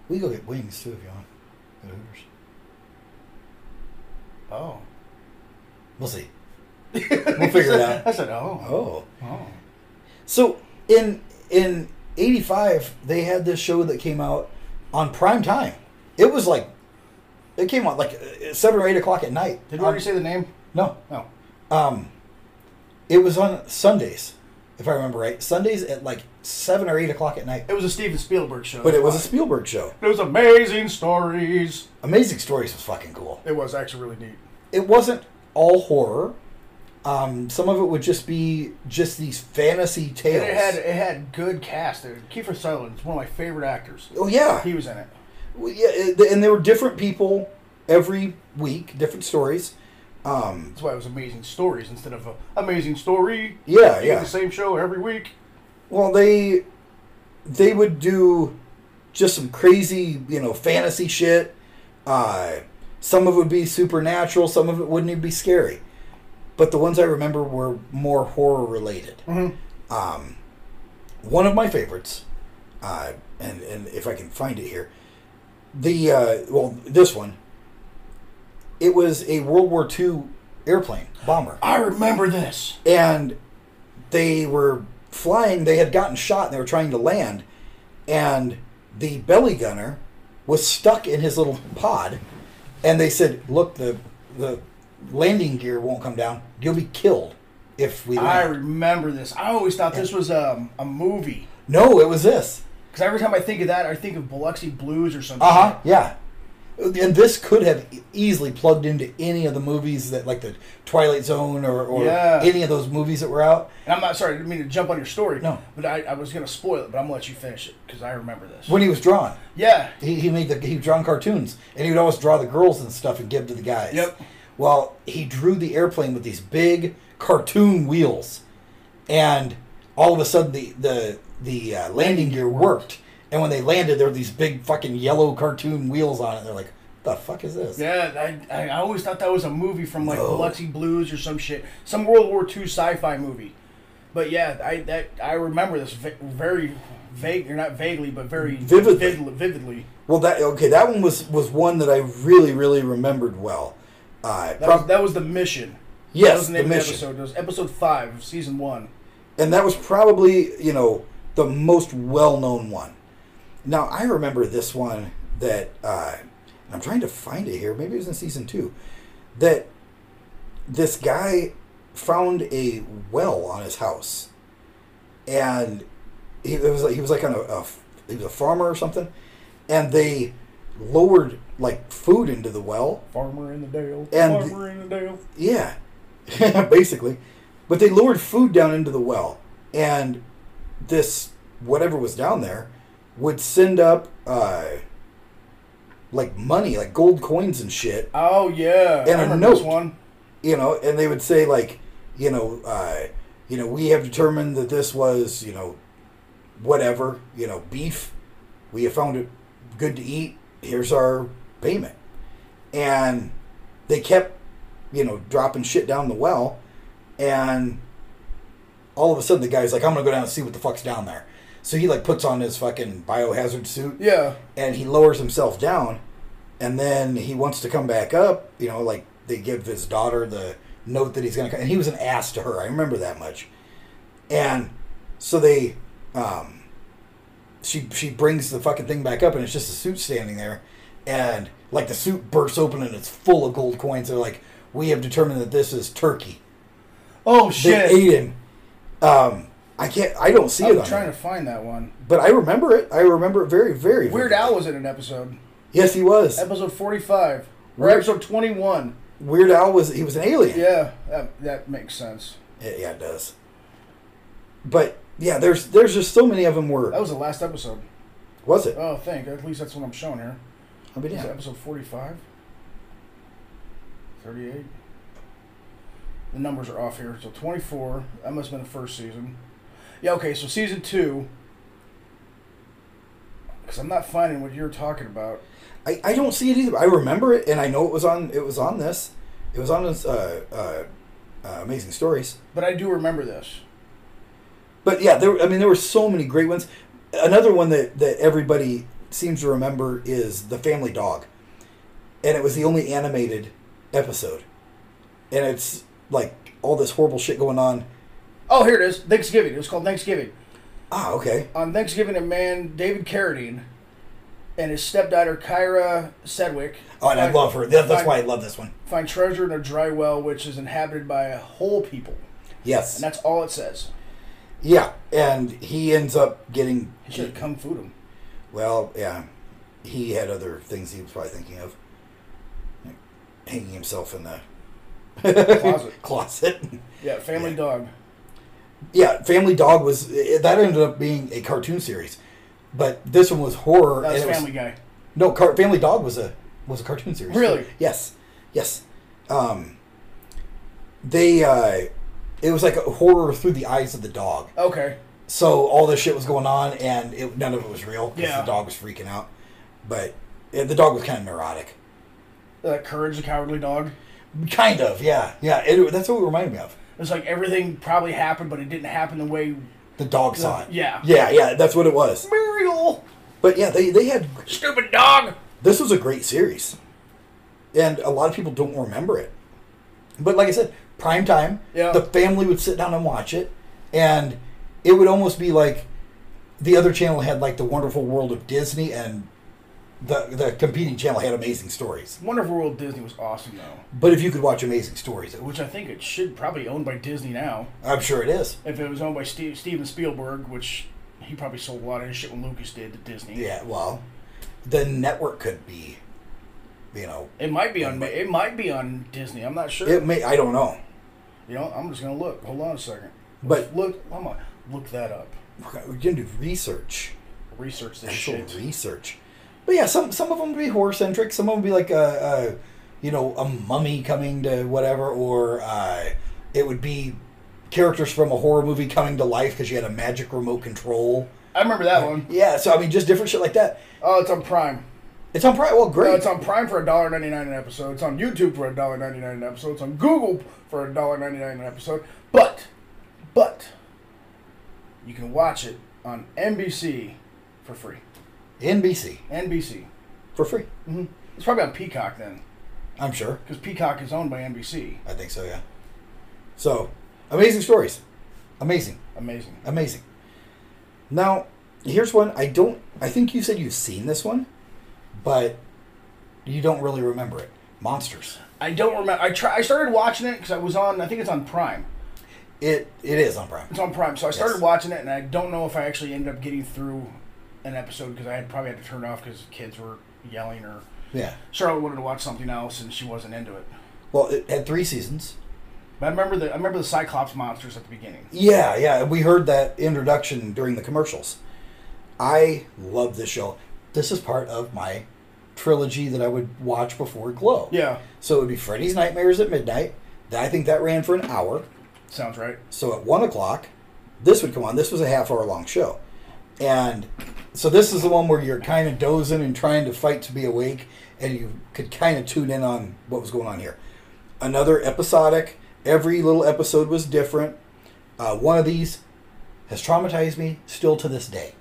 A: we go get wings too if you want. Go to Hooters.
E: Oh.
A: We'll see. We'll figure it out.
E: I said, oh.
A: Oh. So in in '85, they had this show that came out on prime time. It was like it came out like uh, seven or eight o'clock at night.
E: Did we already say the name?
A: No.
E: No.
A: Um, it was on Sundays, if I remember right. Sundays at like seven or eight o'clock at night.
E: It was a Steven Spielberg show.
A: But it was a
E: That's
A: Spielberg show.
E: why. It was amazing stories.
A: Amazing Stories was fucking cool.
E: It was actually really neat.
A: It wasn't all horror. Um, some of it would just be just these fantasy
E: And
A: tales.
E: it had it had good cast. There, Kiefer Sutherland's one of my favorite actors.
A: Oh, yeah.
E: he was in it.
A: Well, yeah, it- and there were different people every week, different stories. Um,
E: That's why it was Amazing Stories instead of a Amazing Story.
A: Yeah,
E: They do
A: yeah.
E: The same show every week.
A: well, they they would do just some crazy, you know, fantasy shit. Uh, some of it would be supernatural, some of it wouldn't even be scary. But the ones I remember were more horror related. Um, one of my favorites, uh, and and if I can find it here, the uh, well, this one. It was a World War II airplane bomber.
E: I remember this.
A: And they were flying. They had gotten shot. and They were trying to land, and the belly gunner was stuck in his little pod. And they said, "Look, the the landing gear won't come down. You'll be killed if we
E: I
A: land."
E: remember this. I always thought this was um, a movie
A: no, it was this.
E: because every time I think of that, I think of Biloxi Blues or something.
A: Uh huh. Yeah. And this could have e- easily plugged into any of the movies that, like the Twilight Zone or, or
E: Yeah.
A: any of those movies that were out.
E: And I'm not sorry. I didn't mean to jump on your story.
A: No.
E: but I, I was gonna spoil it. But I'm gonna let you finish it because I remember this.
A: When he was drawn,
E: Yeah.
A: he, he made the he drawn cartoons, and he would always draw the girls and stuff and give to the guys. Yep. Well, he drew the airplane with these big cartoon wheels, and all of a sudden the the the uh, landing gear worked, and when they landed, there were these big fucking yellow cartoon wheels on it. They're like, "The fuck is this?"
E: Yeah, I, I I always thought that was a movie from like Biloxi Blues or some shit, some World War II sci-fi movie. But yeah, I that I remember this v- very vague, or not vaguely, but very
A: Vividly.
E: vivid- vividly.
A: Well, that okay. That one was was one that I really really remembered well. Uh,
E: That,
A: prob-
E: was, that was the mission.
A: Yes,
E: that was the name
A: the
E: of the
A: mission.
E: episode. It was episode five, of season one.
A: and that was probably you know the most well-known one now i remember this one that uh, i'm trying to find it here maybe it was in season two that this guy found a well on his house and he it was like he was like on a, a he was a farmer or something and they lowered like food into the well
E: Farmer in the Dale.
A: And-
E: Farmer in the Dale.
A: yeah, basically. But they lured food down into the well, and this whatever was down there would send up uh, like money, like gold coins and shit.
E: Oh yeah,
A: and a
E: I remember
A: note.
E: this one.
A: You know, and they would say like, you know, uh, you know, we have determined that this was, you know, whatever, you know, beef. We have found it good to eat. Here's our payment. And they kept, you know, dropping shit down the well, and all of a sudden the guy's like, I'm gonna go down and see what the fuck's down there. So he like puts on his fucking biohazard suit.
E: Yeah.
A: And he lowers himself down and then he wants to come back up. You know, like they give his daughter the note that he's going to come. And he was an ass to her. I remember that much. And so they, um, she she brings the fucking thing back up, and it's just a suit standing there, and like the suit bursts open and it's full of gold coins. They're like, we have determined that this is turkey.
E: Oh
A: They
E: shit.
A: ate him. Um, I can't. I don't see
E: I'm
A: it on
E: trying
A: there.
E: to find that one.
A: but I remember it. I remember it very, very.
E: Weird Al was in an episode.
A: Yes, he was.
E: Episode forty-five or
A: Weird-
E: episode twenty-one.
A: Weird Al was he was an alien.
E: Yeah, that, that makes sense.
A: Yeah, yeah, it does. But yeah, there's there's just so many of them were.
E: That was the last episode.
A: Was it?
E: Oh, thank. At least that's what I'm showing here.
A: I'll be
E: Was it
A: damned.
E: Episode 45? 38? The numbers are off here. So 24. That must have been the first season. Yeah, okay, so season 2. Because I'm not finding what you're talking about.
A: I, I don't see it either. I remember it, and I know it was on it was on this, it was on this uh, uh, uh, Amazing Stories.
E: But I do remember this.
A: But yeah, there I mean there were so many great ones. Another one that that everybody seems to remember is the Family Dog, and it was the only animated episode, and it's like all this horrible shit going on.
E: Oh, here it is. Thanksgiving. It was called Thanksgiving.
A: Ah, okay.
E: On Thanksgiving, a man, David Carradine, and his stepdaughter, Kyra Sedwick.
A: Oh, and I
E: find-
A: love her. That, that's
E: find-
A: why I love this one.
E: Find treasure in a dry well which is inhabited by a whole people.
A: Yes.
E: And that's all it says.
A: Yeah, and he ends up getting.
E: He should have kung food him.
A: Well, yeah, he had other things he was probably thinking of, like hanging himself in the
E: Closet.
A: closet.
E: Yeah, family dog.
A: Yeah, Family Dog was eh, that ended up being a cartoon series, but this one was horror.
E: That was
A: and it
E: Family Guy.
A: No, car- Family Dog was a was a cartoon series.
E: Really?
A: Yes, yes. Um, they uh, it was like a horror through the eyes of the
E: Oh,
A: dog.
E: Okay.
A: so all this shit was going on, and it, none of it was real because
E: Yeah.
A: the dog was freaking out. But yeah, the dog was kind of neurotic,
E: Uh, Courage the Cowardly Dog.
A: kind of. Yeah, yeah. It, that's what it reminded me of.
E: It's like everything probably happened, but it didn't happen the way
A: The dog saw it.
E: Yeah.
A: yeah, yeah. That's what it was.
E: Muriel.
A: But yeah, they they had
E: Stupid dog.
A: this was a great series, and a lot of people don't remember it. But like I said, prime time,
E: Yeah.
A: the family would sit down and watch it, and it would almost be like the other channel had like the Wonderful World of Disney, and the the competing channel had Amazing Stories.
E: Wonderful World Disney was awesome though,
A: But if you could watch Amazing Stories, it would,
E: which I think it should probably owned by Disney now.
A: I'm sure it is.
E: If it was owned by Steve, Steven Spielberg, which he probably sold a lot of his shit when Lucas did to Disney.
A: Yeah, well, the network could be, you know,
E: It might be on it might be on Disney. I'm not sure.
A: it may. I don't know.
E: You know, I'm just gonna look. Hold on a second.
A: But-
E: look, I'm gonna look that up.
A: We're gonna do research,
E: Research this
A: actual
E: shit.
A: research. But yeah, some some of them would be horror centric. Some of them would be like a, a, you know, a mummy coming to whatever, or uh, it would be characters from a horror movie coming to life because you had a magic remote control.
E: I remember that one.
A: Yeah, so I mean, just different shit like that.
E: Oh, it's on Prime.
A: It's on Prime. Well, great.
E: No, it's on Prime for a dollar ninety nine an episode. It's on YouTube for a dollar ninety nine an episode. It's on Google for a dollar ninety nine an episode. But, but, you can watch it on NBC for free.
A: NBC
E: NBC.
A: for free.
E: hmm It's probably on Peacock then.
A: I'm sure.
E: because Peacock is owned by NBC.
A: I think so, yeah. So, amazing stories. Amazing.
E: Amazing.
A: Amazing. Now, here's one I don't I think you said you've seen this one, but you don't really remember it. Monsters.
E: I don't remember. I try. I started watching it because I was on. I think it's on Prime.
A: It it is on Prime.
E: It's on Prime. So I started watching it, and I don't know if I actually ended up getting through an episode because I had probably had to turn it off because kids were yelling or
A: Yeah.
E: Charlotte wanted to watch something else, and she wasn't into it.
A: Well, it had three seasons.
E: But I remember the I remember the Cyclops monsters at the beginning.
A: Yeah, yeah. We heard that introduction during the commercials. I love this show. This is part of my trilogy that I would watch before Glow.
E: Yeah.
A: So it would be Freddy's Nightmares at midnight. Th- I think that ran for an hour.
E: Sounds right.
A: So at one o'clock, this would come on. This was a half hour long show. And so this is the one where you're kind of dozing and trying to fight to be awake, and you could kind of tune in on what was going on here. Another episodic. Every little episode was different. Uh, one of these has traumatized me still to this day.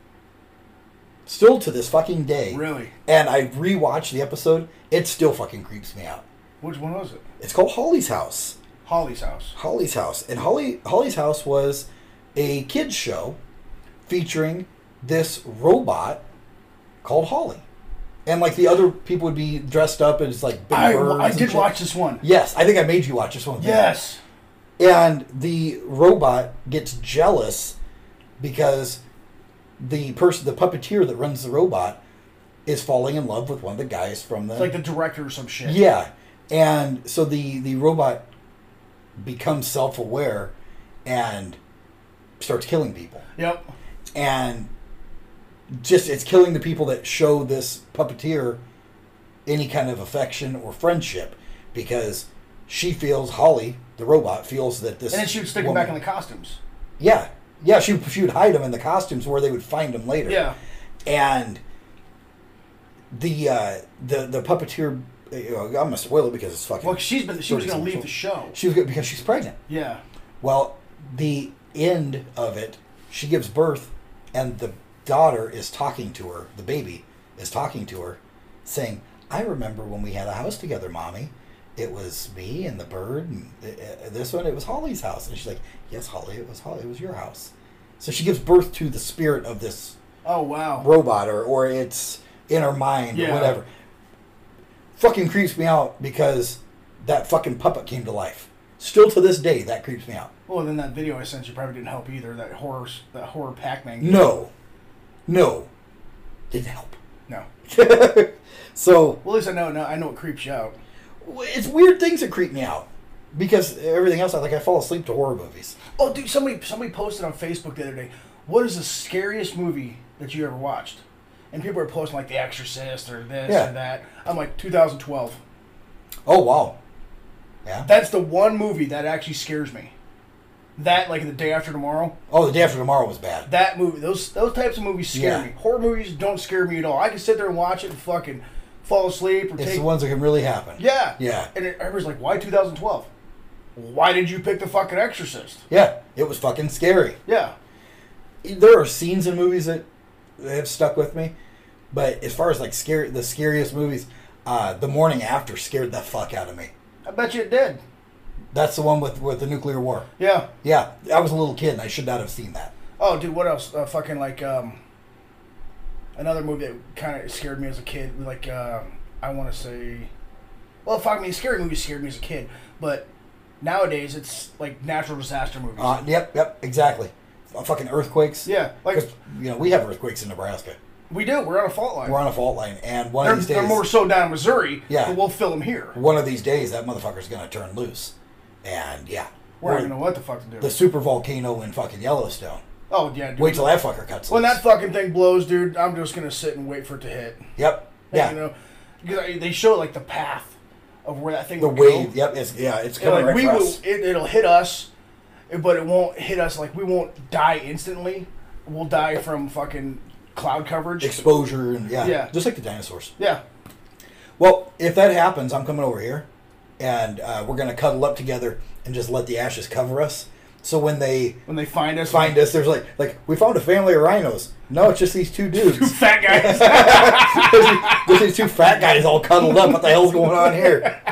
A: Still to this fucking day.
E: Really?
A: And I rewatched the episode. It still fucking creeps me out.
E: Which one was it?
A: It's called Holly's House.
E: Holly's House.
A: Holly's House. And Holly Holly's House was a kids show featuring this robot called Holly. And like the other people would be dressed up as like big
E: I,
A: birds
E: I
A: and
E: did
A: shit.
E: watch this one.
A: Yes, I think I made you watch this one.
E: Yes.
A: And the robot gets jealous because the person, the puppeteer that runs the robot, is falling in love with one of the guys from the.
E: It's like the director or some shit.
A: yeah, and so the the robot becomes self aware and starts killing people.
E: Yep.
A: And just it's killing the people that show this puppeteer any kind of affection or friendship because she feels Holly, the robot, feels that this
E: and then she would stick them
A: woman-
E: back in the costumes.
A: yeah, yeah. She she would hide them in the costumes where they would find them later.
E: Yeah.
A: and the uh, the the puppeteer. You know, I'm gonna spoil it because it's fucking.
E: Well, she's been she was
A: 30
E: going to leave
A: something.
E: the show.
A: She was gonna- because she's pregnant.
E: Yeah.
A: Well, the end of it, she gives birth, and the daughter is talking to her. The baby is talking to her, saying, "I remember when we had a house together, mommy. It was me and the bird, and uh, uh, this one it was Holly's house." And she's like, "Yes, Holly, it was Holly. It was your house." So she gives birth to the spirit of this
E: Oh wow.
A: robot, or or it's in her mind,
E: Yeah.
A: or whatever. Fucking creeps me out because that fucking puppet came to life. Still to this day, that creeps me out.
E: Well, then that video I sent you probably didn't help either. That horror, that horror Pac-Man. game.
A: No. No. Didn't help.
E: No.
A: So
E: Well, at least I know. No, I know it creeps you out.
A: it's weird things that creep me out because everything else, I like I fall asleep to horror movies.
E: Oh, dude, somebody somebody posted on Facebook the other day. What is the scariest movie that you ever watched? And people are posting like The Exorcist or this
A: Yeah.
E: or that. I'm like 2012.
A: Oh wow. Yeah.
E: That's the one movie that actually scares me. That like the day after tomorrow.
A: Oh, the day after tomorrow was bad.
E: That movie, those those types of movies scare
A: Yeah.
E: me. Horror movies don't scare me at all. I can sit there and watch it and fucking fall asleep or
A: It's
E: take.
A: the ones that can really happen.
E: yeah.
A: Yeah.
E: And it, everybody's like, why 2012? Why did you pick the fucking Exorcist?
A: Yeah. It was fucking scary.
E: Yeah.
A: There are scenes in movies that that have stuck with me, but as far as like scary, the scariest movies, uh, The Morning After scared the fuck out of me.
E: I bet you it did.
A: That's the one with with the nuclear war.
E: Yeah.
A: Yeah, I was a little kid and I should not have seen that.
E: Oh, dude, what else? Uh, fucking like um, another movie that kind of scared me as a kid. Like uh, I want to say, well, fuck me, scary movies scared me as a kid, but nowadays it's like natural disaster movies.
A: Uh, yep, yep, exactly. Uh, fucking earthquakes.
E: Yeah, like-
A: 'Cause, you know we have earthquakes in Nebraska.
E: we do. We're on a fault line.
A: We're on a fault line, and one
E: they're,
A: of these
E: they're
A: days,
E: more so down in Missouri.
A: Yeah.
E: but we'll fill them here.
A: one of these days, that motherfucker's gonna turn loose, and yeah,
E: We're not
A: Or
E: gonna know what the fuck to do.
A: the super volcano in fucking Yellowstone.
E: oh yeah, dude.
A: Wait till that fucker cuts.
E: when
A: loose.
E: that fucking thing blows, dude. I'm just gonna sit and wait for it to hit.
A: Yep. Yeah.
E: you know, 'Cause I- they show like the path of where that thing
A: the
E: would
A: wave.
E: go.
A: Yep. It's yeah. It's
E: Yeah,
A: coming right
E: like we
A: for
E: will,
A: us.
E: it, it'll hit us, but it won't hit us. Like we won't die instantly. We'll die from fucking cloud coverage.
A: Exposure and yeah,
E: Yeah.
A: just like the dinosaurs.
E: yeah,
A: Well, if that happens, I'm coming over here, and uh, we're gonna cuddle up together and just let the ashes cover us. So when they
E: when they find us,
A: find us, there's like like we found a family of rhinos. No, it's just these two dudes.
E: fat guys.
A: There's these two fat guys all cuddled up. What the hell's going on here?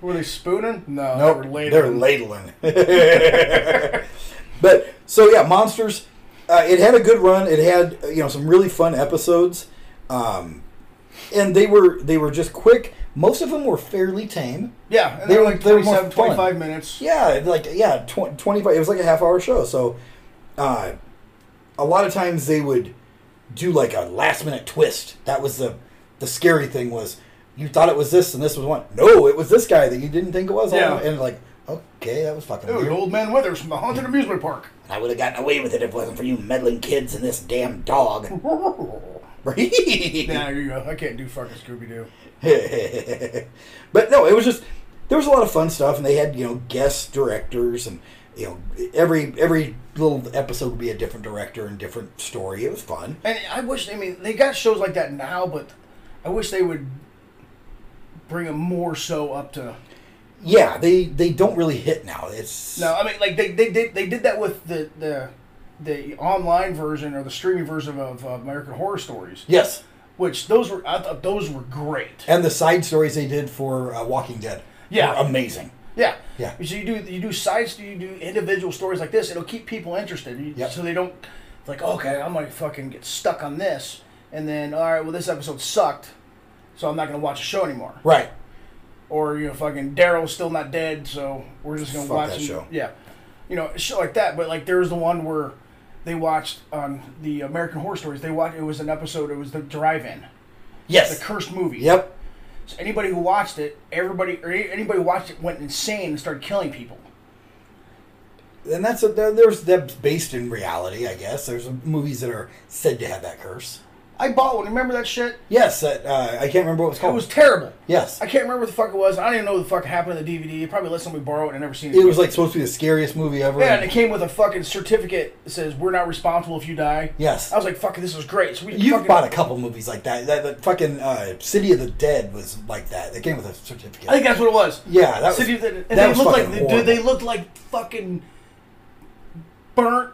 E: Were they spooning? No,
U: Nope,
E: they were ladling.
U: they're ladling. but
A: so yeah, monsters. Uh, it had a good run. It had you know some really fun episodes, um, and they were they were just quick. Most of them were fairly tame.
E: yeah, and they, were like
A: they were more
E: 27,
A: fun.
E: 25 minutes.
A: Yeah, like yeah, tw- twenty five. It was like a half hour show. So, uh, a lot of times they would do like a last minute twist. That was the the scary thing was you thought it was this and this was one. No, it was this guy that you didn't think it was. all
E: Yeah.
A: along. and like okay, that was fucking.
E: It was
A: weird.
E: Old Man Withers from the Haunted Amusement Park.
A: I would have gotten away with it if it wasn't for you meddling kids and this damn dog. Right?
E: Nah, here you go. I can't do fucking Scooby Doo.
A: but no, it was just there was a lot of fun stuff, and they had you know guest directors, and you know every every little episode would be a different director and different story. It was fun.
E: And I wish, I mean, they got shows like that now, but I wish they would bring them more so up to.
A: Yeah, they they don't really hit now. It's
E: No, I mean, like, they, they, did they did that with the, the, the online version or the streaming version of uh, American Horror Stories.
A: yes,
E: Which those were, I thought those were great.
A: and the side stories they did for uh, Walking Dead,
E: Yeah.
A: were amazing.
E: Yeah.
A: Yeah.
E: So you do you do sites, you do individual stories like this. It'll keep people interested, You- so they don't like okay, I'm gonna fucking get stuck on this, and then all right, well this episode sucked, so I'm not gonna watch the show anymore.
A: Right.
E: Or you know, fucking Daryl's still not dead, so we're just gonna
A: Fuck
E: watch
A: that
E: him-
A: show.
E: Yeah. You know, shit like that. But like there was the one where they watched on the American Horror Stories. They watched it was an episode. It was the drive-in.
A: Yes.
E: The cursed movie.
A: Yep.
E: So anybody who watched it, everybody or any- anybody who watched it went insane and started killing people.
A: And that's a, there- there's that's based in reality, I guess. There's movies that are said to have that curse.
E: I bought one. Remember that shit?
A: Yes, that, uh, I can't remember what it was
E: It
A: called.
E: was terrible.
A: Yes.
E: I can't remember what the fuck it was. I don't even know what the fuck happened to the DVD. You probably let somebody borrow it and never seen it.
A: It was like supposed to be the scariest movie ever.
E: Yeah, and it came with a fucking certificate that says we're not responsible if you die.
A: Yes.
E: I was like, fucking, this is great. So we
A: You've
E: fucking,
A: bought a couple movies like that. That, that fucking uh, City of the Dead was like that. It came with a certificate.
E: I think that's what it was.
A: Yeah, that was-
E: City of the- and
A: that
E: they
A: was
E: looked like
A: fucking
E: they- dude, they looked like fucking burnt,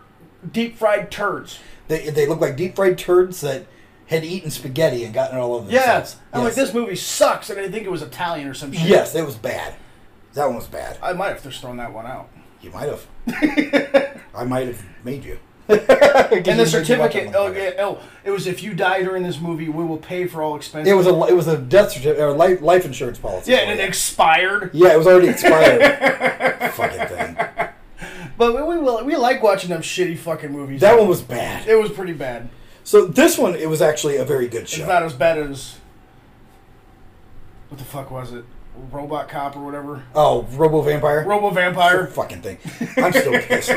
E: deep fried turds.
A: They, they looked like deep fried turds that had eaten spaghetti and gotten it all over
E: Yeah,
A: themselves.
E: I'm like,
A: Yes.
E: this movie sucks, and I think it was Italian or some shit.
A: Yes, it was bad. That one was bad.
E: I might have just thrown that one out.
A: You might have. I might have made you.
E: And
A: You
E: the
A: didn't think about
E: certificate,
A: that
E: oh, yeah, oh, it was if you die during this movie, we will pay for all expenses.
A: It was a it was a death certificate or life, life insurance policy.
E: yeah, and it expired.
A: Yeah, it was already expired.
E: But we, we will- we like watching them shitty fucking movies.
A: that one was bad.
E: It was pretty bad.
A: So this one, it was actually a very good show.
E: It's not as bad as what the fuck was it? Robot Cop or whatever.
A: Oh, Robo Vampire.
E: Robo Vampire.
A: Fucking thing. I'm still pissed.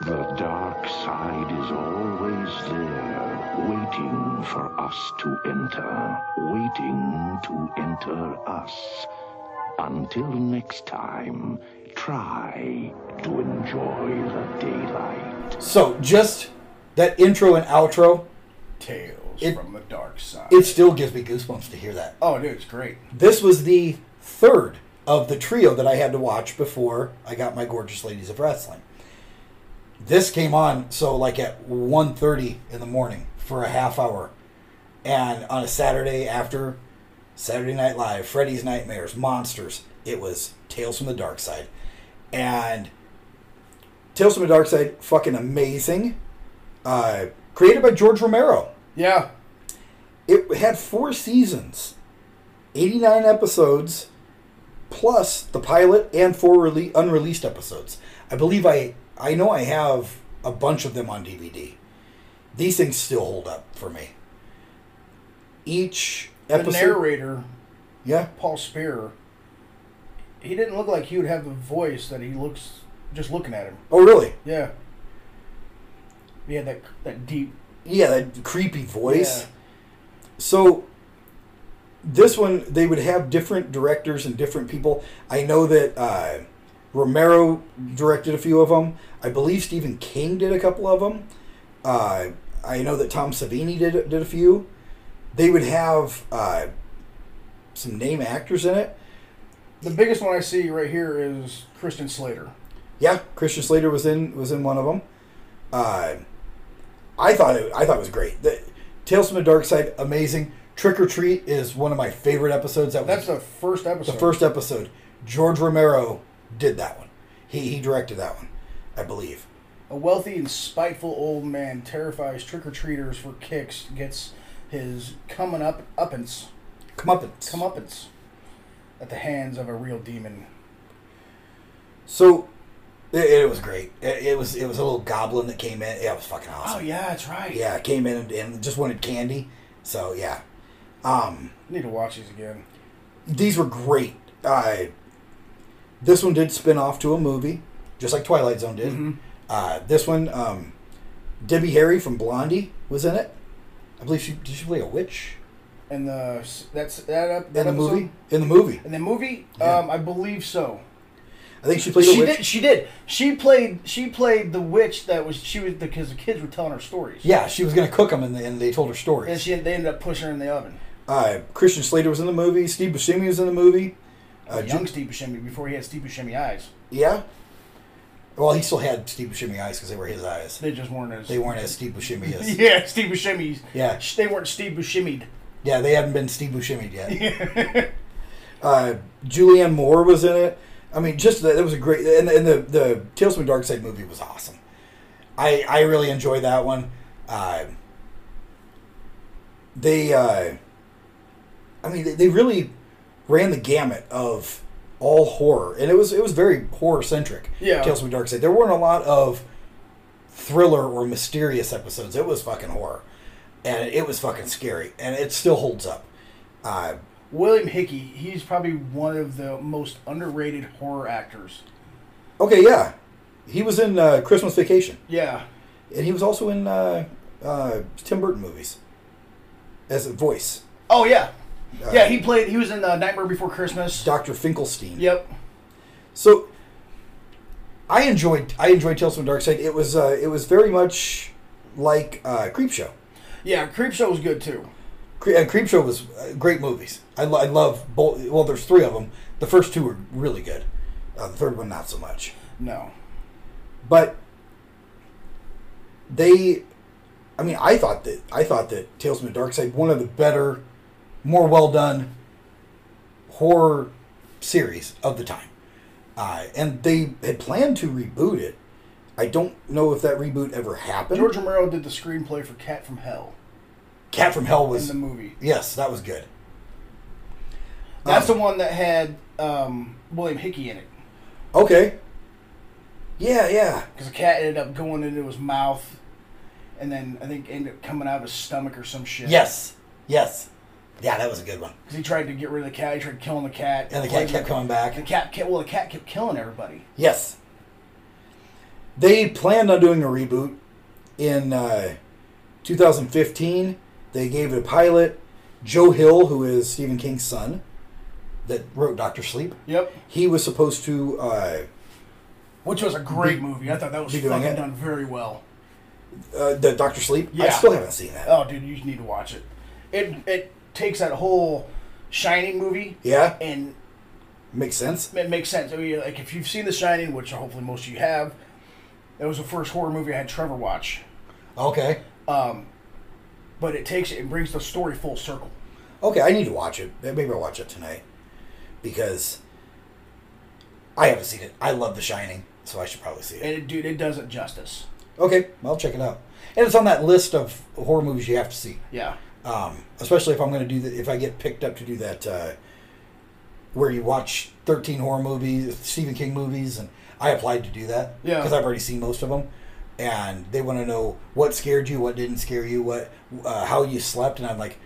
L: The dark side is always there, waiting for us to enter, waiting to enter us. Until next time, try to enjoy the daylight.
A: So just that intro and outro.
E: Tales tales from the dark side.
A: It still gives me goosebumps to hear that.
E: Oh, dude, it's great.
A: This was the third of the trio that I had to watch before I got my Gorgeous Ladies of Wrestling. This came on so like at 1.30 in the morning for a half hour. And on a Saturday after Saturday Night Live, Freddy's Nightmares, Monsters, it was Tales from the Dark Side. And Tales from the Dark Side, fucking amazing. Uh, created by George Romero.
E: Yeah.
A: It had four seasons, 89 episodes, plus the pilot and four rele- unreleased episodes. I believe I, I know I have a bunch of them on DVD. These things still hold up for me. Each episode.
E: The narrator,
A: Yeah.
E: Paul Spear, he didn't look like he would have the voice that he looks just looking at him.
A: Oh, really?
E: Yeah. He had that that deep.
A: Yeah, that creepy voice. So this one they would have different directors and different people. I know that uh, Romero directed a few of them. I believe Stephen King did a couple of them. Uh, I know that Tom Savini did did a few. They would have uh, some name actors in it.
E: The biggest one I see right here is Christian Slater.
A: Yeah, Christian Slater was in was in one of them. Uh, I thought it, I thought it was great. The, Tales from the Dark Side, amazing. Trick or Treat is one of my favorite episodes. That was
E: That's the first episode.
A: the first episode. George Romero did that one. He he directed that one, I believe.
E: A wealthy and spiteful old man terrifies trick or treaters for kicks. Gets his coming up uppance.
A: Comeuppance.
E: Comeuppance. At the hands of a real demon.
A: So it, it was great. It, it was it was a little goblin that came in. Yeah, it was fucking awesome.
E: Oh yeah, that's right.
A: Yeah, it came in and, and just wanted candy. So yeah, um,
E: Need to watch these again.
A: these were great. Uh, this one did spin off to a movie, just like Twilight Zone did.
E: Mm-hmm.
A: Uh, this one, um, Debbie Harry from Blondie was in it. I believe she did she play a witch
E: And the s- that's that up
A: in
E: that
A: the
E: episode?
A: movie. In the movie,
E: In the movie, um, I believe so.
A: I think she played a
E: She
A: witch.
E: did. She did. She played. She played the witch that was. She was because the kids were telling her stories.
A: Yeah, she was going to cook them, and, they- and they told her story.
E: And she they ended up pushing her in the oven.
A: Uh, Christian Slater was in the movie. Steve Buscemi was in the movie. Uh, Ju-
E: Young Steve Buscemi before he had Steve Buscemi eyes.
A: yeah. Well, he still had Steve Buscemi eyes because they were his eyes.
E: They just weren't as.
A: They weren't as Steve Buscemi as.
E: Yeah, Steve Buscemi's.
A: Yeah.
E: sh- They weren't Steve Buscemi'd.
A: Yeah, they haven't been Steve Buscemi yet. uh, Julianne Moore was in it. I mean, just that, that was a great. And, and the the Tales from the Dark Side movie was awesome. I I really enjoyed that one. Uh, they, uh, I mean, they, they really ran the gamut of all horror, and it was it was very horror centric.
E: Yeah.
A: Tales from the Dark Side. There weren't a lot of thriller or mysterious episodes. It was fucking horror, and it was fucking scary, and it still holds up. Uh,
E: William Hickey. He's probably one of the most underrated horror actors.
A: okay, yeah, he was in uh, Christmas Vacation,
E: Yeah.
A: and he was also in uh, uh, Tim Burton movies as a voice.
E: Oh yeah.
A: Uh,
E: yeah. He played. He was in uh, Nightmare Before Christmas.
A: Doctor Finkelstein.
E: Yep.
A: So I enjoyed I enjoyed Tales from the Dark Side. It was uh, it was very much like uh, Creepshow.
E: Yeah. Creepshow was good too.
A: Cre- uh, Creepshow was uh, great movies. I, lo- I love both. Well, there's three of them. The first two were really good. Uh, the third one not so much.
E: No.
A: But they, I mean, I thought that I thought that Tales from the Dark Side one of the better, more well done horror series of the time. Uh, and they had planned to reboot it. I don't know if that reboot ever happened.
E: George Romero did the screenplay for Cat from Hell.
A: Cat from Hell was
E: in the movie.
A: Yes, that was good.
E: That's the one that had um, William Hickey in it.
A: Okay. Yeah, yeah.
E: Because the cat ended up going into his mouth, and then I think ended up coming out of his stomach or some shit.
A: Yes, yes. Yeah, that was a good one.
E: 'Cause he tried to get rid of the cat. He tried killing the cat.
A: And the cat kept coming back.
E: The cat kept well. The cat kept killing everybody.
A: Yes. They planned on doing a reboot in uh, 2015. They gave it a pilot. Joe Hill, who is Stephen King's son, that wrote Doctor Sleep.
E: Yep.
A: He was supposed to. Uh,
E: Which was a great movie. I thought that was
A: Be doing
E: fucking
A: it.
E: done very well.
A: Uh, the Doctor Sleep. I
E: Yeah.
A: still haven't seen that.
E: Oh, dude, you need to watch it. It it takes that whole Shining movie.
A: Yeah.
E: And
A: Makes sense.
E: It makes sense. I mean, like if you've seen The Shining, which hopefully most of you have, it was the first horror movie I had Trevor watch.
A: Okay.
E: Um, but it takes it brings the story full circle.
A: Okay, I need to watch it. Maybe I'll watch it tonight because I haven't seen it. I love The Shining, so I should probably see it.
E: And it, dude, it does it justice.
A: Okay, well, I'll check it out. And it's on that list of horror movies you have to see.
E: Yeah.
A: Um, especially if I'm going to do that, if I get picked up to do that, uh, where you watch 13 horror movies, Stephen King movies, and I applied to do that.
E: Yeah.
A: Because I've already seen most of them. And they want to know what scared you, what didn't scare you, what, uh, how you slept. And I'm like,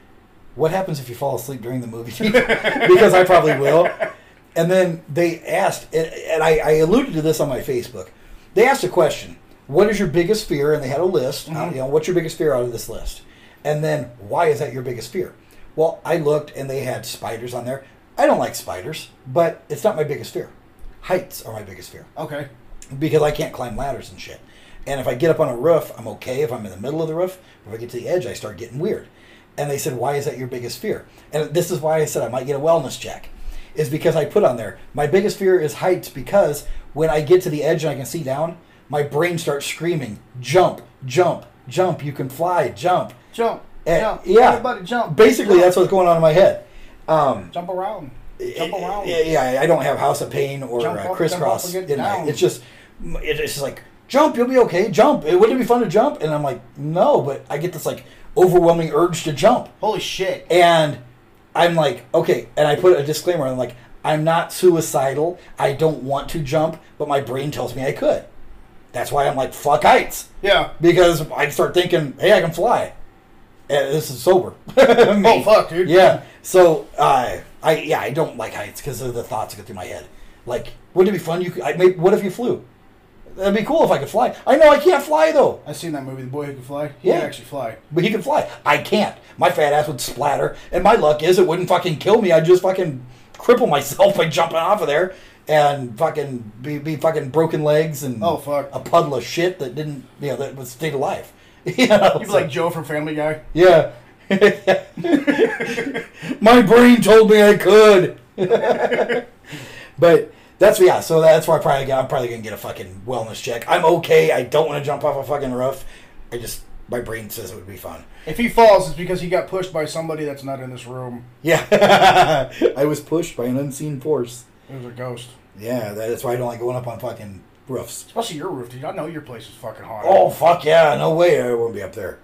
A: what happens if you fall asleep during the movie? because I probably will. And then they asked, and- and I, I alluded to this on my Facebook. They asked a question: "What is your biggest fear?" And they had a list. uh, you know, what's your biggest fear out of this list? And then, why is that your biggest fear? Well, I looked, and they had spiders on there. I don't like spiders, but it's not my biggest fear. Heights are my biggest fear
E: Okay.
A: because I can't climb ladders and shit. And if I get up on a roof, I'm okay. If I'm in the middle of the roof, if I get to the edge, I start getting weird. And they said, Why is that your biggest fear? And this is why I said I might get a wellness check, is because I put on there, My biggest fear is heights because when I get to the edge and I can see down, my brain starts screaming, Jump, jump, jump, you can fly, jump.
E: Jump.
A: And-
E: jump.
A: Eh, yeah.
E: Everybody jump.
A: Basically,
E: Jump.
A: that's what's going on in my head. Um,
E: Jump around. Jump around.
A: Eh, yeah, yeah, I don't have House of Pain or
E: Jump up,
A: uh,
E: jump up
A: Crisscross
E: and get
A: in my.
E: down.
A: It's just, it's just like jump. You'll be okay. Jump. It wouldn't it be fun to jump. And I'm like, no, but I get this like overwhelming urge to jump.
E: Holy shit!
A: And I'm like, okay. And I put a disclaimer. I'm like, I'm not suicidal. I don't want to jump, but my brain tells me I could. That's why I'm like, fuck heights.
E: Yeah.
A: Because I start thinking, hey, I can fly. And this is sober. oh
E: fuck, dude.
A: Yeah. So uh, I yeah I don't like heights because of the thoughts that go through my head. Like, wouldn't it be fun? You could, I may, what if you flew? That'd be cool if I could fly. I know I can't fly though.
E: I seen that movie, The Boy Who Could Fly. He
A: Yeah.
E: could actually fly.
A: But he can fly. I can't. My fat ass would splatter, and my luck is it wouldn't fucking kill me. I'd just fucking cripple myself by jumping off of there and fucking be, be fucking broken legs and oh
E: fuck
A: a puddle of shit that didn't you know that would stayed alive. you know,
E: You'd be like Joe from Family Guy.
A: yeah. My brain told me I could. but that's yeah, so that's why I probably got, I'm probably gonna get a fucking wellness check. I'm okay. I don't want to jump off a fucking roof. I just my brain says it would be fun.
E: If he falls, it's because he got pushed by somebody that's not in this room.
A: Yeah, I was pushed by an unseen force.
E: It was a ghost.
A: Yeah, that's why I don't like going up on fucking roofs.
E: Especially your roof, dude. I know your place is fucking haunted.
A: Oh fuck yeah, no way I wouldn't be up there.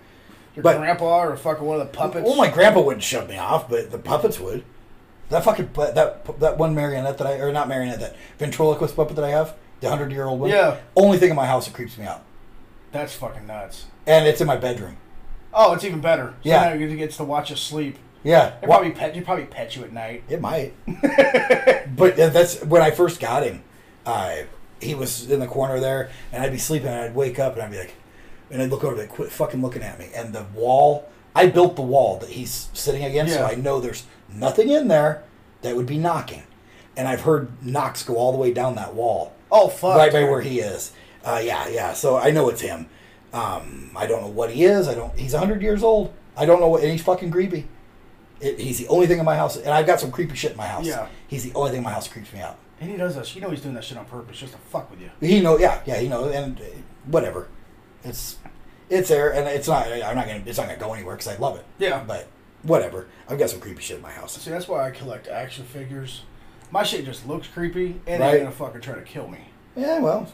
E: Your
A: but-
E: grandpa or fucking one of the puppets.
A: Well, my grandpa wouldn't shove me off, but the puppets would. That fucking pu- that that one marionette that I or not marionette that ventriloquist puppet that I have, the hundred year old one.
E: Yeah.
A: Only thing in my house that creeps me out,
E: That's fucking nuts.
A: and it's in my bedroom.
E: Oh, it's even better. So
A: Yeah.
E: Now you gets to watch us sleep.
A: Yeah.
E: They
A: Wha-
E: probably pet. You probably pet you at night.
A: It might. but tha- that's when I first got him. I he was in the corner there, and I'd be sleeping, and I'd wake up, and I'd be like, and I'd look over, like, quit fucking looking at me. And the wall, I built the wall that he's sitting against, so
E: Yeah.
A: I know there's nothing in there that would be knocking. And I've heard knocks go all the way down that wall.
E: Oh fuck!
A: right by
E: dude.
A: where he is. Uh, yeah, yeah. So I know it's him. Um, I don't know what he is. I don't. He's hundred years old. I don't know what. And he's fucking creepy. It, he's the only thing in my house, and I've got some creepy shit in my house.
E: Yeah.
A: He's the only thing in my house that creeps me out.
E: And he does this. You know he's doing that shit on purpose, just to fuck with you.
A: He know. Yeah, yeah. He know. And uh, whatever. It's it's there, and it's not. I'm not gonna. It's not gonna go anywhere because I love it.
E: Yeah.
A: But whatever. I've got some creepy shit in my house.
E: See, that's why I collect action figures. My shit just looks creepy, and
A: Right.
E: they're gonna fucking try to kill me.
A: Yeah. Well,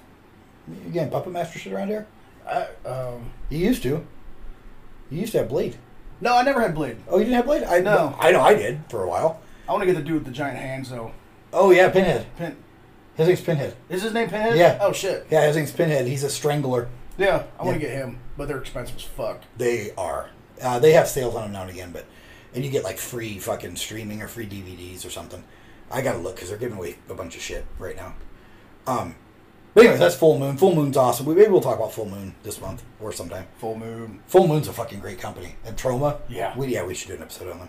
A: again, puppet master shit around here.
E: I, um,
A: You used to. You used to have blade.
E: no, I never had Blade.
A: Oh, you didn't have blade. I
E: No.
A: I know. I did for a while.
E: I want to get the dude with the giant hands though.
A: Oh yeah, Pinhead.
E: Pin.
A: His name's Pinhead.
E: Is his name Pinhead?
A: Yeah.
E: Oh shit.
A: Yeah, his name's Pinhead. He's a strangler.
E: Yeah. I want to
A: Yeah.
E: get him, but they're expensive as fuck.
A: They are. Uh, they have sales on them now and again, but and you get like free fucking streaming or free DVDs or something. I gotta look because they're giving away a bunch of shit right now. Um, but anyway, that's Full Moon. Full Moon's awesome. We- Maybe we'll talk about Full Moon this month or sometime.
E: Full Moon.
A: Full Moon's a fucking great company. And Troma.
E: Yeah.
A: We yeah we should do an episode on them.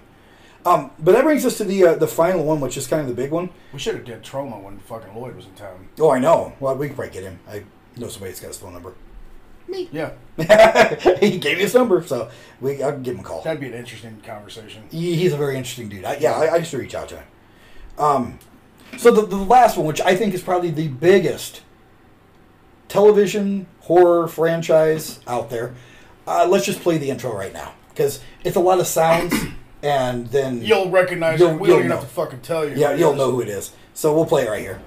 A: Um, but that brings us to the uh, the final one, which is kind of the big one.
E: We should have did trauma when fucking Lloyd was in town.
A: Oh, I know. Well, we can probably get him. I know somebody that's got his phone number.
E: Me. Yeah.
A: he gave me his number, so we I can give him a call.
E: That'd be an interesting conversation.
A: He- He's a very interesting dude. I, yeah, I, I used to reach out to him. Um, so the, the last one, which I think is probably the biggest television horror franchise out there, uh, let's just play the intro right now because it's a lot of sounds, and then
E: You'll recognize
A: You'll-
E: it. We don't
A: you'll
E: even
A: know.
E: have to fucking tell you.
A: yeah, you'll know who it is. So we'll play it right here.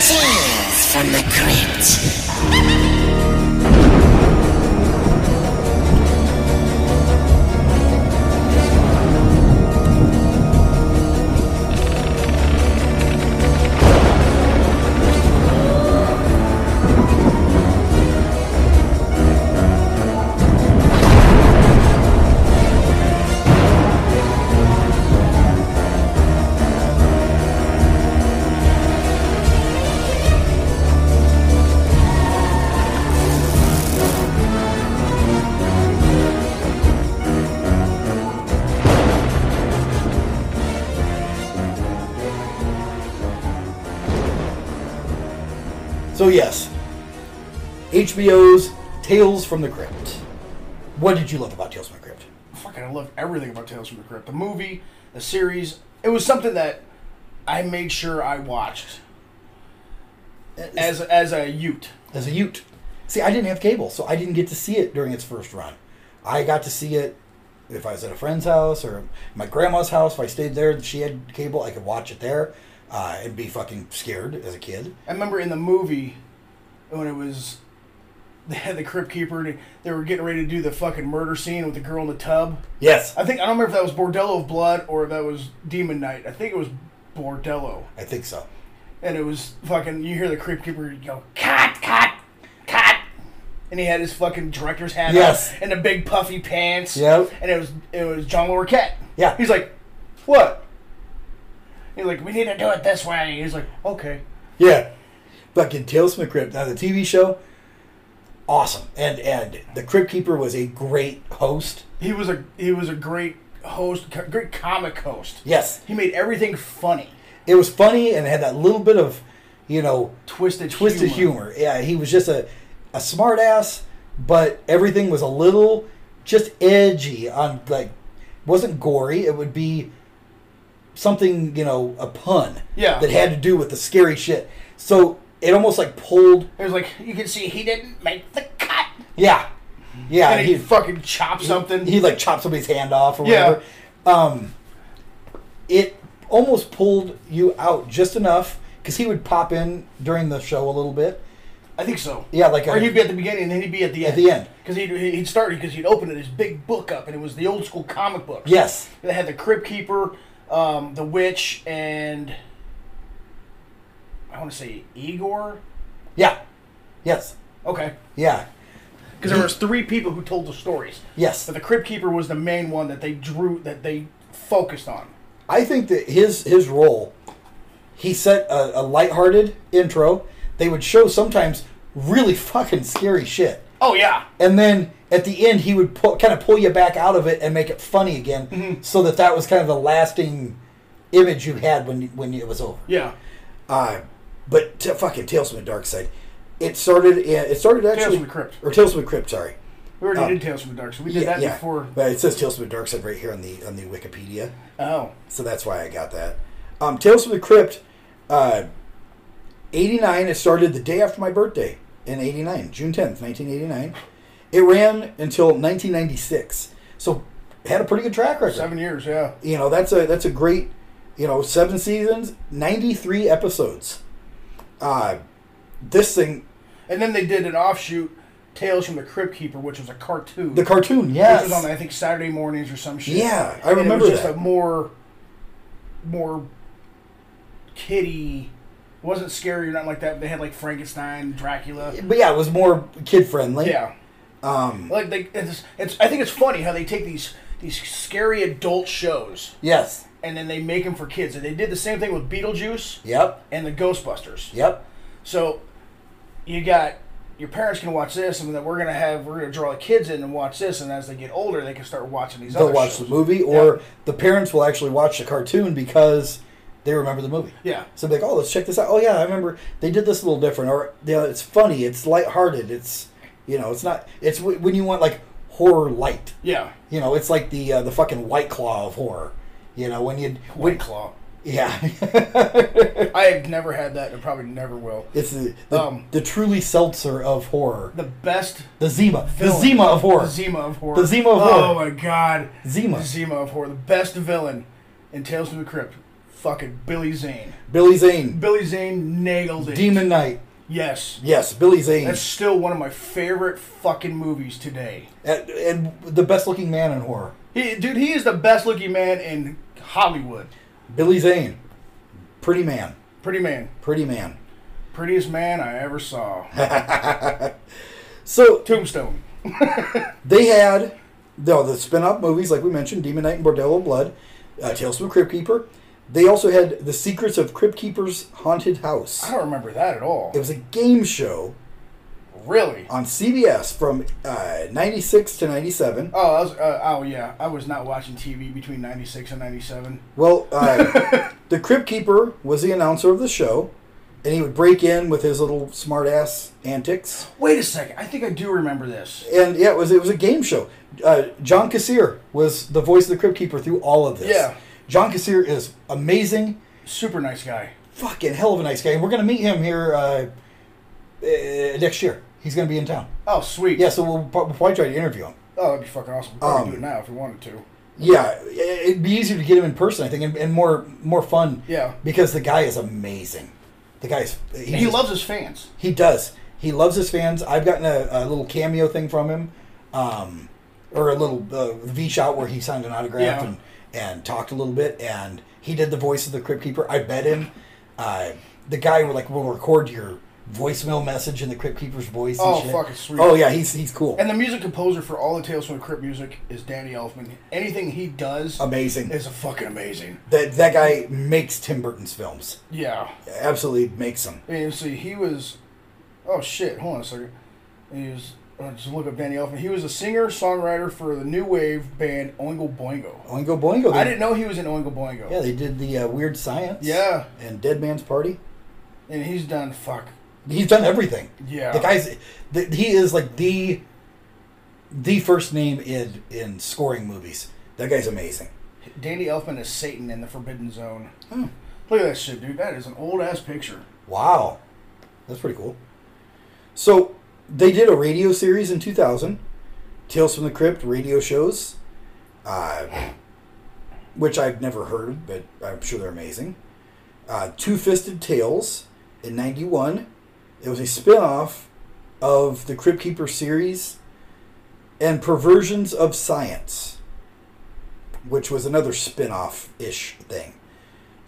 H: Tales from the Crypt.
A: So yes, HBO's Tales from the Crypt. What did you love about Tales from the Crypt?
E: Fucking, I love everything about Tales from the Crypt. The movie, the series. It was something that I made sure I watched as as a Ute.
A: as a Ute. See, I didn't have cable, so I didn't get to see it during its first run. I got to see it if I was at a friend's house or my grandma's house. If I stayed there, she had cable. I could watch it there uh, and be fucking scared as a kid.
E: I remember in the movie when it was they had the crypt keeper and they were getting ready to do the fucking murder scene with the girl in the tub.
A: Yes,
E: I think I don't remember if that was Bordello of Blood or if that was Demon Knight. I think it was Bordello.
A: I think so.
E: And it was fucking you hear the crypt keeper go cat cat cat and he had his fucking director's hat on
A: Yes.
E: and the big puffy pants.
A: Yep.
E: And it was it was John Lorquette.
A: Yeah.
E: He's like, What? He's like, We need to do it this way. He's like, Okay.
A: Yeah, fucking Tales from the Crypt. Now the TV show, awesome. And and the Crypt Keeper was a great host.
E: He was a he was a great host, co- great comic host.
A: Yes,
E: He made everything funny.
A: it was funny and had that little bit of you know
E: twisted
A: twisted humor. Yeah, he was just a a smart ass, but everything was a little just edgy on like wasn't gory. It would be something you know a pun
E: Yeah.
A: that had to do with the scary shit. So it almost like pulled
E: It was like you can see he didn't make the cut.
A: yeah yeah
E: And he'd fucking chop something.
A: He, he'd, like chop somebody's hand off or
E: Yeah.
A: whatever. Um, it almost pulled you out just enough because he would pop in during the show a little bit.
E: I think so.
A: Yeah, like
E: or
A: a-
E: he'd be at the beginning and then he'd be at the
A: At
E: end.
A: the end.
E: because he'd he'd start because he'd open it, his big book up, and it was the old school comic book.
A: Yes.
E: They had the Crypt Keeper, um, the Witch, and I want to say Igor.
A: Yeah. Yes.
E: Okay.
A: Yeah.
E: Because there was three people who told the stories.
A: Yes.
E: But the Crypt Keeper was the main one that they drew that they focused on.
A: I think that his his role, he set a, a lighthearted intro. They would show sometimes really fucking scary shit,
E: Oh yeah.
A: and then at the end he would pull, kind of pull you back out of it and make it funny again,
E: Mm-hmm.
A: so that that was kind of the lasting image you had when when it was over.
E: Yeah.
A: Uh, But t- fucking Tales from the Dark Side. It started. in- It started
E: Tales
A: actually.
E: from the Crypt.
A: Or Tales from the Crypt. Sorry.
E: We already
A: Um,
E: did Tales from the Dark, so we did that before.
A: But it says Tales from the Dark Side right here on the on the Wikipedia.
E: Oh.
A: So that's why I got that. Um, Tales from the Crypt, uh, 89, it started the day after my birthday in 89, June 10th, 1989. It ran until 1996. So had a pretty good track record. Seven
E: years, yeah.
A: You know, that's a that's a great, you know, seven seasons, 93 episodes. Uh, this thing,
E: And then they did an offshoot, Tales from the Crypt Keeper, which was a cartoon.
A: The cartoon,
E: Which
A: yes.
E: was on I think Saturday mornings or some shit.
A: Yeah, I
E: And
A: remember
E: it was
A: that.
E: Just a more, more kitty. It wasn't scary or nothing like that. But they had like Frankenstein, Dracula.
A: but yeah, it was more kid friendly.
E: Yeah.
A: Um,
E: Like they, it's, it's. I think it's funny how they take these these scary adult shows
A: yes.
E: and then they make them for kids. And they did the same thing with Beetlejuice
A: Yep.
E: and the Ghostbusters.
A: Yep.
E: So you got your parents can watch this, and then we're gonna have we're gonna draw the kids in and watch this, and as they get older, they can start watching these
A: they'll
E: other
A: watch
E: shows.
A: the movie, or the parents will actually watch the cartoon because they remember the movie.
E: Yeah.
A: So they're like, oh, let's check this out. Oh yeah, I remember they did this a little different, or you know, it's funny, it's lighthearted, it's you know, it's not, it's w- when you want like horror light.
E: Yeah.
A: You know, it's like the uh, the fucking white claw of horror. You know, when you
E: White Claw.
A: Yeah,
E: I have never had that, and probably never will.
A: it's the the,
E: Um,
A: the truly seltzer of horror.
E: The best.
A: The Zima.
E: villain.
A: The Zima of horror.
E: The Zima of horror.
A: The Zima of
E: Oh
A: horror.
E: my god.
A: Zima.
E: The Zima of horror. The best villain in Tales from the Crypt. Fucking Billy Zane.
A: Billy Zane.
E: Billy Zane nailed it.
A: Demon Knight.
E: Yes.
A: Yes, Billy Zane.
E: That's still one of my favorite fucking movies today.
A: and, and the best looking man in horror.
E: He, dude, he is the best looking man in Hollywood.
A: Billy Zane. Pretty man.
E: Pretty man.
A: Pretty man.
E: Prettiest man I ever saw.
A: so
E: Tombstone.
A: They had no the spin-off movies like we mentioned, Demon Knight and Bordello of Blood, uh, Tales from the Crypt Keeper. They also had The Secrets of Crypt Keeper's Haunted House.
E: I don't remember that at all.
A: It was a game show.
E: Really?
A: On CBS from uh, 96 to 97.
E: Oh, I was, uh, oh yeah, I was not watching TV between '96 and '97.
A: Well, uh, the Crypt Keeper was the announcer of the show, and he would break in with his little smartass antics.
E: Wait a second, I think I do remember this.
A: And yeah, it was it was a game show. Uh, John Kassir was the voice of the Crypt Keeper through all of this.
E: Yeah.
A: John Kassir is amazing,
E: super nice guy,
A: fucking hell of a nice guy, and we're gonna meet him here uh, uh, next year. He's gonna be in town.
E: Oh, sweet.
A: Yeah, so we'll, pro- we'll probably try to interview him.
E: Oh, that'd be fucking awesome. We could
A: Um,
E: do it now if we wanted to.
A: Yeah, i- it'd be easier to get him in person, I think, and, and more more fun.
E: Yeah.
A: because the guy is amazing. The guy's
E: And He, loves his fans.
A: He does. He loves his fans. I've gotten a, a little cameo thing from him, um, or a little uh, V shot where he signed an autograph
E: Yeah.
A: and, and talked a little bit. And he did the voice of the Crypt Keeper. I bet him. Uh, the guy will like will record your voicemail message in the Crypt Keeper's voice. and
E: Oh,
A: shit.
E: fucking sweet.
A: Oh yeah, he's he's cool.
E: And the music composer for all the Tales from the Crypt music is Danny Elfman. Anything he does,
A: Amazing.
E: is a fucking amazing.
A: That that guy makes Tim Burton's films.
E: Yeah.
A: Absolutely makes them.
E: And see, he was. Oh shit! Hold on a second. He was. I'll just look up Danny Elfman. He was a singer songwriter for the new wave band Oingo Boingo.
A: Oingo Boingo.
E: I
A: Oh, they-
E: didn't know he was in Oingo Boingo.
A: Yeah, they did the uh, Weird Science.
E: Yeah.
A: And Dead Man's Party.
E: And he's done fuck.
A: He's done everything.
E: Yeah.
A: The guy's the, he is like the the first name in in scoring movies. That guy's amazing.
E: Danny Elfman is Satan in the Forbidden Zone.
A: Hmm.
E: Look at that shit, dude. That is an old ass picture.
A: Wow. That's pretty cool. So they did a radio series in 2000, Tales from the Crypt radio shows, uh, which I've never heard, of, but I'm sure they're amazing. Uh, Two Fisted Tales in 91. It was a spin off of the Crypt Keeper series and Perversions of Science, which was another spin off ish thing.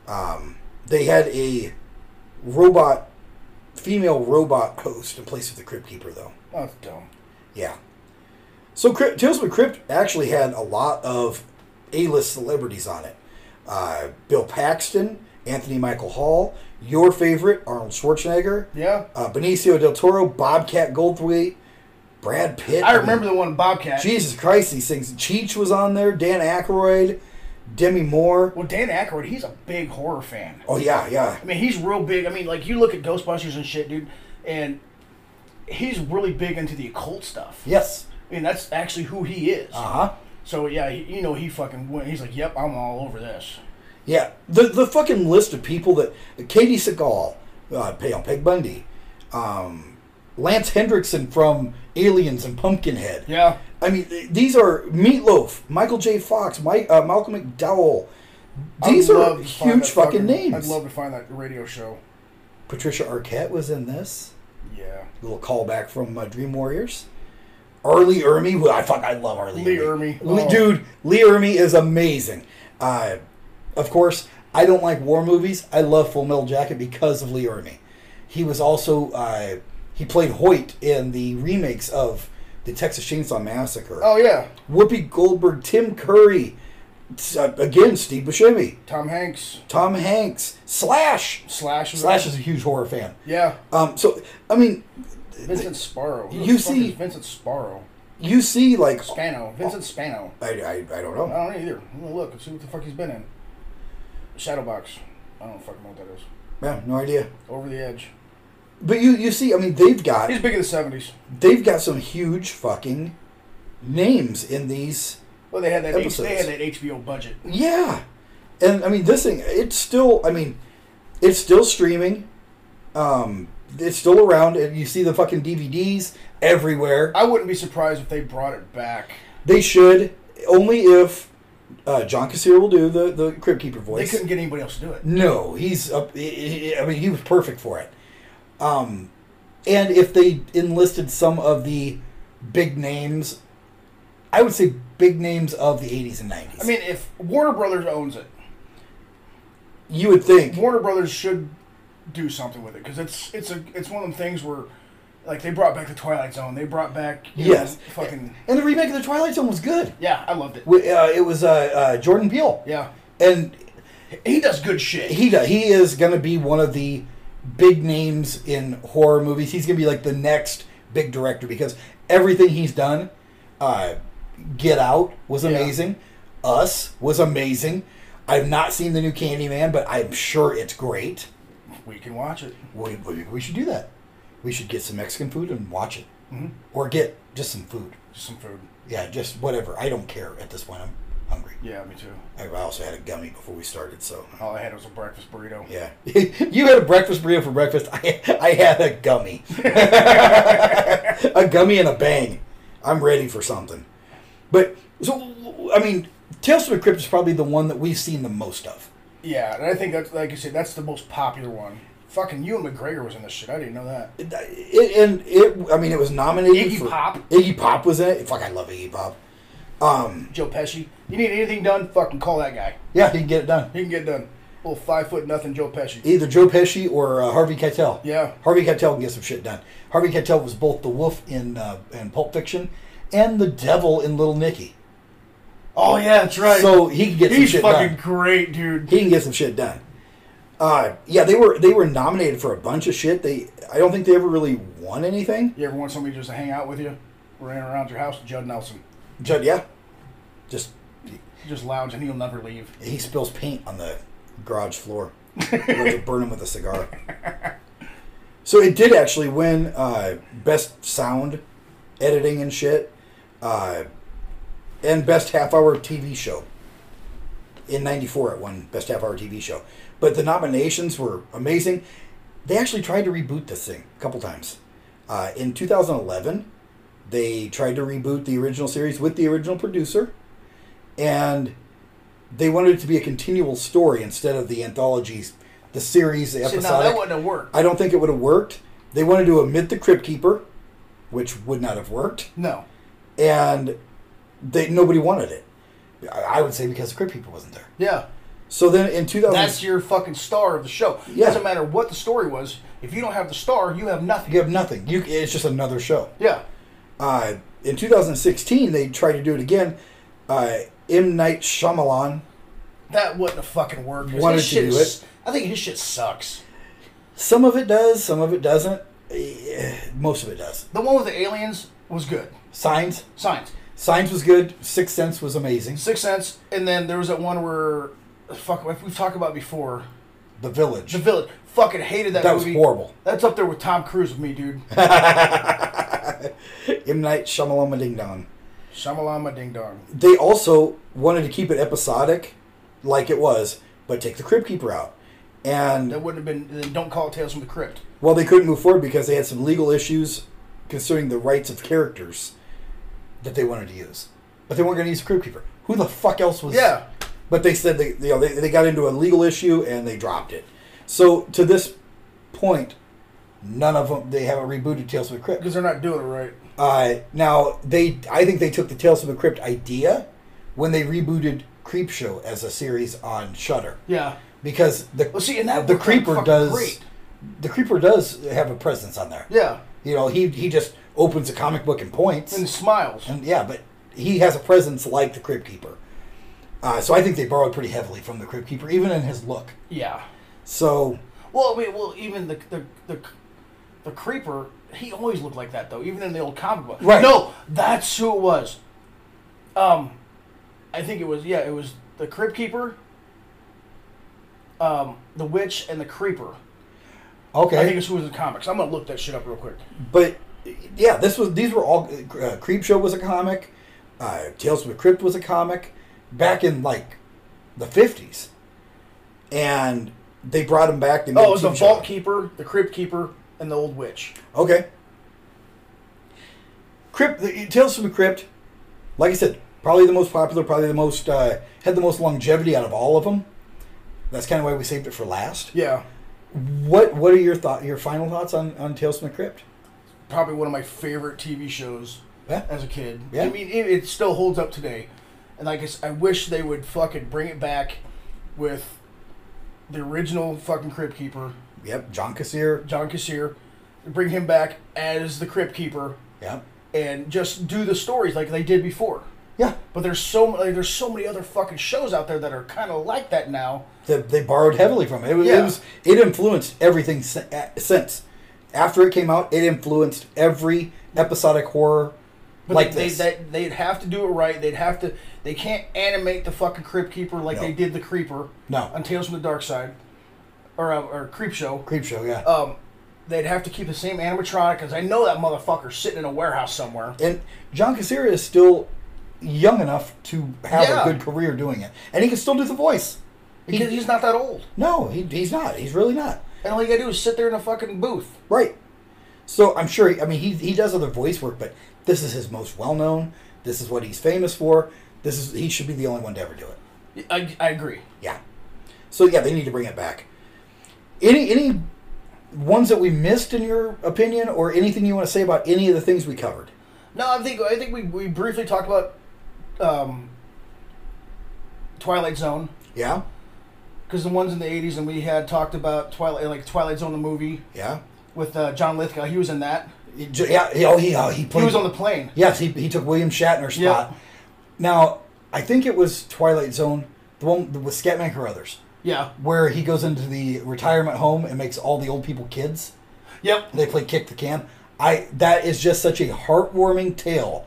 A: Um, they had a robot, female robot host in place of the Crypt Keeper, though.
E: Oh, that's dumb.
A: Yeah. So Crypt, Tales from the Crypt actually had a lot of A-list celebrities on it. Uh, Bill Paxton, Anthony Michael Hall, your favorite Arnold Schwarzenegger,
E: Yeah.
A: uh, Benicio del Toro, Bobcat Goldthwait, Brad Pitt.
E: I
A: mean,
E: remember the one Bobcat.
A: Jesus Christ, these things. Cheech was on there. Dan Aykroyd. Demi Moore.
E: Well, Dan Aykroyd, he's a big horror fan.
A: Oh yeah, yeah.
E: I mean, he's real big. I mean, like you look at Ghostbusters and shit, dude, and he's really big into the occult stuff.
A: Yes.
E: I mean, that's actually who he is.
A: Uh huh.
E: So yeah, he- you know, he fucking went. He's like, "Yep, I'm all over this."
A: Yeah, the the fucking list of people that Katie Seagal, uh, Peg, Peg Bundy, um, Lance Hendrickson from Aliens and Pumpkinhead.
E: Yeah,
A: I mean th- these are Meatloaf, Michael J. Fox, Mike, uh, Malcolm McDowell.
E: I'd
A: These
E: love
A: are
E: to find
A: huge
E: that
A: fucking names.
E: I'd love to find that radio show.
A: Patricia Arquette was in this.
E: Yeah.
A: Little callback from uh, Dream Warriors. Arlie Ermy, who I fuck, I love Arlie.
E: Lee
A: Ermy.
E: Ermey.
A: Lee-
E: Oh.
A: Dude, Lee Ermy is amazing. Uh, of course, I don't like war movies. I love Full Metal Jacket because of Lee Ermy. He was also uh, he played Hoyt in the remakes of the Texas Chainsaw Massacre.
E: Oh yeah,
A: Whoopi Goldberg, Tim Curry, s- uh, again Steve Buscemi,
E: Tom Hanks.
A: Tom Hanks, Slash.
E: Slash. was-
A: Slash is a huge horror fan.
E: Yeah,
A: Um, so I mean,
E: Vincent Sparrow. Who the
A: You
E: fuck
A: see-
E: is Vincent Sparrow.
A: you see like
E: Spano. Vincent Spano.
A: I, I, I don't
E: I
A: know.
E: don't either. I'm gonna look and see what the fuck he's been in. Shadowbox. I don't fucking know what that is.
A: Yeah, no idea.
E: Over the Edge.
A: But you you see, I mean, they've got
E: He's big in the seventies.
A: they've got some huge fucking names in these.
E: Well, they had that. H-
A: Episodes.
E: they had that HBO budget.
A: Yeah, and I mean, this thing it's still. I mean, it's still streaming. Um, it's still around, and you see the fucking DVDs everywhere.
E: I wouldn't be surprised if they brought it back.
A: They should only if uh, John Cassier will do the the Crypt Keeper
E: They
A: voice.
E: couldn't get anybody else to do it.
A: No, he's up. I I- I mean, he was perfect for it. Um, and if they enlisted some of the big names, I would say big names of the '80s and '90s.
E: I mean, if Warner Brothers owns it,
A: you would think,
E: Warner Brothers should do something with it because it's it's a it's one of them things where, like, they brought back the Twilight Zone. They brought back you know,
A: Yes.
E: fucking
A: and the remake of the Twilight Zone was good.
E: yeah. I loved it.
A: Wi- Uh, it was uh, uh, Jordan Peele,
E: Yeah,
A: and
E: he does good shit.
A: he do- he is going to be one of the big names in horror movies. He's going to be like the next big director because everything he's done, uh, Get Out was amazing, Us was amazing. I've not seen the new Candyman, but I'm sure it's great.
E: we can watch it.
A: We, we, we should do that. We should get some Mexican food and watch it,
E: Mhm.
A: or get just some food.
E: Just some food.
A: Yeah, just whatever. I don't care at this point. I'm hungry.
E: Yeah, me too.
A: I also had a gummy before we started, so
E: All I had was a breakfast burrito.
A: Yeah, you had a breakfast burrito for breakfast. I, I had a gummy, a gummy and a bang. I'm ready for something. But so I mean, Tales from the Crypt is probably the one that we've seen the most of.
E: Yeah, and I think that's like you said, that's the most popular one. Fucking Ewan McGregor was in this shit. I didn't know that.
A: It, it- and it, I mean, it was nominated.
E: Iggy
A: for,
E: Pop.
A: Iggy Pop was in it. Fuck, I love Iggy Pop. Um,
E: Joe Pesci. You need anything done? Fucking call that guy.
A: yeah, he can get it done.
E: He can get it done. Little five foot nothing Joe Pesci.
A: Either Joe Pesci or uh, Harvey Keitel.
E: Yeah.
A: Harvey Keitel can get some shit done. Harvey Keitel was both the wolf in uh, in Pulp Fiction and the devil in Little Nicky.
E: Oh yeah, that's right.
A: So he can get some
E: He's
A: shit
E: fucking
A: done.
E: great, dude.
A: He can get some shit done. Uh, yeah, they were they were nominated for a bunch of shit. They I don't think they ever really won anything.
E: You ever want somebody just to hang out with you, ran around your house? Judd Nelson,
A: Judd, yeah, just
E: just lounge and he'll never leave.
A: he spills paint on the garage floor. You have to burn him with a cigar. So it did actually win uh, best sound editing and shit, uh, and best half hour TV show. In '94, it won best half hour TV show. But the nominations were amazing. They actually tried to reboot this thing a couple times. Uh, in 2011, they tried to reboot the original series with the original producer, and they wanted it to be a continual story instead of the anthologies, the series, the
E: Shit,
A: episodic.
E: now that wouldn't have worked.
A: I don't think it would have worked. They wanted to omit the Crypt Keeper, which would not have worked,
E: No.
A: and they nobody wanted it. I I would say because the Crypt Keeper wasn't there.
E: Yeah.
A: So then in 2000,
E: That's your fucking star of the show.
A: Yeah.
E: Doesn't matter what the story was. If you don't have the star, you have nothing.
A: you have nothing. You it's just another show.
E: Yeah.
A: Uh, in 2016, they tried to do it again. Uh, M Night Shyamalan
E: That wouldn't have fucking worked. 'cause
A: Wanted
E: his
A: to
E: shit
A: do
E: is-
A: it.
E: I think his shit sucks.
A: Some of it does, some of it doesn't. Eh, Most of it does.
E: The one with the aliens was good.
A: Signs.
E: Signs.
A: Signs was good. Sixth Sense was amazing.
E: Sixth Sense, and then there was that one where, fuck, what we've talked about before.
A: The Village.
E: The Village. Fucking hated that.
A: That was
E: movie.
A: horrible.
E: That's up there with Tom Cruise with me, dude.
A: M Night Shyamalama Ding Dong.
E: Shamalama Ding Dong.
A: They also wanted to keep it episodic, like it was, but take the Crypt Keeper out. And
E: That wouldn't have been. Then don't call it Tales from the Crypt.
A: Well, they couldn't move forward because they had some legal issues concerning the rights of characters that they wanted to use. But they weren't going to use Crypt Keeper. Who the fuck else was? Yeah. But they said they, you know, they, they got into a legal issue and they dropped it. So to this point, none of them, they haven't rebooted Tales from the Crypt.
E: Because they're not doing it right.
A: Uh, now, they, I think they took the Tales from the Crypt idea when they rebooted Creepshow as a series on Shudder
E: Yeah.
A: because the
E: see, and that
A: the
E: would have been
A: creeper
E: fucking
A: does
E: great.
A: the creeper does have a presence on there.
E: Yeah.
A: You know, he he just opens a comic book and points
E: and smiles.
A: And yeah, but he has a presence like the Crypt Keeper. Uh, so I think they borrowed pretty heavily from the Crypt Keeper, even in his look.
E: Yeah.
A: So
E: Well, I mean, well, even the the the, the creeper, he always looked like that though, even in the old comic book.
A: Right.
E: No, that's who it was. Um, I think it was yeah, it was the crypt keeper, um, the witch, and the creeper.
A: Okay.
E: I think it's who was in the comics. I'm gonna look that shit up real quick.
A: but yeah, this was these were all uh, Creep Show was a comic, uh, Tales from the Crypt was a comic, back in like the fifties, and they brought him back. They made a
E: Oh, it was the
A: TV show.
E: vault keeper, the crypt keeper, and the old witch.
A: Okay. Crypt, the, Tales from the Crypt, like I said, probably the most popular, probably the most, uh, had the most longevity out of all of them. That's kind of why we saved it for last.
E: Yeah.
A: What What are your thought, your final thoughts on, on Tales from the Crypt?
E: probably one of my favorite TV shows as a kid.
A: Yeah.
E: I mean, it, it still holds up today. And like I s- I wish they would fucking bring it back with the original fucking Crypt Keeper.
A: Yep, John Kassir.
E: John Kassir. Bring him back as the Crypt Keeper.
A: Yep.
E: And just do the stories like they did before.
A: Yeah.
E: But there's so like, there's so many other fucking shows out there that are kind of like that now.
A: They, they borrowed heavily from it. It, was, it
E: Yeah.
A: was it influenced everything si- uh, since. After it came out, it influenced every episodic horror
E: But
A: like
E: they,
A: this.
E: They, they, would have to do it right. They'd have to. They can't animate the fucking Crypt Keeper like
A: No.
E: they did the Creeper.
A: No.
E: On Tales from the Dark Side, or uh, or Creep Show.
A: Creep Show, yeah.
E: Um, they'd have to keep the same animatronic because I know that motherfucker's sitting in a warehouse somewhere.
A: And John Cassira is still young enough to have
E: Yeah.
A: a good career doing it, and he can still do the voice.
E: Because he's not that old.
A: No, he, he's not. He's really not.
E: And all you gotta do is sit there in a fucking booth.
A: Right. So I'm sure. He, I mean, he he does other voice work, but this is his most well known. This is what he's famous for. This is he should be the only one to ever do it.
E: I, I agree.
A: Yeah. So yeah, they need to bring it back. Any any ones that we missed in your opinion, or anything you want to say about any of the things we covered?
E: No, I think I think we, we briefly talked about um, Twilight Zone
A: Yeah.
E: because the ones in the '80s and we had talked about Twilight like Twilight Zone the movie.
A: Yeah.
E: With uh, John Lithgow, he was in that.
A: J- Yeah, he, oh, he, oh, he played.
E: He was on the plane.
A: Yes, he, he took William Shatner's
E: Yeah.
A: spot. Now, I think it was Twilight Zone, the one with Scatman Carruthers,
E: Yeah.
A: where he goes into the retirement home and makes all the old people kids.
E: Yep.
A: They play kick the can. I that is just such a heartwarming tale,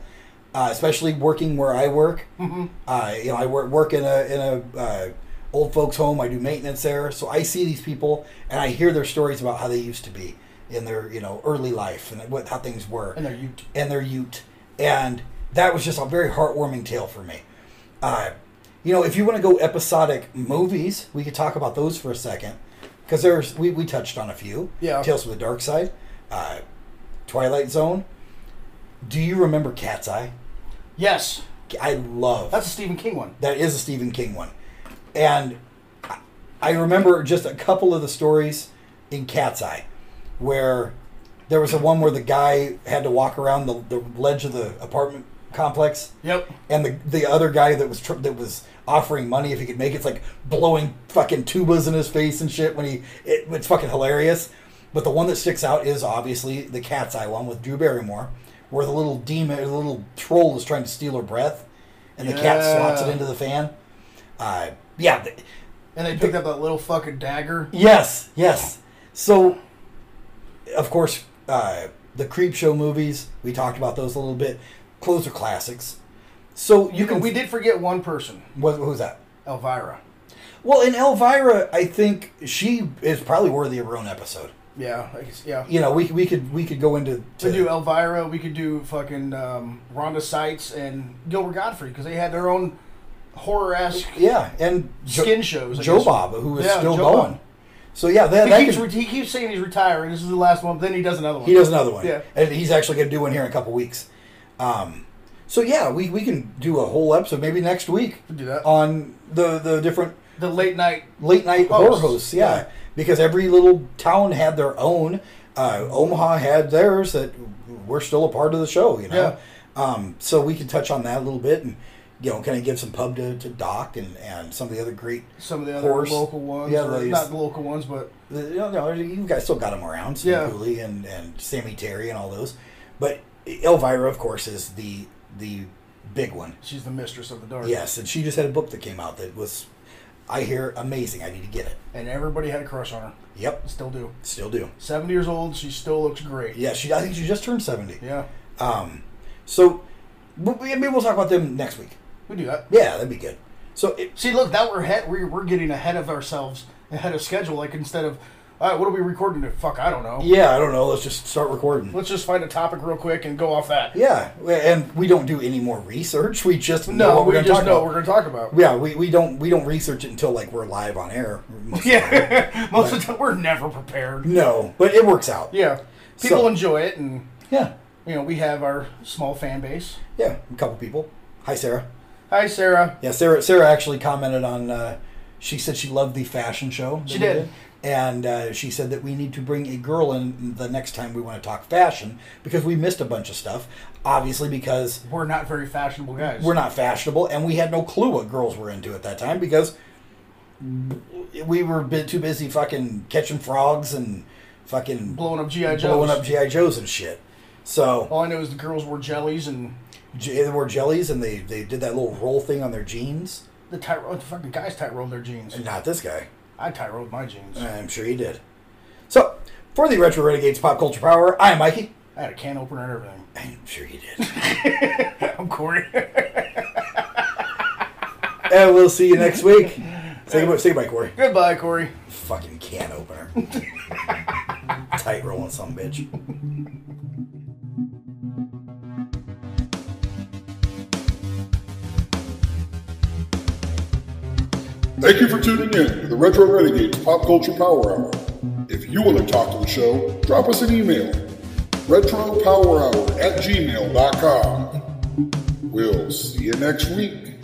A: uh, especially working where I work.
E: Mhm.
A: Uh, you know, I work, work in a in a uh, old folks home. I do maintenance there, so I see these people and I hear their stories about how they used to be in their you know early life and what how things were
E: And their Ute.
A: and their Ute, and that was just a very heartwarming tale for me. Uh, you know, if you want to go episodic movies, we could talk about those for a second because there's we, we touched on a few.
E: Yeah.
A: Tales from the Dark Side, uh, Twilight Zone. Do you remember Cat's Eye?
E: Yes.
A: I love
E: That's a Stephen King one.
A: that is a Stephen King one. And I- I remember just a couple of the stories in Cat's Eye where there was a one where the guy had to walk around the, the ledge of the apartment complex.
E: Yep.
A: And the, the other guy that was tr- that was offering money if he could make it's like blowing fucking tubas in his face and shit when he it, it's fucking hilarious. But the one that sticks out is obviously the cat's eye one with Drew Barrymore, where the little demon, the little troll is trying to steal her breath, and the cat slots it
E: Yeah.
A: into the fan. Uh, yeah, th-
E: And they picked up that little fucking dagger.
A: yes, yes. So, of course, uh, the Creep Show movies we talked about those a little bit. Closer classics. So
E: you can, we did forget one person,
A: What, who's that?
E: Elvira.
A: Well, in Elvira, I think she is probably worthy of her own episode.
E: Yeah, I guess, yeah.
A: You know, we, we could we could go into
E: We do Elvira. We could do fucking um, Rhonda Sykes and Gilbert Godfrey because they had their own horror esque
A: yeah and Jo-
E: skin shows. I
A: Joe
E: guess.
A: Bob, who is
E: Yeah,
A: still
E: Joe
A: going.
E: Bob.
A: So yeah, that,
E: he,
A: that
E: keeps,
A: could-
E: re- he keeps saying he's retiring. This is the last one. But then he does another one.
A: He does another one.
E: Yeah.
A: And he's actually going to do one here in a couple weeks. Um, so yeah, we, we can do a whole episode maybe next week
E: do that.
A: on the the different
E: the late night
A: late night horror
E: hosts.
A: hosts. Yeah. because every little town had their own. Uh, Omaha had theirs that we're still a part of the show. You know. Um, so we can touch on that a little bit and. You know, kind of give some pub to, to Doc and, and some of the other great
E: Some of the other
A: horse-
E: local ones.
A: Yeah,
E: or
A: these-
E: not the local ones, but
A: the- you know, you guys still got them around, Steve Cooley and, and Sammy Terry and all those. But Elvira, of course, is the the big one.
E: she's the mistress of the dark.
A: Yes, and she just had a book that came out that was, I hear, amazing. I need to get it.
E: And everybody had a crush on her.
A: Yep,
E: Still do.
A: still do.
E: Seventy years old, she still looks great.
A: Yeah, she. I think she just turned seventy.
E: Yeah.
A: Um, so we- we- maybe we'll talk about them next week.
E: We do that.
A: Yeah, that'd be good. So it,
E: See, look, that we're ahead, we're, we're getting ahead of ourselves, ahead of schedule. Like instead of, all right, what are we recording? To? Fuck, I don't know.
A: yeah, I don't know. Let's just start recording.
E: Let's just find a topic real quick and go off that.
A: Yeah, and we don't do any more research. We just know
E: No,
A: what
E: we
A: we're going to
E: just
A: talk
E: know
A: about.
E: what we're gonna talk about.
A: Yeah, we, we don't we don't research it until like we're live on air.
E: Yeah. Most of the time, we're never prepared.
A: No, but it works out.
E: Yeah. People
A: So-
E: enjoy it, and
A: yeah,
E: you know, we have our small fan base.
A: Yeah, a couple people. Hi, Sarah.
E: Hi, Sarah.
A: Yeah, Sarah. Sarah actually commented on. Uh, she said she loved the fashion show. that
E: She
A: we
E: did.
A: and uh, she said that we need to bring a girl in the next time we want to talk fashion because we missed a bunch of stuff. Obviously, because
E: We're not very fashionable guys.
A: we're not fashionable, and we had no clue what girls were into at that time because we were a bit too busy fucking catching frogs and fucking
E: blowing up GI Joes.
A: blowing up GI Joes and shit. So
E: All I know is the girls wore jellies and
A: J- they wore jellies and they, they did that little roll thing on their jeans.
E: the tight oh, the fucking guys tight rolled their jeans.
A: Not this guy.
E: I tight rolled my jeans.
A: I'm sure he did. So, for the Retro Renegades Pop Culture Power, I am Mikey.
E: I had a can opener and everything.
A: I'm sure you did.
E: I'm Corey.
A: and we'll see you next week. Say goodbye, say goodbye Corey.
E: Goodbye, Corey.
A: Fucking can opener. Tight rolling some bitch.
D: Thank you for tuning in to the Retro Renegades Pop Culture Power Hour. If you want to talk to the show, drop us an email retropowerhour at gmail.com. We'll see you next week.